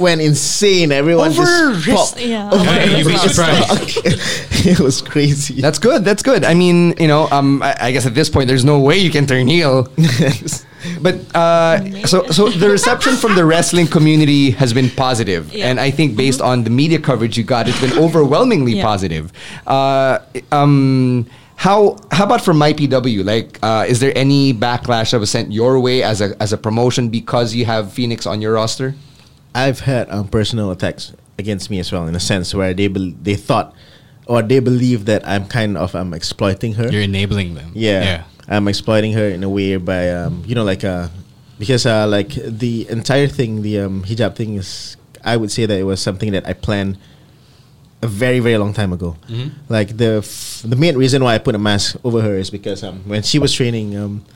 Speaker 10: went insane. Everyone just popped. <laughs>
Speaker 6: Yeah.
Speaker 8: Yeah, you'd be surprised.
Speaker 10: it was crazy.
Speaker 11: That's good. That's good. I mean, you know, um, I, I guess at this point there's no way you can turn
Speaker 6: <laughs>
Speaker 11: heel. but uh, so so the reception from the wrestling community has been positive,
Speaker 6: Yeah. Mm-hmm.
Speaker 11: and I think based on the media coverage you got, it's been overwhelmingly
Speaker 6: Yeah.
Speaker 11: positive. Uh, um. How, how about from MyPW? Like, uh, is there any backlash that was sent your way as a, as a promotion because you have Phoenix on your roster?
Speaker 10: I've had um, personal attacks against me as well, in a sense where they bel they thought or they believe that I'm kind of I'm exploiting her.
Speaker 8: You're enabling them.
Speaker 10: yeah, I'm exploiting her in a way by um, you know like uh, because uh, like the entire thing, the um, hijab thing is I would say that it was something that I planned a very very long time ago. Like the f- the main reason why I put a mask over her is because um, when she was training, um,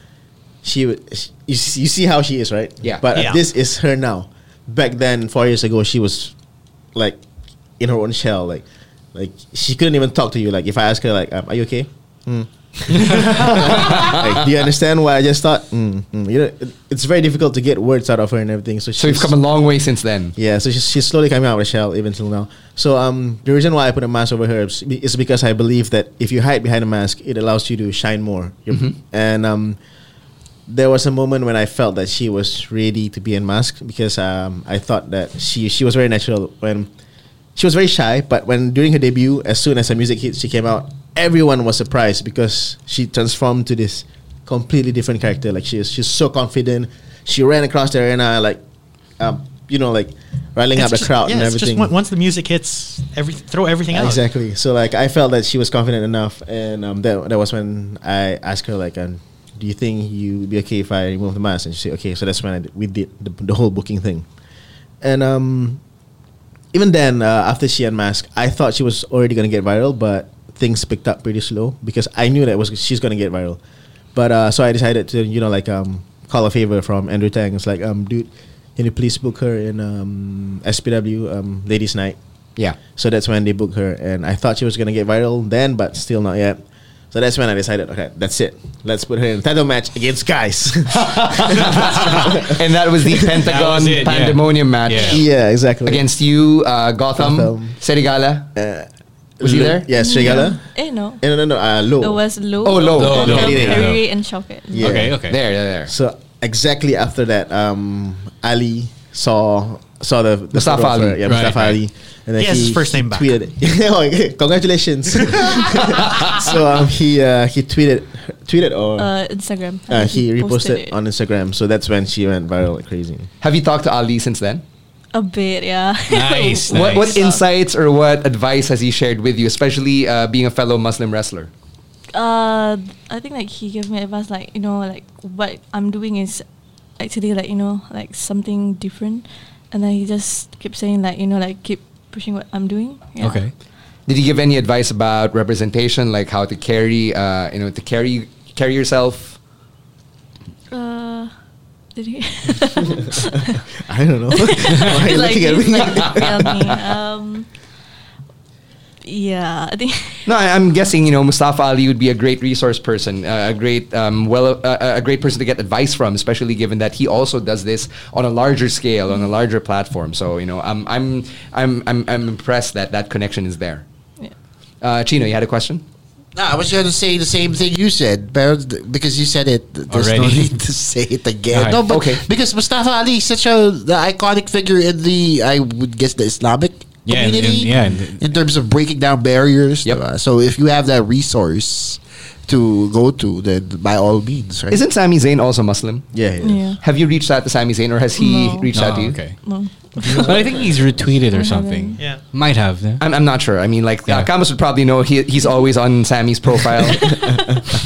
Speaker 10: she would sh- you, s- you see how she is right.
Speaker 11: Yeah.
Speaker 10: But uh,
Speaker 4: Yeah.
Speaker 10: this is her now. Back then, four years ago, she was like in her own shell. Like like she couldn't even talk to you. Like if I ask her like, um, "Are you okay?" Mm. like, do you understand why I just thought? Mm, mm. You know, it- it's very difficult to get words out of her and everything. So,
Speaker 11: So you've
Speaker 10: she's-
Speaker 11: come a long way since then.
Speaker 10: yeah, so she's, she's slowly coming out of the shell even till now. So um, the reason why I put a mask over her is be- is because I believe that if you hide behind a mask, it allows you to shine more. You're-
Speaker 11: Mm-hmm.
Speaker 10: And um, there was a moment when I felt that she was ready to be unmasked because um, I thought that she she was very natural when she was very shy. But when during her debut, as soon as her music hit, she came out. Everyone was surprised because she transformed to this completely different character. Like she is, she's so confident. She ran across the arena like, um, you know, like riling
Speaker 4: It's
Speaker 10: up the
Speaker 4: just-
Speaker 10: crowd
Speaker 4: yeah,
Speaker 10: and
Speaker 4: it's
Speaker 10: everything.
Speaker 4: Just, on- once the music hits, every, throw everything out.
Speaker 10: Exactly. So like I felt that she was confident enough, and um, that that was when I asked her like, um, "Do you think you would be okay if I remove the mask?" And she said, "Okay." So that's when I d we did the, the whole booking thing, and um, even then uh, after she unmasked, I thought she was already gonna get viral, but things picked up pretty slow because I knew that was she's gonna get viral, but uh, so I decided to you know like um call a favor from Andrew Tang. It's like um dude, can you please book her in um SPW um Ladies Night?
Speaker 11: Yeah.
Speaker 10: So that's when they booked her, and I thought she was gonna get viral then, but still not yet. So that's when I decided, okay, that's it. Let's put her in a title match
Speaker 11: <laughs>
Speaker 10: against guys. <laughs>
Speaker 11: and that
Speaker 8: <laughs>
Speaker 11: was the Pentagon
Speaker 8: was it, yeah.
Speaker 11: pandemonium match.
Speaker 8: Yeah.
Speaker 10: yeah, exactly.
Speaker 11: against you, uh, Gotham,
Speaker 10: Gotham.
Speaker 11: Serigala. was he there?
Speaker 10: Yeah, Srigala.
Speaker 6: Eh no.
Speaker 10: Eh, No, no, no. Uh, low.
Speaker 6: It was low.
Speaker 11: Oh, low.
Speaker 8: Low,
Speaker 6: Gotham,
Speaker 8: low,
Speaker 6: Perry
Speaker 8: low.
Speaker 6: and Shawkat.
Speaker 10: Yeah.
Speaker 8: Okay, okay.
Speaker 11: There, there, there.
Speaker 10: So exactly after that, um, Ali saw saw the, the
Speaker 11: Mustafa
Speaker 10: photo of
Speaker 11: Ali.
Speaker 10: her. Yeah,
Speaker 8: Right,
Speaker 10: Mustafa
Speaker 8: right.
Speaker 10: Ali. And then
Speaker 4: Yes, first name back.
Speaker 10: Tweeted, <laughs> Oh, okay. Congratulations. <laughs> so um, he uh, he tweeted tweeted or
Speaker 6: Uh, Instagram.
Speaker 10: uh, he reposted
Speaker 6: it.
Speaker 10: on Instagram. So that's when she went viral like crazy.
Speaker 11: Have you talked to Ali since then?
Speaker 6: a bit. Yeah.
Speaker 8: Nice,
Speaker 11: <laughs> What, what
Speaker 8: Nice.
Speaker 11: insights or what advice has he shared with you, especially uh, being a fellow Muslim wrestler?
Speaker 6: <laughs> uh, I think like he gave me advice, like you know, like what I'm doing is actually like you know, like something different, and then he just kept saying like you know, like keep pushing what I'm doing. Yeah.
Speaker 8: Okay.
Speaker 11: Did he give any advice about representation, like how to carry, uh, you know, to carry carry yourself?
Speaker 6: Uh, did he?
Speaker 10: <laughs> I don't know. Why are
Speaker 6: <laughs>
Speaker 10: you
Speaker 6: like,
Speaker 10: looking at
Speaker 6: he's
Speaker 10: me?
Speaker 6: like, tell me. Um, Yeah, I think. <laughs>
Speaker 11: No, I- I'm guessing you know Mustafa Ali would be a great resource person, uh, a great um, well, uh, a great person to get advice from, especially given that he also does this on a larger scale, on a larger platform. So you know, I'm I'm I'm I'm, I'm impressed that that connection is there.
Speaker 6: Yeah.
Speaker 11: Uh, Chino, you had a question.
Speaker 9: No, I was going to say the same thing you said, but th- because you said it, th- there's no
Speaker 8: Already.
Speaker 9: need to say it again.
Speaker 8: Alright.
Speaker 9: No, but
Speaker 11: Okay.
Speaker 9: because Mustafa Ali is such a the iconic figure in the, I would guess, the Islamic
Speaker 8: Yeah, and- and-
Speaker 9: community.
Speaker 8: yeah, and-
Speaker 9: in terms of breaking down barriers.
Speaker 11: Yep.
Speaker 9: diba? So if you have that resource to go to, then by all means, right?
Speaker 11: Isn't Sami Zayn also Muslim?
Speaker 10: Yeah, yeah.
Speaker 6: Yeah.
Speaker 11: Have you reached out to Sami Zayn, or has he
Speaker 6: No.
Speaker 11: reached out to
Speaker 8: Oh,
Speaker 11: you?
Speaker 8: okay.
Speaker 6: No.
Speaker 8: <laughs> but I think he's retweeted or something.
Speaker 4: Yeah.
Speaker 8: Might have. yeah.
Speaker 11: I'm, I'm not sure. I mean, like,
Speaker 8: Yeah.
Speaker 11: uh, Kamas would probably know he, he's always on Sammy's profile.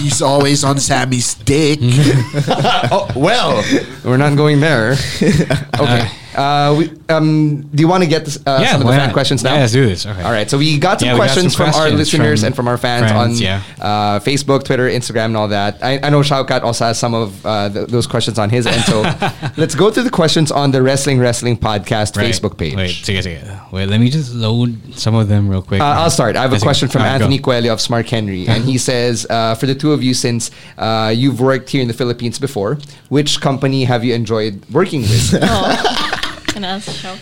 Speaker 9: He's always on Sammy's <laughs> dick. Mhm.
Speaker 11: oh, well, <laughs> we're not going there. okay. Uh, we, um, do you want to get this, uh, some of the
Speaker 8: why
Speaker 11: fan
Speaker 8: not?
Speaker 11: questions now?
Speaker 8: Yeah, let's do this. Okay.
Speaker 11: All right, so we got some
Speaker 8: Yeah, we got some
Speaker 11: questions from our
Speaker 8: questions
Speaker 11: listeners
Speaker 8: from
Speaker 11: and from our fans
Speaker 8: friends,
Speaker 11: on
Speaker 8: yeah.
Speaker 11: uh, Facebook, Twitter, Instagram, and all that. I, I know Shaukat also has some of uh, th- those questions on his end. So
Speaker 8: <laughs>
Speaker 11: let's go through the questions on the Wrestling Wrestling Podcast
Speaker 8: Right.
Speaker 11: Facebook page.
Speaker 8: Wait, sige, sige. Wait, let me just load some of them real quick.
Speaker 11: Uh, I'll start. I have a
Speaker 8: Sige.
Speaker 11: question from
Speaker 8: Alright, go.
Speaker 11: Anthony Coelho of Smart Henry, and
Speaker 8: <laughs>
Speaker 11: he says, uh, for the two of you, since uh, you've worked here in the Philippines before, which company have you enjoyed working
Speaker 8: <laughs>
Speaker 11: with?
Speaker 6: Oh. <laughs> Can I ask Shao?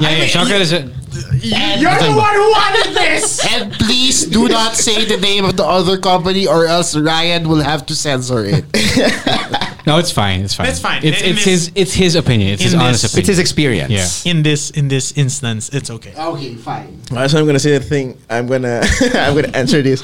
Speaker 8: Yeah, yeah. Shaukat is a,
Speaker 9: You're the one who wanted this! And please do not say the name of the other company or else Ryan will have to censor it.
Speaker 8: no, it's fine. It's fine.
Speaker 4: That's fine.
Speaker 8: It's,
Speaker 4: In
Speaker 8: it's
Speaker 4: this-
Speaker 8: his it's his opinion. It's
Speaker 4: in
Speaker 8: his honest
Speaker 4: this-
Speaker 8: opinion.
Speaker 11: it's his experience.
Speaker 8: Yeah.
Speaker 4: In this in this instance, it's okay.
Speaker 9: okay, fine.
Speaker 10: Alright, so I'm gonna say the thing. I'm gonna <laughs> I'm gonna answer this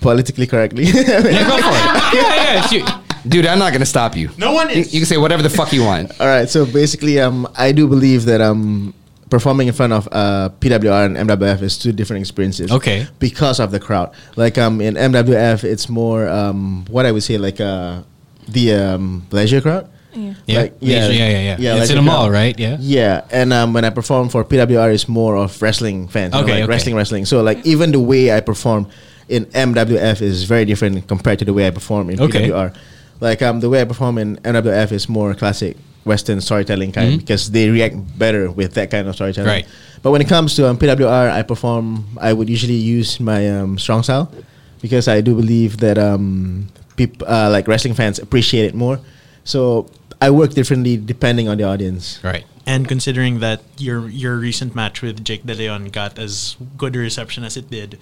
Speaker 10: politically correctly. <laughs>
Speaker 8: yeah, go for it. Yeah, yeah. shoot.
Speaker 11: Dude, I'm not going to stop you.
Speaker 4: No one
Speaker 11: You,
Speaker 4: is.
Speaker 11: you can say whatever the fuck you want.
Speaker 10: All right. So basically, um, I do believe that um, performing in front of uh, PWR and MWF is two different experiences.
Speaker 8: Okay.
Speaker 10: Because of the crowd, like um, in MWF, it's more um, what I would say like uh, the um, leisure crowd.
Speaker 6: Yeah.
Speaker 8: <laughs> Yeah.
Speaker 10: Like, yeah,
Speaker 8: yeah, yeah, yeah.
Speaker 10: yeah,
Speaker 8: it's
Speaker 10: like
Speaker 8: in a
Speaker 10: a
Speaker 8: mall,
Speaker 10: girl.
Speaker 8: right? Yeah.
Speaker 10: Yeah, and um, when I perform for PWR, it's more of wrestling fans. you know,
Speaker 8: Okay,
Speaker 10: like
Speaker 8: okay.
Speaker 10: wrestling, wrestling. So like even the way I perform in MWF is very different compared to the way I perform in
Speaker 8: Okay.
Speaker 10: PWR. Like um, the way I perform in MWF is more classic Western storytelling kind because they react better with that kind of storytelling.
Speaker 8: Mm-hmm. Right.
Speaker 10: But when it comes to um, PWR, I perform. I would usually use my um, strong style because I do believe that um, peop- uh, like wrestling fans appreciate it more. So I work differently depending on the audience.
Speaker 8: Right.
Speaker 4: And considering that your your recent match with Jake De Leon got as good a reception as it did,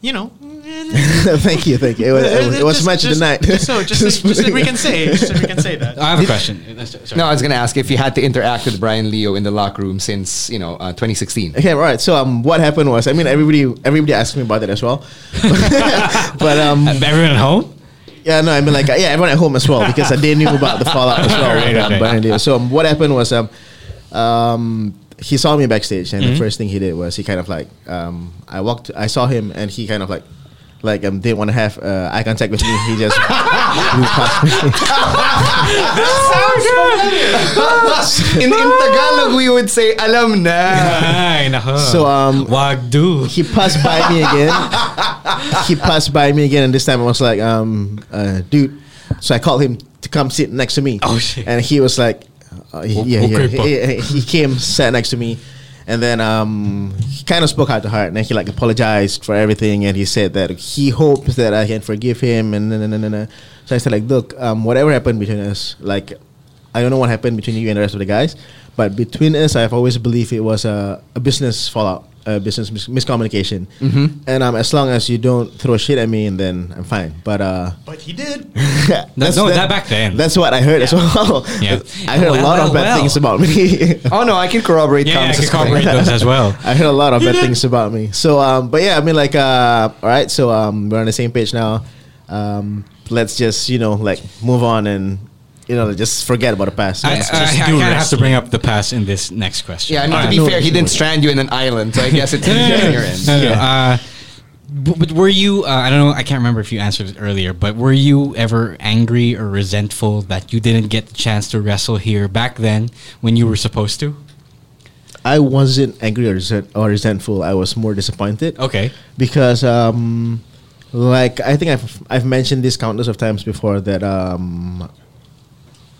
Speaker 4: you know.
Speaker 10: <laughs> thank you, thank you. It was,
Speaker 4: <laughs>
Speaker 10: it was, it was
Speaker 4: Uh, just-
Speaker 10: match
Speaker 4: just-
Speaker 10: tonight.
Speaker 4: just so just,
Speaker 10: <laughs>
Speaker 4: so- just so we can say just so we can
Speaker 8: <laughs>
Speaker 4: say that.
Speaker 8: I have a question. Uh, Sorry.
Speaker 11: No, I was going to ask if you had to interact with Brian Leo in the locker room since, you know, uh, 2016.
Speaker 10: Okay, all right. So um, what happened was, I mean, everybody, everybody asked me about it
Speaker 4: <laughs>
Speaker 10: as well. <laughs> but um,
Speaker 8: Uh, Everyone at home?
Speaker 10: yeah, no, I mean, like, uh, yeah, everyone at home as well because I didn't knew about the fallout as well.
Speaker 8: Right,
Speaker 10: with, um,
Speaker 8: okay.
Speaker 10: Brian Dio. So um, what happened was, um, um, he saw me backstage, and
Speaker 8: Mm-hmm.
Speaker 10: the first thing he did was he kind of like, um, I walked, I saw him, and he kind of like. Like um, didn't want to have uh, eye contact with me. He just moved past
Speaker 11: <laughs>
Speaker 10: me.
Speaker 11: in, in Tagalog, we would say, alam na.
Speaker 8: Ay, nako.
Speaker 10: So, um,
Speaker 8: wag do.
Speaker 10: he passed by me again. he passed by me again, and this time I was like, um, uh, dude. So I called him to come sit next to me.
Speaker 8: Oh, shit.
Speaker 10: And he was like, uh, yeah, yeah.
Speaker 8: okay,
Speaker 10: He-
Speaker 8: pa.
Speaker 10: He, he came, sat next to me, and then um, he kind of spoke heart to heart, and then he like apologized for everything, and he said that he hopes that I can forgive him, and na, na, na, na, na. so I said like, look, um, whatever happened between us, like, I don't know what happened between you and the rest of the guys, but between us, I've always believed it was a, a business fallout, a business mis- miscommunication,
Speaker 8: Mm-hmm.
Speaker 10: and um, as long as you don't throw shit at me, and then I'm fine.
Speaker 8: <laughs>
Speaker 10: But uh,
Speaker 4: But he did.
Speaker 10: that's
Speaker 8: no, that back then.
Speaker 10: That's what I heard as well.
Speaker 8: Yeah.
Speaker 10: <laughs> I heard a
Speaker 8: Well,
Speaker 10: lot of
Speaker 8: well,
Speaker 10: bad
Speaker 8: well.
Speaker 10: things about me. <laughs>
Speaker 11: Oh, no, I can corroborate
Speaker 8: yeah, yeah, I
Speaker 11: Kamas's
Speaker 8: can
Speaker 11: claim.
Speaker 8: corroborate those as well.
Speaker 10: I heard a lot of bad things about me. So, um, but yeah, I mean, like, uh, all right, so um, we're on the same page now. Um, let's just, you know, like, move on and, you know, just forget about the past.
Speaker 8: I, I,
Speaker 10: Let's
Speaker 8: I
Speaker 10: just
Speaker 8: kind
Speaker 10: do
Speaker 8: of have to
Speaker 10: wrestling.
Speaker 8: bring up the past in this next question.
Speaker 11: Yeah, I mean, to be
Speaker 10: no,
Speaker 11: fair, he didn't strand you in an island, so I guess it's
Speaker 8: No, no, no,
Speaker 11: easier on your
Speaker 8: no,
Speaker 11: end.
Speaker 8: no, no, uh, bu- but were you? Uh, I don't know. I can't remember if you answered it earlier. But were you ever angry or resentful that you didn't get the chance to wrestle here back then when you were supposed to?
Speaker 10: I wasn't angry or, resent- or resentful. I was more disappointed.
Speaker 8: Okay.
Speaker 10: because um like I think I've I've mentioned this countless of times before that um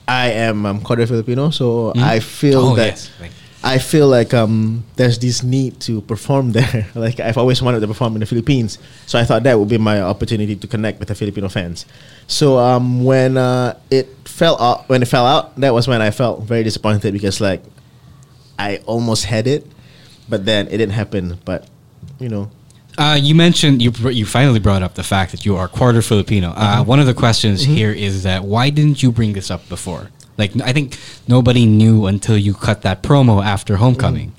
Speaker 10: I am um, quarter Filipino, so I feel
Speaker 8: Oh,
Speaker 10: that
Speaker 8: yes. Like-
Speaker 10: I feel like um, there's this need to perform <laughs> there. like I've always wanted to perform in the Philippines, so I thought that would be my opportunity to connect with the Filipino fans. So um, when uh, it fell out, when it fell out, that was when I felt very disappointed because like I almost had it, but then it didn't happen. But you know,
Speaker 8: Uh, you mentioned you br- you finally brought up the fact that you are quarter Filipino. Uh, One of the questions here is that why didn't you bring this up before? Like n- I think nobody knew until you cut that promo after homecoming.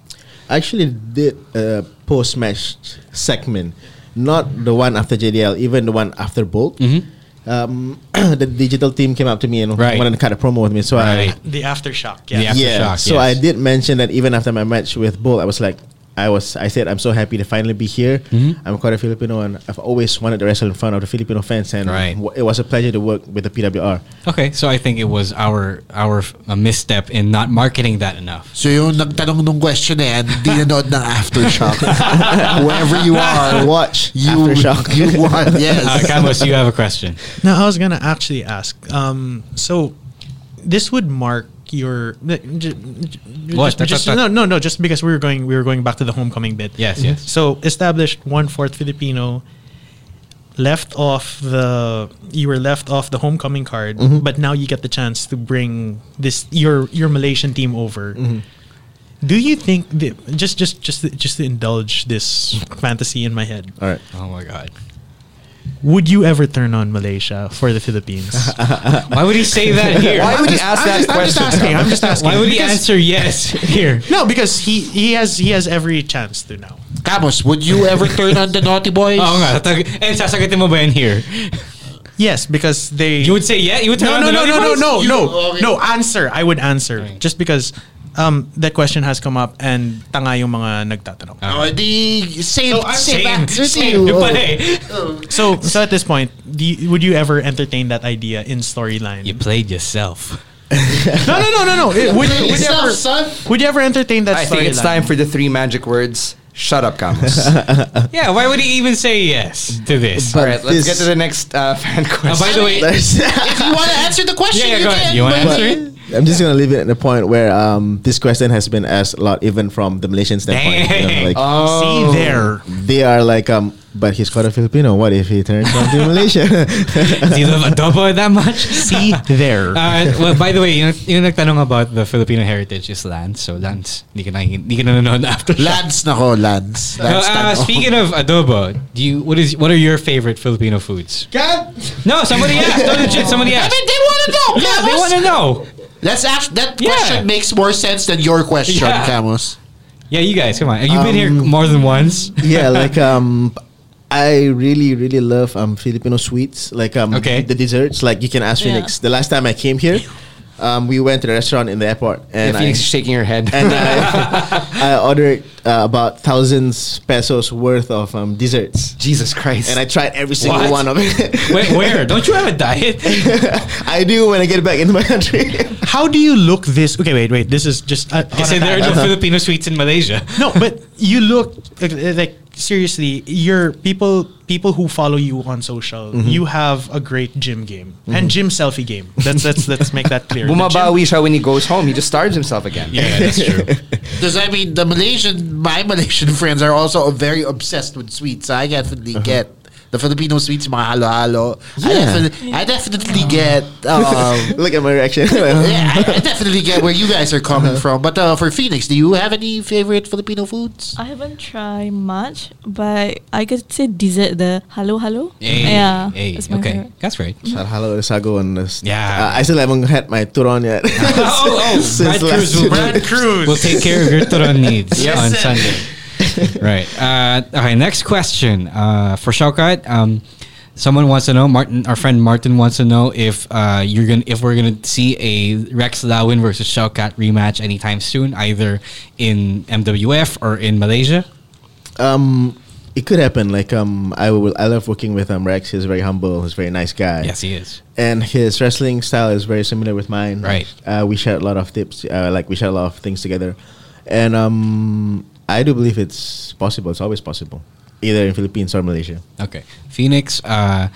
Speaker 10: I actually did a post match segment, not the one after JDL, even the one after Bolt.
Speaker 11: Mm-hmm.
Speaker 10: Um, <clears throat> the digital team came up to me and wanted to cut a promo with me, so I
Speaker 4: The aftershock. Yeah.
Speaker 10: yeah. So I did mention that even after my match with Bull, I was like, I was, I said, I'm so happy to finally be here.
Speaker 11: Mm-hmm.
Speaker 10: I'm quite a Filipino, and I've always wanted to wrestle in front of the Filipino fans, and w- it was a pleasure to work with the PWR.
Speaker 8: Okay, so I think it was our our f- a misstep in not marketing that enough.
Speaker 9: So yung nagtanong nung question na yan, di nanood ng Aftershock. Wherever you are,
Speaker 10: watch
Speaker 9: you, Aftershock. You want, yes.
Speaker 8: Uh, Camus, you have a question.
Speaker 4: No, I was gonna actually ask. Um, so this would mark your j- j-
Speaker 8: What?
Speaker 4: Just, just- no, no, no. Just because we were going, we were going back to the homecoming bit.
Speaker 8: Yes, yes.
Speaker 4: So established one fourth Filipino. Left off the you were left off the homecoming card,
Speaker 10: Mhm.
Speaker 4: but now you get the chance to bring this your your Malaysian team over.
Speaker 10: Mhm.
Speaker 4: Do you think the, just just just to- just to indulge this fantasy in my head?
Speaker 10: All right.
Speaker 8: Oh my god.
Speaker 4: Would you ever turn on Malaysia for the Philippines?
Speaker 8: Why would he say that here?
Speaker 4: <laughs> Why would he
Speaker 8: I'm
Speaker 4: ask
Speaker 8: just-
Speaker 4: that
Speaker 8: I'm just
Speaker 4: question?
Speaker 8: asking,
Speaker 4: <laughs>
Speaker 8: I'm just asking.
Speaker 4: Why would he answer
Speaker 8: yes here?
Speaker 4: No, because he he has he has every chance to now.
Speaker 9: Camus, would you ever turn on the Naughty Boys?
Speaker 8: Oo nga. tatag- eh, sasagutin mo ba yan here?
Speaker 4: Yes, because they.
Speaker 8: You would say yeah? You would turn
Speaker 4: no,
Speaker 8: on
Speaker 4: no,
Speaker 8: the
Speaker 4: no,
Speaker 8: naughty
Speaker 4: no, no,
Speaker 8: boys?
Speaker 4: no,
Speaker 8: You-
Speaker 4: no,
Speaker 8: okay.
Speaker 4: no, Answer. I would answer just because um, that question has come up and tanga yung mga nagtatanong.
Speaker 8: Uh,
Speaker 9: Oh, di, same,
Speaker 4: So, I'm
Speaker 9: same,
Speaker 4: same-
Speaker 9: answer to
Speaker 4: same,
Speaker 9: you.
Speaker 4: but
Speaker 9: Oh.
Speaker 8: hey.
Speaker 9: Oh.
Speaker 4: So, so at this point, do you, would you ever entertain that idea in storyline? You
Speaker 8: played yourself.
Speaker 4: no, no, no, no, no. It- would,
Speaker 9: Play
Speaker 4: would, you
Speaker 9: yourself,
Speaker 4: ever,
Speaker 9: son.
Speaker 4: would you ever entertain that
Speaker 11: I
Speaker 4: storyline?
Speaker 11: think it's time for the three magic words. Shut up, <laughs> Camus.
Speaker 8: Yeah, why would he even say yes to this?
Speaker 11: All right, let's get to the next uh, fan question.
Speaker 8: Oh, by the way-
Speaker 10: <laughs>
Speaker 9: if you want to answer the question,
Speaker 8: Yeah, yeah,
Speaker 9: you
Speaker 8: go
Speaker 9: can.
Speaker 8: ahead. You wanna
Speaker 9: but-
Speaker 8: answer it?
Speaker 10: I'm just gonna leave it at the point where um, this question has been asked a lot, even from the Malaysian standpoint. You know,
Speaker 8: Dang.
Speaker 10: like,
Speaker 11: Oh.
Speaker 4: See there.
Speaker 10: they are like, um, but he's quite a Filipino. What if he turns on to Malaysia?
Speaker 8: Do you love adobo that much?
Speaker 4: See there.
Speaker 8: Uh, well, by the way, yung, yung nagtanong about the Filipino heritage is Lance. So, Lance, hindi ka, na, hindi ka nanonood after.
Speaker 9: Lance na ko, Lance. Lance
Speaker 8: Uh,
Speaker 9: tanong.
Speaker 8: speaking of adobo, do you what is what are your favorite Filipino foods?
Speaker 11: God,
Speaker 8: No, somebody asked. No, legit, somebody
Speaker 9: I
Speaker 8: asked.
Speaker 9: mean, they want to know,
Speaker 8: Yeah, they
Speaker 9: Camus.
Speaker 8: want to know.
Speaker 9: Let's ask, that
Speaker 8: Yeah.
Speaker 9: question makes more sense than your question,
Speaker 8: Yeah.
Speaker 9: Camus.
Speaker 8: Yeah, you guys, come on. Have you been here more than once?
Speaker 10: <laughs> yeah, like um, I really, really love um Filipino sweets, like um
Speaker 8: Okay.
Speaker 10: the desserts. Like you can ask
Speaker 6: Yeah.
Speaker 10: Phoenix. The last time I came here, um, we went to the restaurant in the airport, and I,
Speaker 11: Phoenix is shaking her head.
Speaker 10: <laughs> and <laughs> I, I ordered uh, about thousands pesos worth of um desserts,
Speaker 11: <laughs> Jesus Christ.
Speaker 10: and I tried every single
Speaker 8: What?
Speaker 10: one of it.
Speaker 8: Wait, <laughs> where? Don't you have a <laughs> diet?
Speaker 10: <laughs> I do when I get back into my country. <laughs>
Speaker 4: How do you look this? Okay, wait, wait. This is just. Uh, on a
Speaker 8: Because there are
Speaker 4: tangent.
Speaker 8: no Filipino sweets in Malaysia.
Speaker 4: no, but you look like, uh, like seriously. You're people people who follow you on social.
Speaker 8: Mm-hmm.
Speaker 4: You have a great gym game and gym selfie game. That's that's let's make that clear. The gym-
Speaker 11: Bumabawi siya when he goes home. He just starves himself again.
Speaker 8: Yeah, that's true.
Speaker 9: Because I mean, the Malaysian, my <laughs> Malaysian friends are also very obsessed with sweets. I definitely get the Filipino sweets, mga halo-halo. I,
Speaker 10: Yeah.
Speaker 9: defi- I definitely get. Um,
Speaker 10: Look at my reaction. <laughs>
Speaker 9: yeah, I, I definitely get where you guys are coming from. But uh, for Phoenix, do you have any favorite Filipino foods?
Speaker 6: I haven't tried much, but I could say dessert the hello hello.
Speaker 8: Hey,
Speaker 6: yeah,
Speaker 8: hey,
Speaker 6: it's my
Speaker 8: okay,
Speaker 6: favorite.
Speaker 8: that's right.
Speaker 10: Shout hello to Sago and this.
Speaker 8: Yeah.
Speaker 10: Uh, I still haven't had my turon
Speaker 8: <laughs> oh,
Speaker 10: yet. <laughs>
Speaker 8: oh, Brad
Speaker 10: last
Speaker 8: Cruz will,
Speaker 10: year.
Speaker 8: Brad
Speaker 4: <laughs>
Speaker 8: Cruz will take care of your turon needs on Sunday. right. Uh, okay. Next question uh, for Shaukat. Um, someone wants to know. Martin, our friend Martin wants to know if uh, you're gonna if we're gonna see a Rex Lawin versus Shaukat rematch anytime soon, either in MWF or in Malaysia.
Speaker 10: Um, it could happen. Like um, I will. I love working with um Rex. He's very humble. He's a very nice guy.
Speaker 8: Yes, he is.
Speaker 10: And his wrestling style is very similar with mine.
Speaker 8: Right.
Speaker 10: Uh, we share a lot of tips. Uh, like we share a lot of things together, and um, I do believe it's possible. It's always possible, either in Philippines or Malaysia.
Speaker 8: Okay. Phoenix, uh,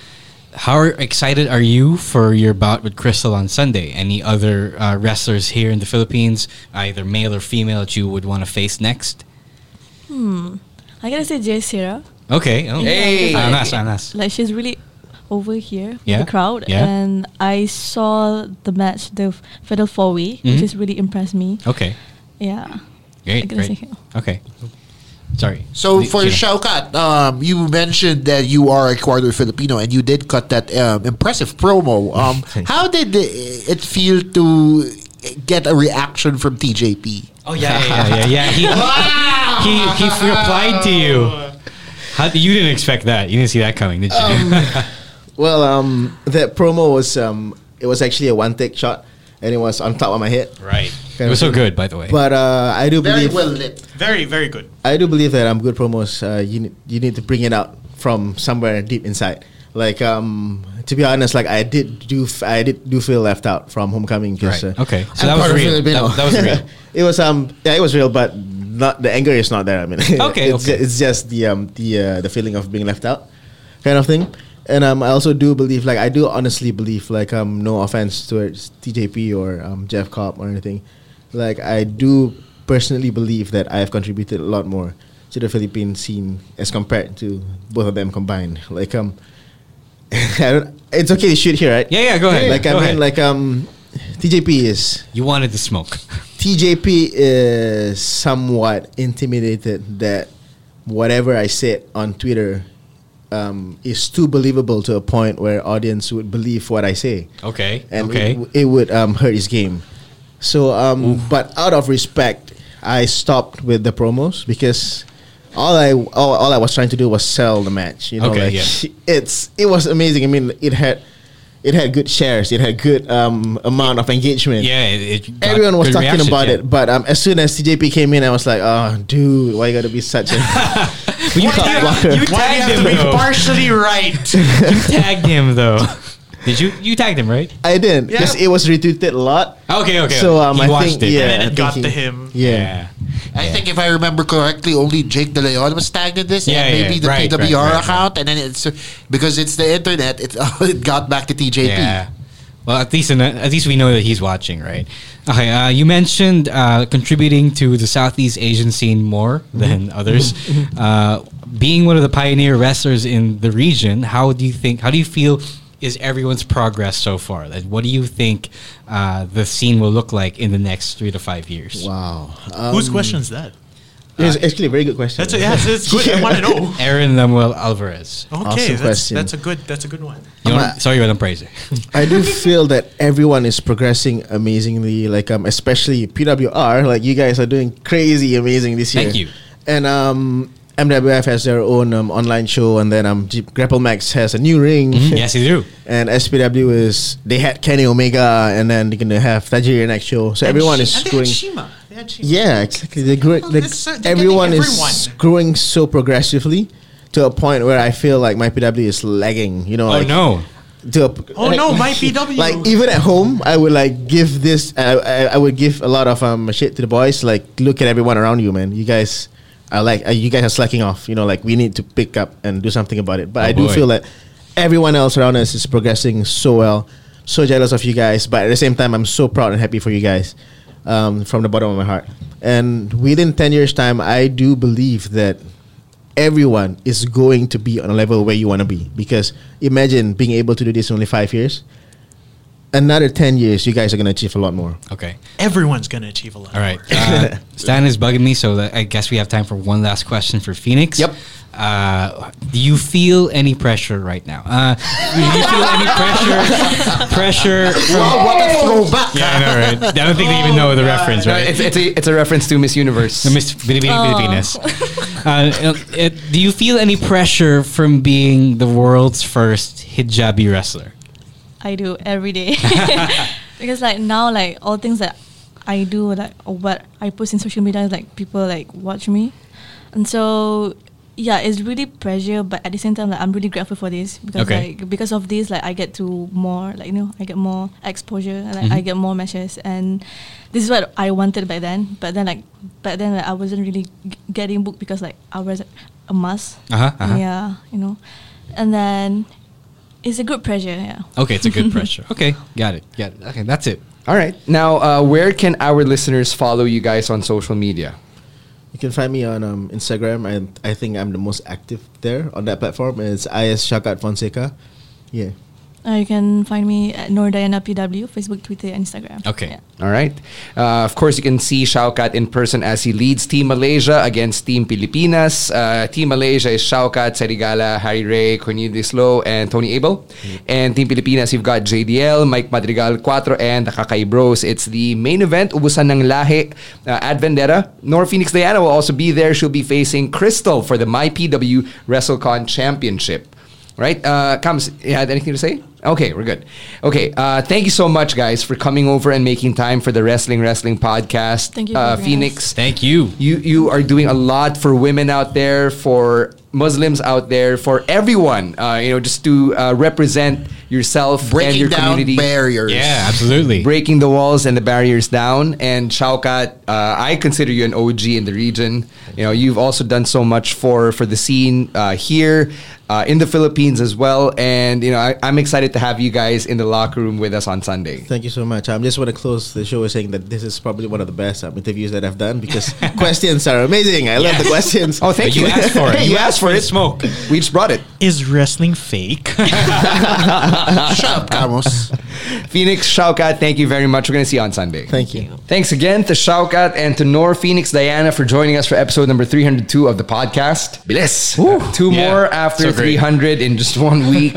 Speaker 8: how excited are you for your bout with Crystal on Sunday? Any other uh, wrestlers here in the Philippines, either male or female, that you would want to face next?
Speaker 6: Hmm. I gotta say Jay Sierra.
Speaker 8: Okay. Oh.
Speaker 6: Hey.
Speaker 8: Anas, Anas.
Speaker 6: Like she's really over here
Speaker 8: Yeah.
Speaker 6: the crowd,
Speaker 8: Yeah.
Speaker 6: and I saw the match, the f- fatal four way,
Speaker 8: Mhm.
Speaker 6: which has really impressed me.
Speaker 8: Okay.
Speaker 6: Yeah. I
Speaker 8: Great.
Speaker 6: gotta
Speaker 8: great.
Speaker 6: say-
Speaker 8: Okay. Sorry.
Speaker 9: So
Speaker 8: Le-
Speaker 9: for
Speaker 8: Gina.
Speaker 9: Shaukat, um, you mentioned that you are a quarter Filipino, and you did cut that um, impressive promo. Um,
Speaker 8: <laughs>
Speaker 9: how did it feel to get a reaction from TJP?
Speaker 8: Oh yeah, yeah, yeah, yeah. yeah. He, he, he f- replied to you. How, you didn't expect that. You didn't see that coming, did you?
Speaker 10: Well, um, that promo was um, it was actually a one take shot, and it was on top of my head.
Speaker 8: <laughs> right.
Speaker 10: Kind
Speaker 8: it was so
Speaker 10: of
Speaker 8: good,
Speaker 10: thing.
Speaker 8: by the way.
Speaker 10: But uh, I do believe
Speaker 4: Very, very good.
Speaker 10: I do believe that um, good promos uh, you need, you need to bring it out from somewhere deep inside. Like um, to be honest, like I did do f- I did do feel left out from homecoming. 'cause,
Speaker 8: Right.
Speaker 10: uh,
Speaker 8: Okay. So that was
Speaker 10: part of
Speaker 8: real.
Speaker 10: Filipino.
Speaker 8: That- that was
Speaker 10: <laughs>
Speaker 8: real.
Speaker 10: it was um yeah it was real, but not the anger is not there. I mean
Speaker 8: <laughs> Okay,
Speaker 10: it's,
Speaker 8: okay.
Speaker 10: ju- it's just the um the uh, the feeling of being left out, kind of thing. And um, I also do believe, like I do honestly believe, like um, no offense towards TJP or um, Jeff Cobb or anything, like I do personally believe that I have contributed a lot more to the Philippine scene as compared to both of them combined. Like um, <laughs> I don't, it's okay to shoot here, right?
Speaker 8: Yeah, yeah, go ahead.
Speaker 10: Like I
Speaker 8: Go
Speaker 10: mean,
Speaker 8: ahead.
Speaker 10: like um, TJP is
Speaker 8: You wanted the smoke.
Speaker 10: TJP is somewhat intimidated that whatever I said on Twitter um, is too believable to a point where audience would believe what I say,
Speaker 8: Okay.
Speaker 10: and
Speaker 8: okay.
Speaker 10: it, it would um, hurt his game. So, um, but out of respect, I stopped with the promos because all I all, all I was trying to do was sell the match. You know,
Speaker 8: Okay,
Speaker 10: like
Speaker 8: yeah.
Speaker 10: <laughs> it's it was amazing. I mean, it had it had good shares, it had good um, amount of engagement
Speaker 8: yeah. It, it got
Speaker 10: everyone was
Speaker 8: good
Speaker 10: talking
Speaker 8: reactions,
Speaker 10: about
Speaker 8: yeah.
Speaker 10: it, but um, as soon as TJP came in, I was like, "Oh, dude, why you gotta be such
Speaker 8: <laughs>
Speaker 10: a
Speaker 8: But you, tagged,
Speaker 10: blocker?"
Speaker 8: you
Speaker 4: Why do you
Speaker 8: tagged
Speaker 4: have to
Speaker 8: him
Speaker 4: be
Speaker 8: though.
Speaker 4: partially right?
Speaker 8: you tagged him though. Did you? You tagged him, right?
Speaker 10: <laughs> I didn't because it was retweeted a lot.
Speaker 8: Okay. Okay.
Speaker 10: So um,
Speaker 8: He
Speaker 10: I
Speaker 8: watched
Speaker 10: think
Speaker 8: it.
Speaker 10: yeah,
Speaker 4: And then it
Speaker 10: I
Speaker 4: got
Speaker 10: think
Speaker 4: to
Speaker 10: he-
Speaker 4: him.
Speaker 10: Yeah,
Speaker 9: I think if I remember correctly, only Jake De Leon was tagged in this,
Speaker 8: Yeah,
Speaker 9: and
Speaker 8: yeah,
Speaker 9: maybe the
Speaker 8: right, right,
Speaker 9: PWR
Speaker 8: right, right.
Speaker 9: account, and then it's because it's the internet. It <laughs> it got back to TJP.
Speaker 8: Yeah. Well, at least in, at least we know that he's watching, right? Okay. Uh, you mentioned uh, contributing to the Southeast Asian scene more than
Speaker 10: Mm-hmm.
Speaker 8: others. Uh, being one of the pioneer wrestlers in the region, how do you think? How do you feel? Is everyone's progress so far? Like, what do you think uh, the scene will look like in the next three to five years?
Speaker 10: wow. Uh,
Speaker 4: Whose
Speaker 10: Um,
Speaker 4: question is that?
Speaker 10: It's actually a very good question.
Speaker 4: That's a, yes, it's good. I want to
Speaker 10: <laughs>
Speaker 4: know.
Speaker 8: Aaron Lemuel Alvarez.
Speaker 4: Okay,
Speaker 10: Awesome
Speaker 4: that's,
Speaker 10: question.
Speaker 4: that's a good. That's a good one.
Speaker 8: You
Speaker 10: I'm
Speaker 8: know,
Speaker 10: a-
Speaker 8: sorry, Madam Fraser.
Speaker 4: <laughs>
Speaker 10: I do feel that everyone is progressing amazingly, like um, especially PWR. Like you guys are doing crazy amazing this year.
Speaker 8: Thank you.
Speaker 10: And um, MWF has their own um, online show, and then um, G- Grapple Max has a new ring.
Speaker 8: Mm-hmm. yes, you do.
Speaker 10: <laughs> and SPW is they had Kenny Omega, and then they're gonna have Tajiri next show. So everyone is
Speaker 4: and
Speaker 10: screwing.
Speaker 4: They had Shima. They had Shima.
Speaker 10: Yeah, exactly. They grew,
Speaker 4: Well,
Speaker 10: they-
Speaker 4: this- they're getting
Speaker 10: everyone is
Speaker 4: everyone.
Speaker 10: screwing so progressively to a point where I feel like my PW is lagging. You know,
Speaker 8: Oh
Speaker 10: like,
Speaker 8: no.
Speaker 10: to a-
Speaker 4: Oh
Speaker 10: like-
Speaker 4: no, my PW.
Speaker 10: Like even at home, I would like give this. I, I, I would give a lot of um shit to the boys. Like look at everyone around you, man. You guys are like uh, you guys are slacking off. You know, like we need to pick up and do something about it. But
Speaker 8: Oh,
Speaker 10: I do
Speaker 8: boy.
Speaker 10: feel that everyone else around us is progressing so well. So jealous of you guys, but at the same time, I'm so proud and happy for you guys um, from the bottom of my heart. And within ten years' time, I do believe that everyone is going to be on a level where you want to be because imagine being able to do this in only five years another 10 years you guys are going to achieve a lot more
Speaker 8: Okay.
Speaker 4: everyone's gonna achieve a lot.
Speaker 8: All
Speaker 11: <laughs>
Speaker 8: right. Uh, Stan is bugging me, so that I guess we have time for one last question for Phoenix.
Speaker 10: Yep.
Speaker 8: Uh, do you feel any pressure right now? Uh, do you feel any pressure?
Speaker 11: <laughs>
Speaker 8: Pressure from?
Speaker 9: Wow, what a throwback!
Speaker 8: Yeah, I know, right? I don't think they even know the reference,
Speaker 11: Oh, No,
Speaker 8: right?
Speaker 11: it's, it's, a, it's a reference to Miss Universe.
Speaker 8: The Miss Binibining Pilipinas. Uh, it- do you feel any pressure from being the world's first hijabi wrestler?
Speaker 6: I do every
Speaker 8: <laughs>
Speaker 6: day <laughs> because like now like all things that I do like or what I post in social media is like people like watch me, and so yeah, it's really pressure. But at the same time, like I'm really grateful for this because
Speaker 8: Okay.
Speaker 6: like because of this, like I get to more like you know I get more exposure and like, I
Speaker 8: Mhm.
Speaker 6: get more matches and. This is what I wanted back then, but then like, but then like, I wasn't really g- getting booked because like I was a must.
Speaker 8: Uh-huh, uh-huh.
Speaker 6: Yeah, you know, and then It's a good pressure. Yeah.
Speaker 8: Okay, it's a good pressure. Okay, got it. Got it. Okay, that's it.
Speaker 11: All right. Now, uh, where can our listeners follow you guys on social media?
Speaker 10: You can find me on um, Instagram, and I think I'm the most active there on that platform. It's is Shakat Fonseca. Yeah.
Speaker 6: Uh, you can find me at Nordiana PW, Facebook, Twitter, Instagram.
Speaker 8: Okay. Yeah.
Speaker 11: All right. Uh, of course, you can see Shaukat in person as he leads Team Malaysia against Team Pilipinas. Uh, Team Malaysia is Shaukat, Sarigala, Harry Ray, Cornelius Low, and Tony Abel. Mm. And Team Pilipinas, you've got JDL, Mike Madrigal Cuatro, and the Kakay Bros. It's the main event, Ubusan ng Lahe at Vendetta. Nor Phoenix Diana will also be there. She'll be facing Crystal for the MyPW WrestleCon Championship right? Uh, Kams, you had anything to say? Okay, we're good. Okay, uh, thank you so much, guys, for coming over and making time for the Wrestling Wrestling podcast.
Speaker 6: Thank you,
Speaker 11: uh,
Speaker 6: guys.
Speaker 11: Phoenix.
Speaker 8: Thank you.
Speaker 11: You you are doing a lot for women out there, for Muslims out there, for everyone. Uh, you know, just to uh, represent yourself
Speaker 9: Breaking
Speaker 11: and your
Speaker 9: down
Speaker 11: community.
Speaker 9: barriers.
Speaker 8: Yeah, absolutely.
Speaker 11: Breaking the walls and the barriers down. And Shaukat, uh, I consider you an OG in the region. You know, you've also done so much for for the scene uh, here uh, in the Philippines as well. And you know, I, I'm excited to have you guys in the locker room with us on Sunday.
Speaker 10: Thank you so much. I am just want to close the show with saying that this is probably one of the best um, interviews that I've done because questions are amazing. I love the questions.
Speaker 11: Oh, thank you.
Speaker 8: You asked for it.
Speaker 11: <laughs> You asked for it.
Speaker 8: Smoke.
Speaker 11: We just brought it.
Speaker 4: Is wrestling fake?
Speaker 9: Shut up, <laughs> Carlos.
Speaker 11: Phoenix Shaukat, thank you very much. We're going to see you on Sunday.
Speaker 10: Thank you.
Speaker 11: Thanks again to Shaukat and to Nor Phoenix Diana for joining us for episode number 302 of the podcast.
Speaker 9: Bilis.
Speaker 11: Two
Speaker 8: Yeah,
Speaker 11: more after
Speaker 8: so great.
Speaker 11: 300 in just one
Speaker 8: <laughs>
Speaker 11: week.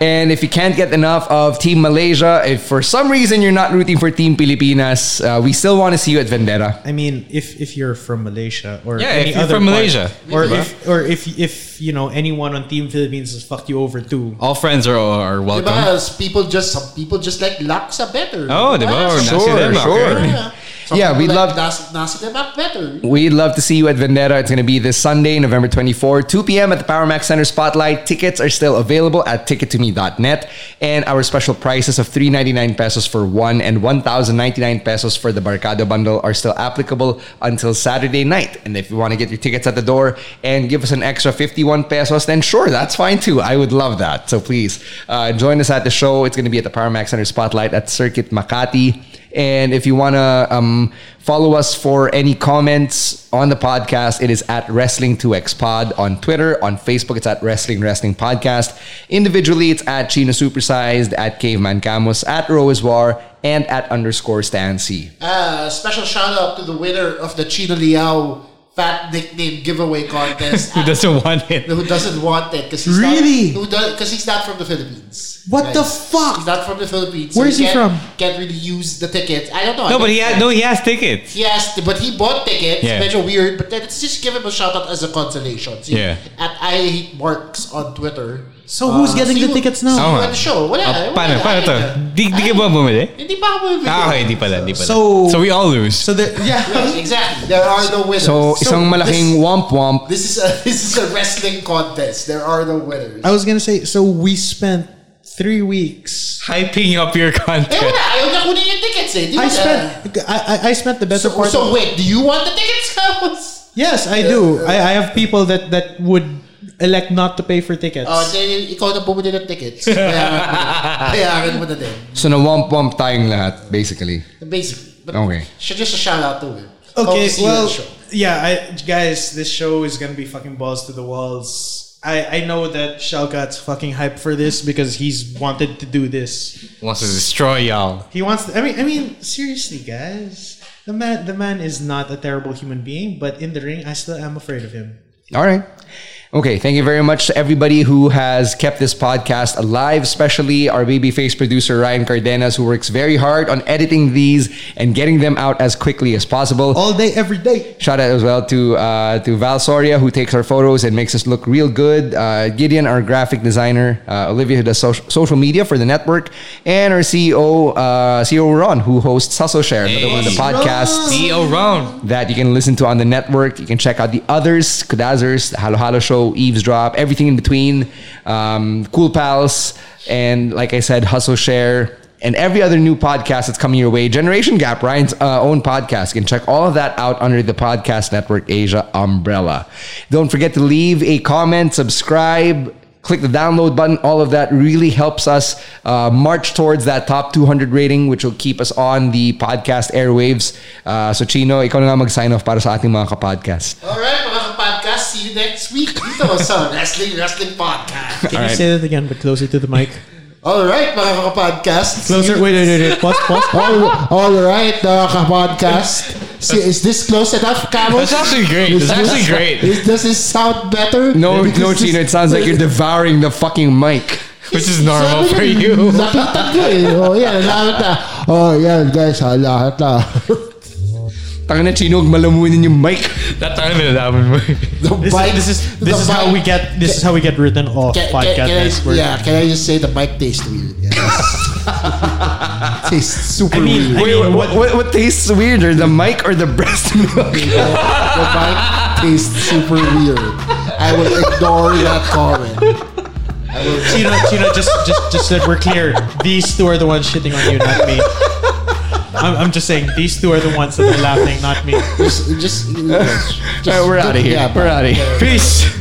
Speaker 11: and if you can't get enough of Team Malaysia, if for some reason you're not rooting for Team Pilipinas, uh, we still want to see you at Vendetta.
Speaker 4: I mean, if if you're from Malaysia or
Speaker 8: Yeah,
Speaker 4: any
Speaker 8: if you're
Speaker 4: other
Speaker 8: from
Speaker 4: part,
Speaker 8: Malaysia.
Speaker 4: or
Speaker 8: Diba?
Speaker 4: if or if if you know anyone on Team Philippines has fucked you over too.
Speaker 8: All friends are, are welcome.
Speaker 9: Because people just some people just like laksa better.
Speaker 8: Oh, diba? Or
Speaker 9: Diba?
Speaker 8: nasi lemak, eh?
Speaker 9: Yeah. Some
Speaker 11: Yeah,
Speaker 9: people
Speaker 11: we
Speaker 9: like
Speaker 11: love-
Speaker 9: nasi, nasi lemak better.
Speaker 11: We'd love to see you at Vendetta. It's going to be this Sunday, November 24, 2 p.m. at the Power Max Center Spotlight. Tickets are still available at tickettome.net. And our special prices of 399 pesos for one and 1,099 pesos for the Barcado bundle are still applicable until Saturday night. And if you want to get your tickets at the door and give us an extra 51 pesos, then sure, that's fine too. I would love that. So please uh, join us at the show. It's going to be at the Power Max Center Spotlight at Circuit Makati. And if you want to um, follow us for any comments on the podcast, it is at Wrestling2X Pod on Twitter. On Facebook, it's at Wrestling Wrestling Podcast. Individually, it's at Chino Supersized, at Caveman Camus, at Roiswar, and at underscore Stan C.
Speaker 9: Uh, special shout out to the winner of the Chino Liao Fat Nickname Giveaway Contest.
Speaker 8: Who doesn't want it?
Speaker 9: who doesn't want it because he's
Speaker 4: Really?
Speaker 9: not, who does because he's not from the Philippines.
Speaker 4: What the fuck?
Speaker 9: He's not from the Philippines.
Speaker 4: Where is he
Speaker 9: can't-
Speaker 4: from?
Speaker 9: Can't really use the tickets. I don't know. I
Speaker 8: No, but
Speaker 9: don't-
Speaker 8: he had, no, he has tickets.
Speaker 9: Yes, but he bought tickets.
Speaker 8: Yeah.
Speaker 9: It's Medyo weird, but then it's just give him a shout out as a consolation. See,
Speaker 8: Yeah.
Speaker 9: At I hate marks on Twitter.
Speaker 4: Uh, So who's getting
Speaker 9: see
Speaker 4: the
Speaker 9: you-
Speaker 4: tickets now?
Speaker 9: see you
Speaker 8: Oo nga.
Speaker 9: at the show. Wala,
Speaker 8: Ah,
Speaker 9: wala,
Speaker 8: paano, paano
Speaker 9: ayun
Speaker 8: to?
Speaker 9: na.
Speaker 8: Di, di ka ba bumili?
Speaker 9: Hindi pa ako bumibigay.
Speaker 8: Ah, okay, di pala, di pala.
Speaker 4: So-
Speaker 8: so we all lose. So
Speaker 4: the,
Speaker 9: Yes, exactly. There are no winners.
Speaker 11: So, isang malaking womp womp.
Speaker 9: This, this is a <laughs> this is a wrestling contest. There are no winners.
Speaker 4: I was gonna say. So we spent three weeks.
Speaker 8: hyping up your <laughs>
Speaker 9: Eh, wala.
Speaker 8: content.
Speaker 9: Ayaw na kunin yung tickets eh. Di
Speaker 4: I
Speaker 9: ba?
Speaker 4: spent. I, I, I spent the better
Speaker 9: So,
Speaker 4: part.
Speaker 9: so
Speaker 4: of-
Speaker 9: wait, do you want the tickets,
Speaker 10: <laughs>
Speaker 9: Carlos?
Speaker 4: yes, I do. I, I have people that that would elect not to pay for tickets.
Speaker 9: Oh, then ikaw na bumili ng tickets. Bayaran mo na. Bayaran mo na din.
Speaker 11: So, na womp womp tayong lahat, basically.
Speaker 9: Basically. But
Speaker 11: Okay.
Speaker 9: sh- Just a shout out to him.
Speaker 4: Okay,
Speaker 9: Hope to Oh, see you at
Speaker 4: well,
Speaker 9: the show.
Speaker 4: yeah, I, guys, this show is gonna be fucking balls to the walls. I, I know that Shalgat's fucking hyped for this because he's wanted to do this.
Speaker 8: Wants to destroy y'all.
Speaker 4: He wants. To, I mean, I mean, seriously, guys, the man, the man is not a terrible human being, but in the ring, I still am afraid of him.
Speaker 11: All right. Okay, thank you very much to everybody who has kept this podcast alive, especially our babyface producer Ryan Cardenas, who works very hard on editing these and getting them out as quickly as possible.
Speaker 4: All day, every day.
Speaker 11: Shout out as well to uh, to Val Soria, who takes our photos and makes us look real good. Uh, Gideon, our graphic designer, uh, Olivia, who does social, social media for the network, and our CEO, uh, CEO Ron, who hosts Hustle Share, another one of the podcasts
Speaker 8: CEO E Round.
Speaker 11: that you can listen to on the network. You can check out the others, Kudazers, Halo Halo Show, Eavesdrop, everything in between, um, Cool Pals, and like I said, Hustle Share, and every other new podcast that's coming your way. Generation Gap, Ryan's uh, own podcast. You can check all of that out under the Podcast Network Asia umbrella. Don't forget to leave a comment, subscribe, click the download button. All of that really helps us uh, march towards that top 200 rating, which will keep us on the podcast airwaves. Uh, so, Chino, ikaw na nga mag-sign off para sa ating mga kapodcast.
Speaker 5: Alright, mga kapodcast, see you next week dito sa Wrestling Wrestling Podcast.
Speaker 4: Can you say that again, but closer to the mic?
Speaker 5: Alright, mga kapodcast. see
Speaker 4: Closer.
Speaker 5: you-
Speaker 4: Wait, wait, wait, wait. Pause, pause, pause.
Speaker 5: All, all right, uh, kapodcast. See, is this close enough, Camos?
Speaker 8: That's actually great.
Speaker 5: Is
Speaker 8: That's
Speaker 5: this-
Speaker 8: actually great.
Speaker 5: Is, does this sound better?
Speaker 11: No, no, Chino, it sounds like you're devouring the fucking mic.
Speaker 8: Which is normal for
Speaker 5: <laughs>
Speaker 8: you.
Speaker 5: Napitan ko eh. Oh, yan. Lahat na. Oh, yan, guys. Ha, lahat na.
Speaker 11: Tanga na, Chino, huwag malamunin yung mic.
Speaker 8: That time in that one.
Speaker 5: The
Speaker 4: This,
Speaker 5: bike-
Speaker 4: is, this is this
Speaker 5: the
Speaker 4: is how
Speaker 5: bike-
Speaker 4: we get this is how we get written off
Speaker 5: Can, can,
Speaker 4: podcast
Speaker 5: can I,
Speaker 4: network.
Speaker 5: yeah, can I just say the mic tastes
Speaker 4: <laughs>
Speaker 5: weird? Yeah. <laughs> tastes super
Speaker 4: I mean,
Speaker 5: weird.
Speaker 4: I mean
Speaker 11: What, what, what tastes weirder, the mic or the breast milk?
Speaker 5: the mic tastes super weird. I will ignore that comment.
Speaker 4: Chino, Chino, just, just, just that we're clear. These two are the ones shitting on you, not me. I'm, I'm just saying these two are the ones that are laughing, not me.
Speaker 5: Just, just, just
Speaker 4: <laughs>
Speaker 11: All right, <laughs> we're out of here.
Speaker 5: Yeah,
Speaker 11: we're
Speaker 5: bye.
Speaker 11: out of here.
Speaker 8: Peace.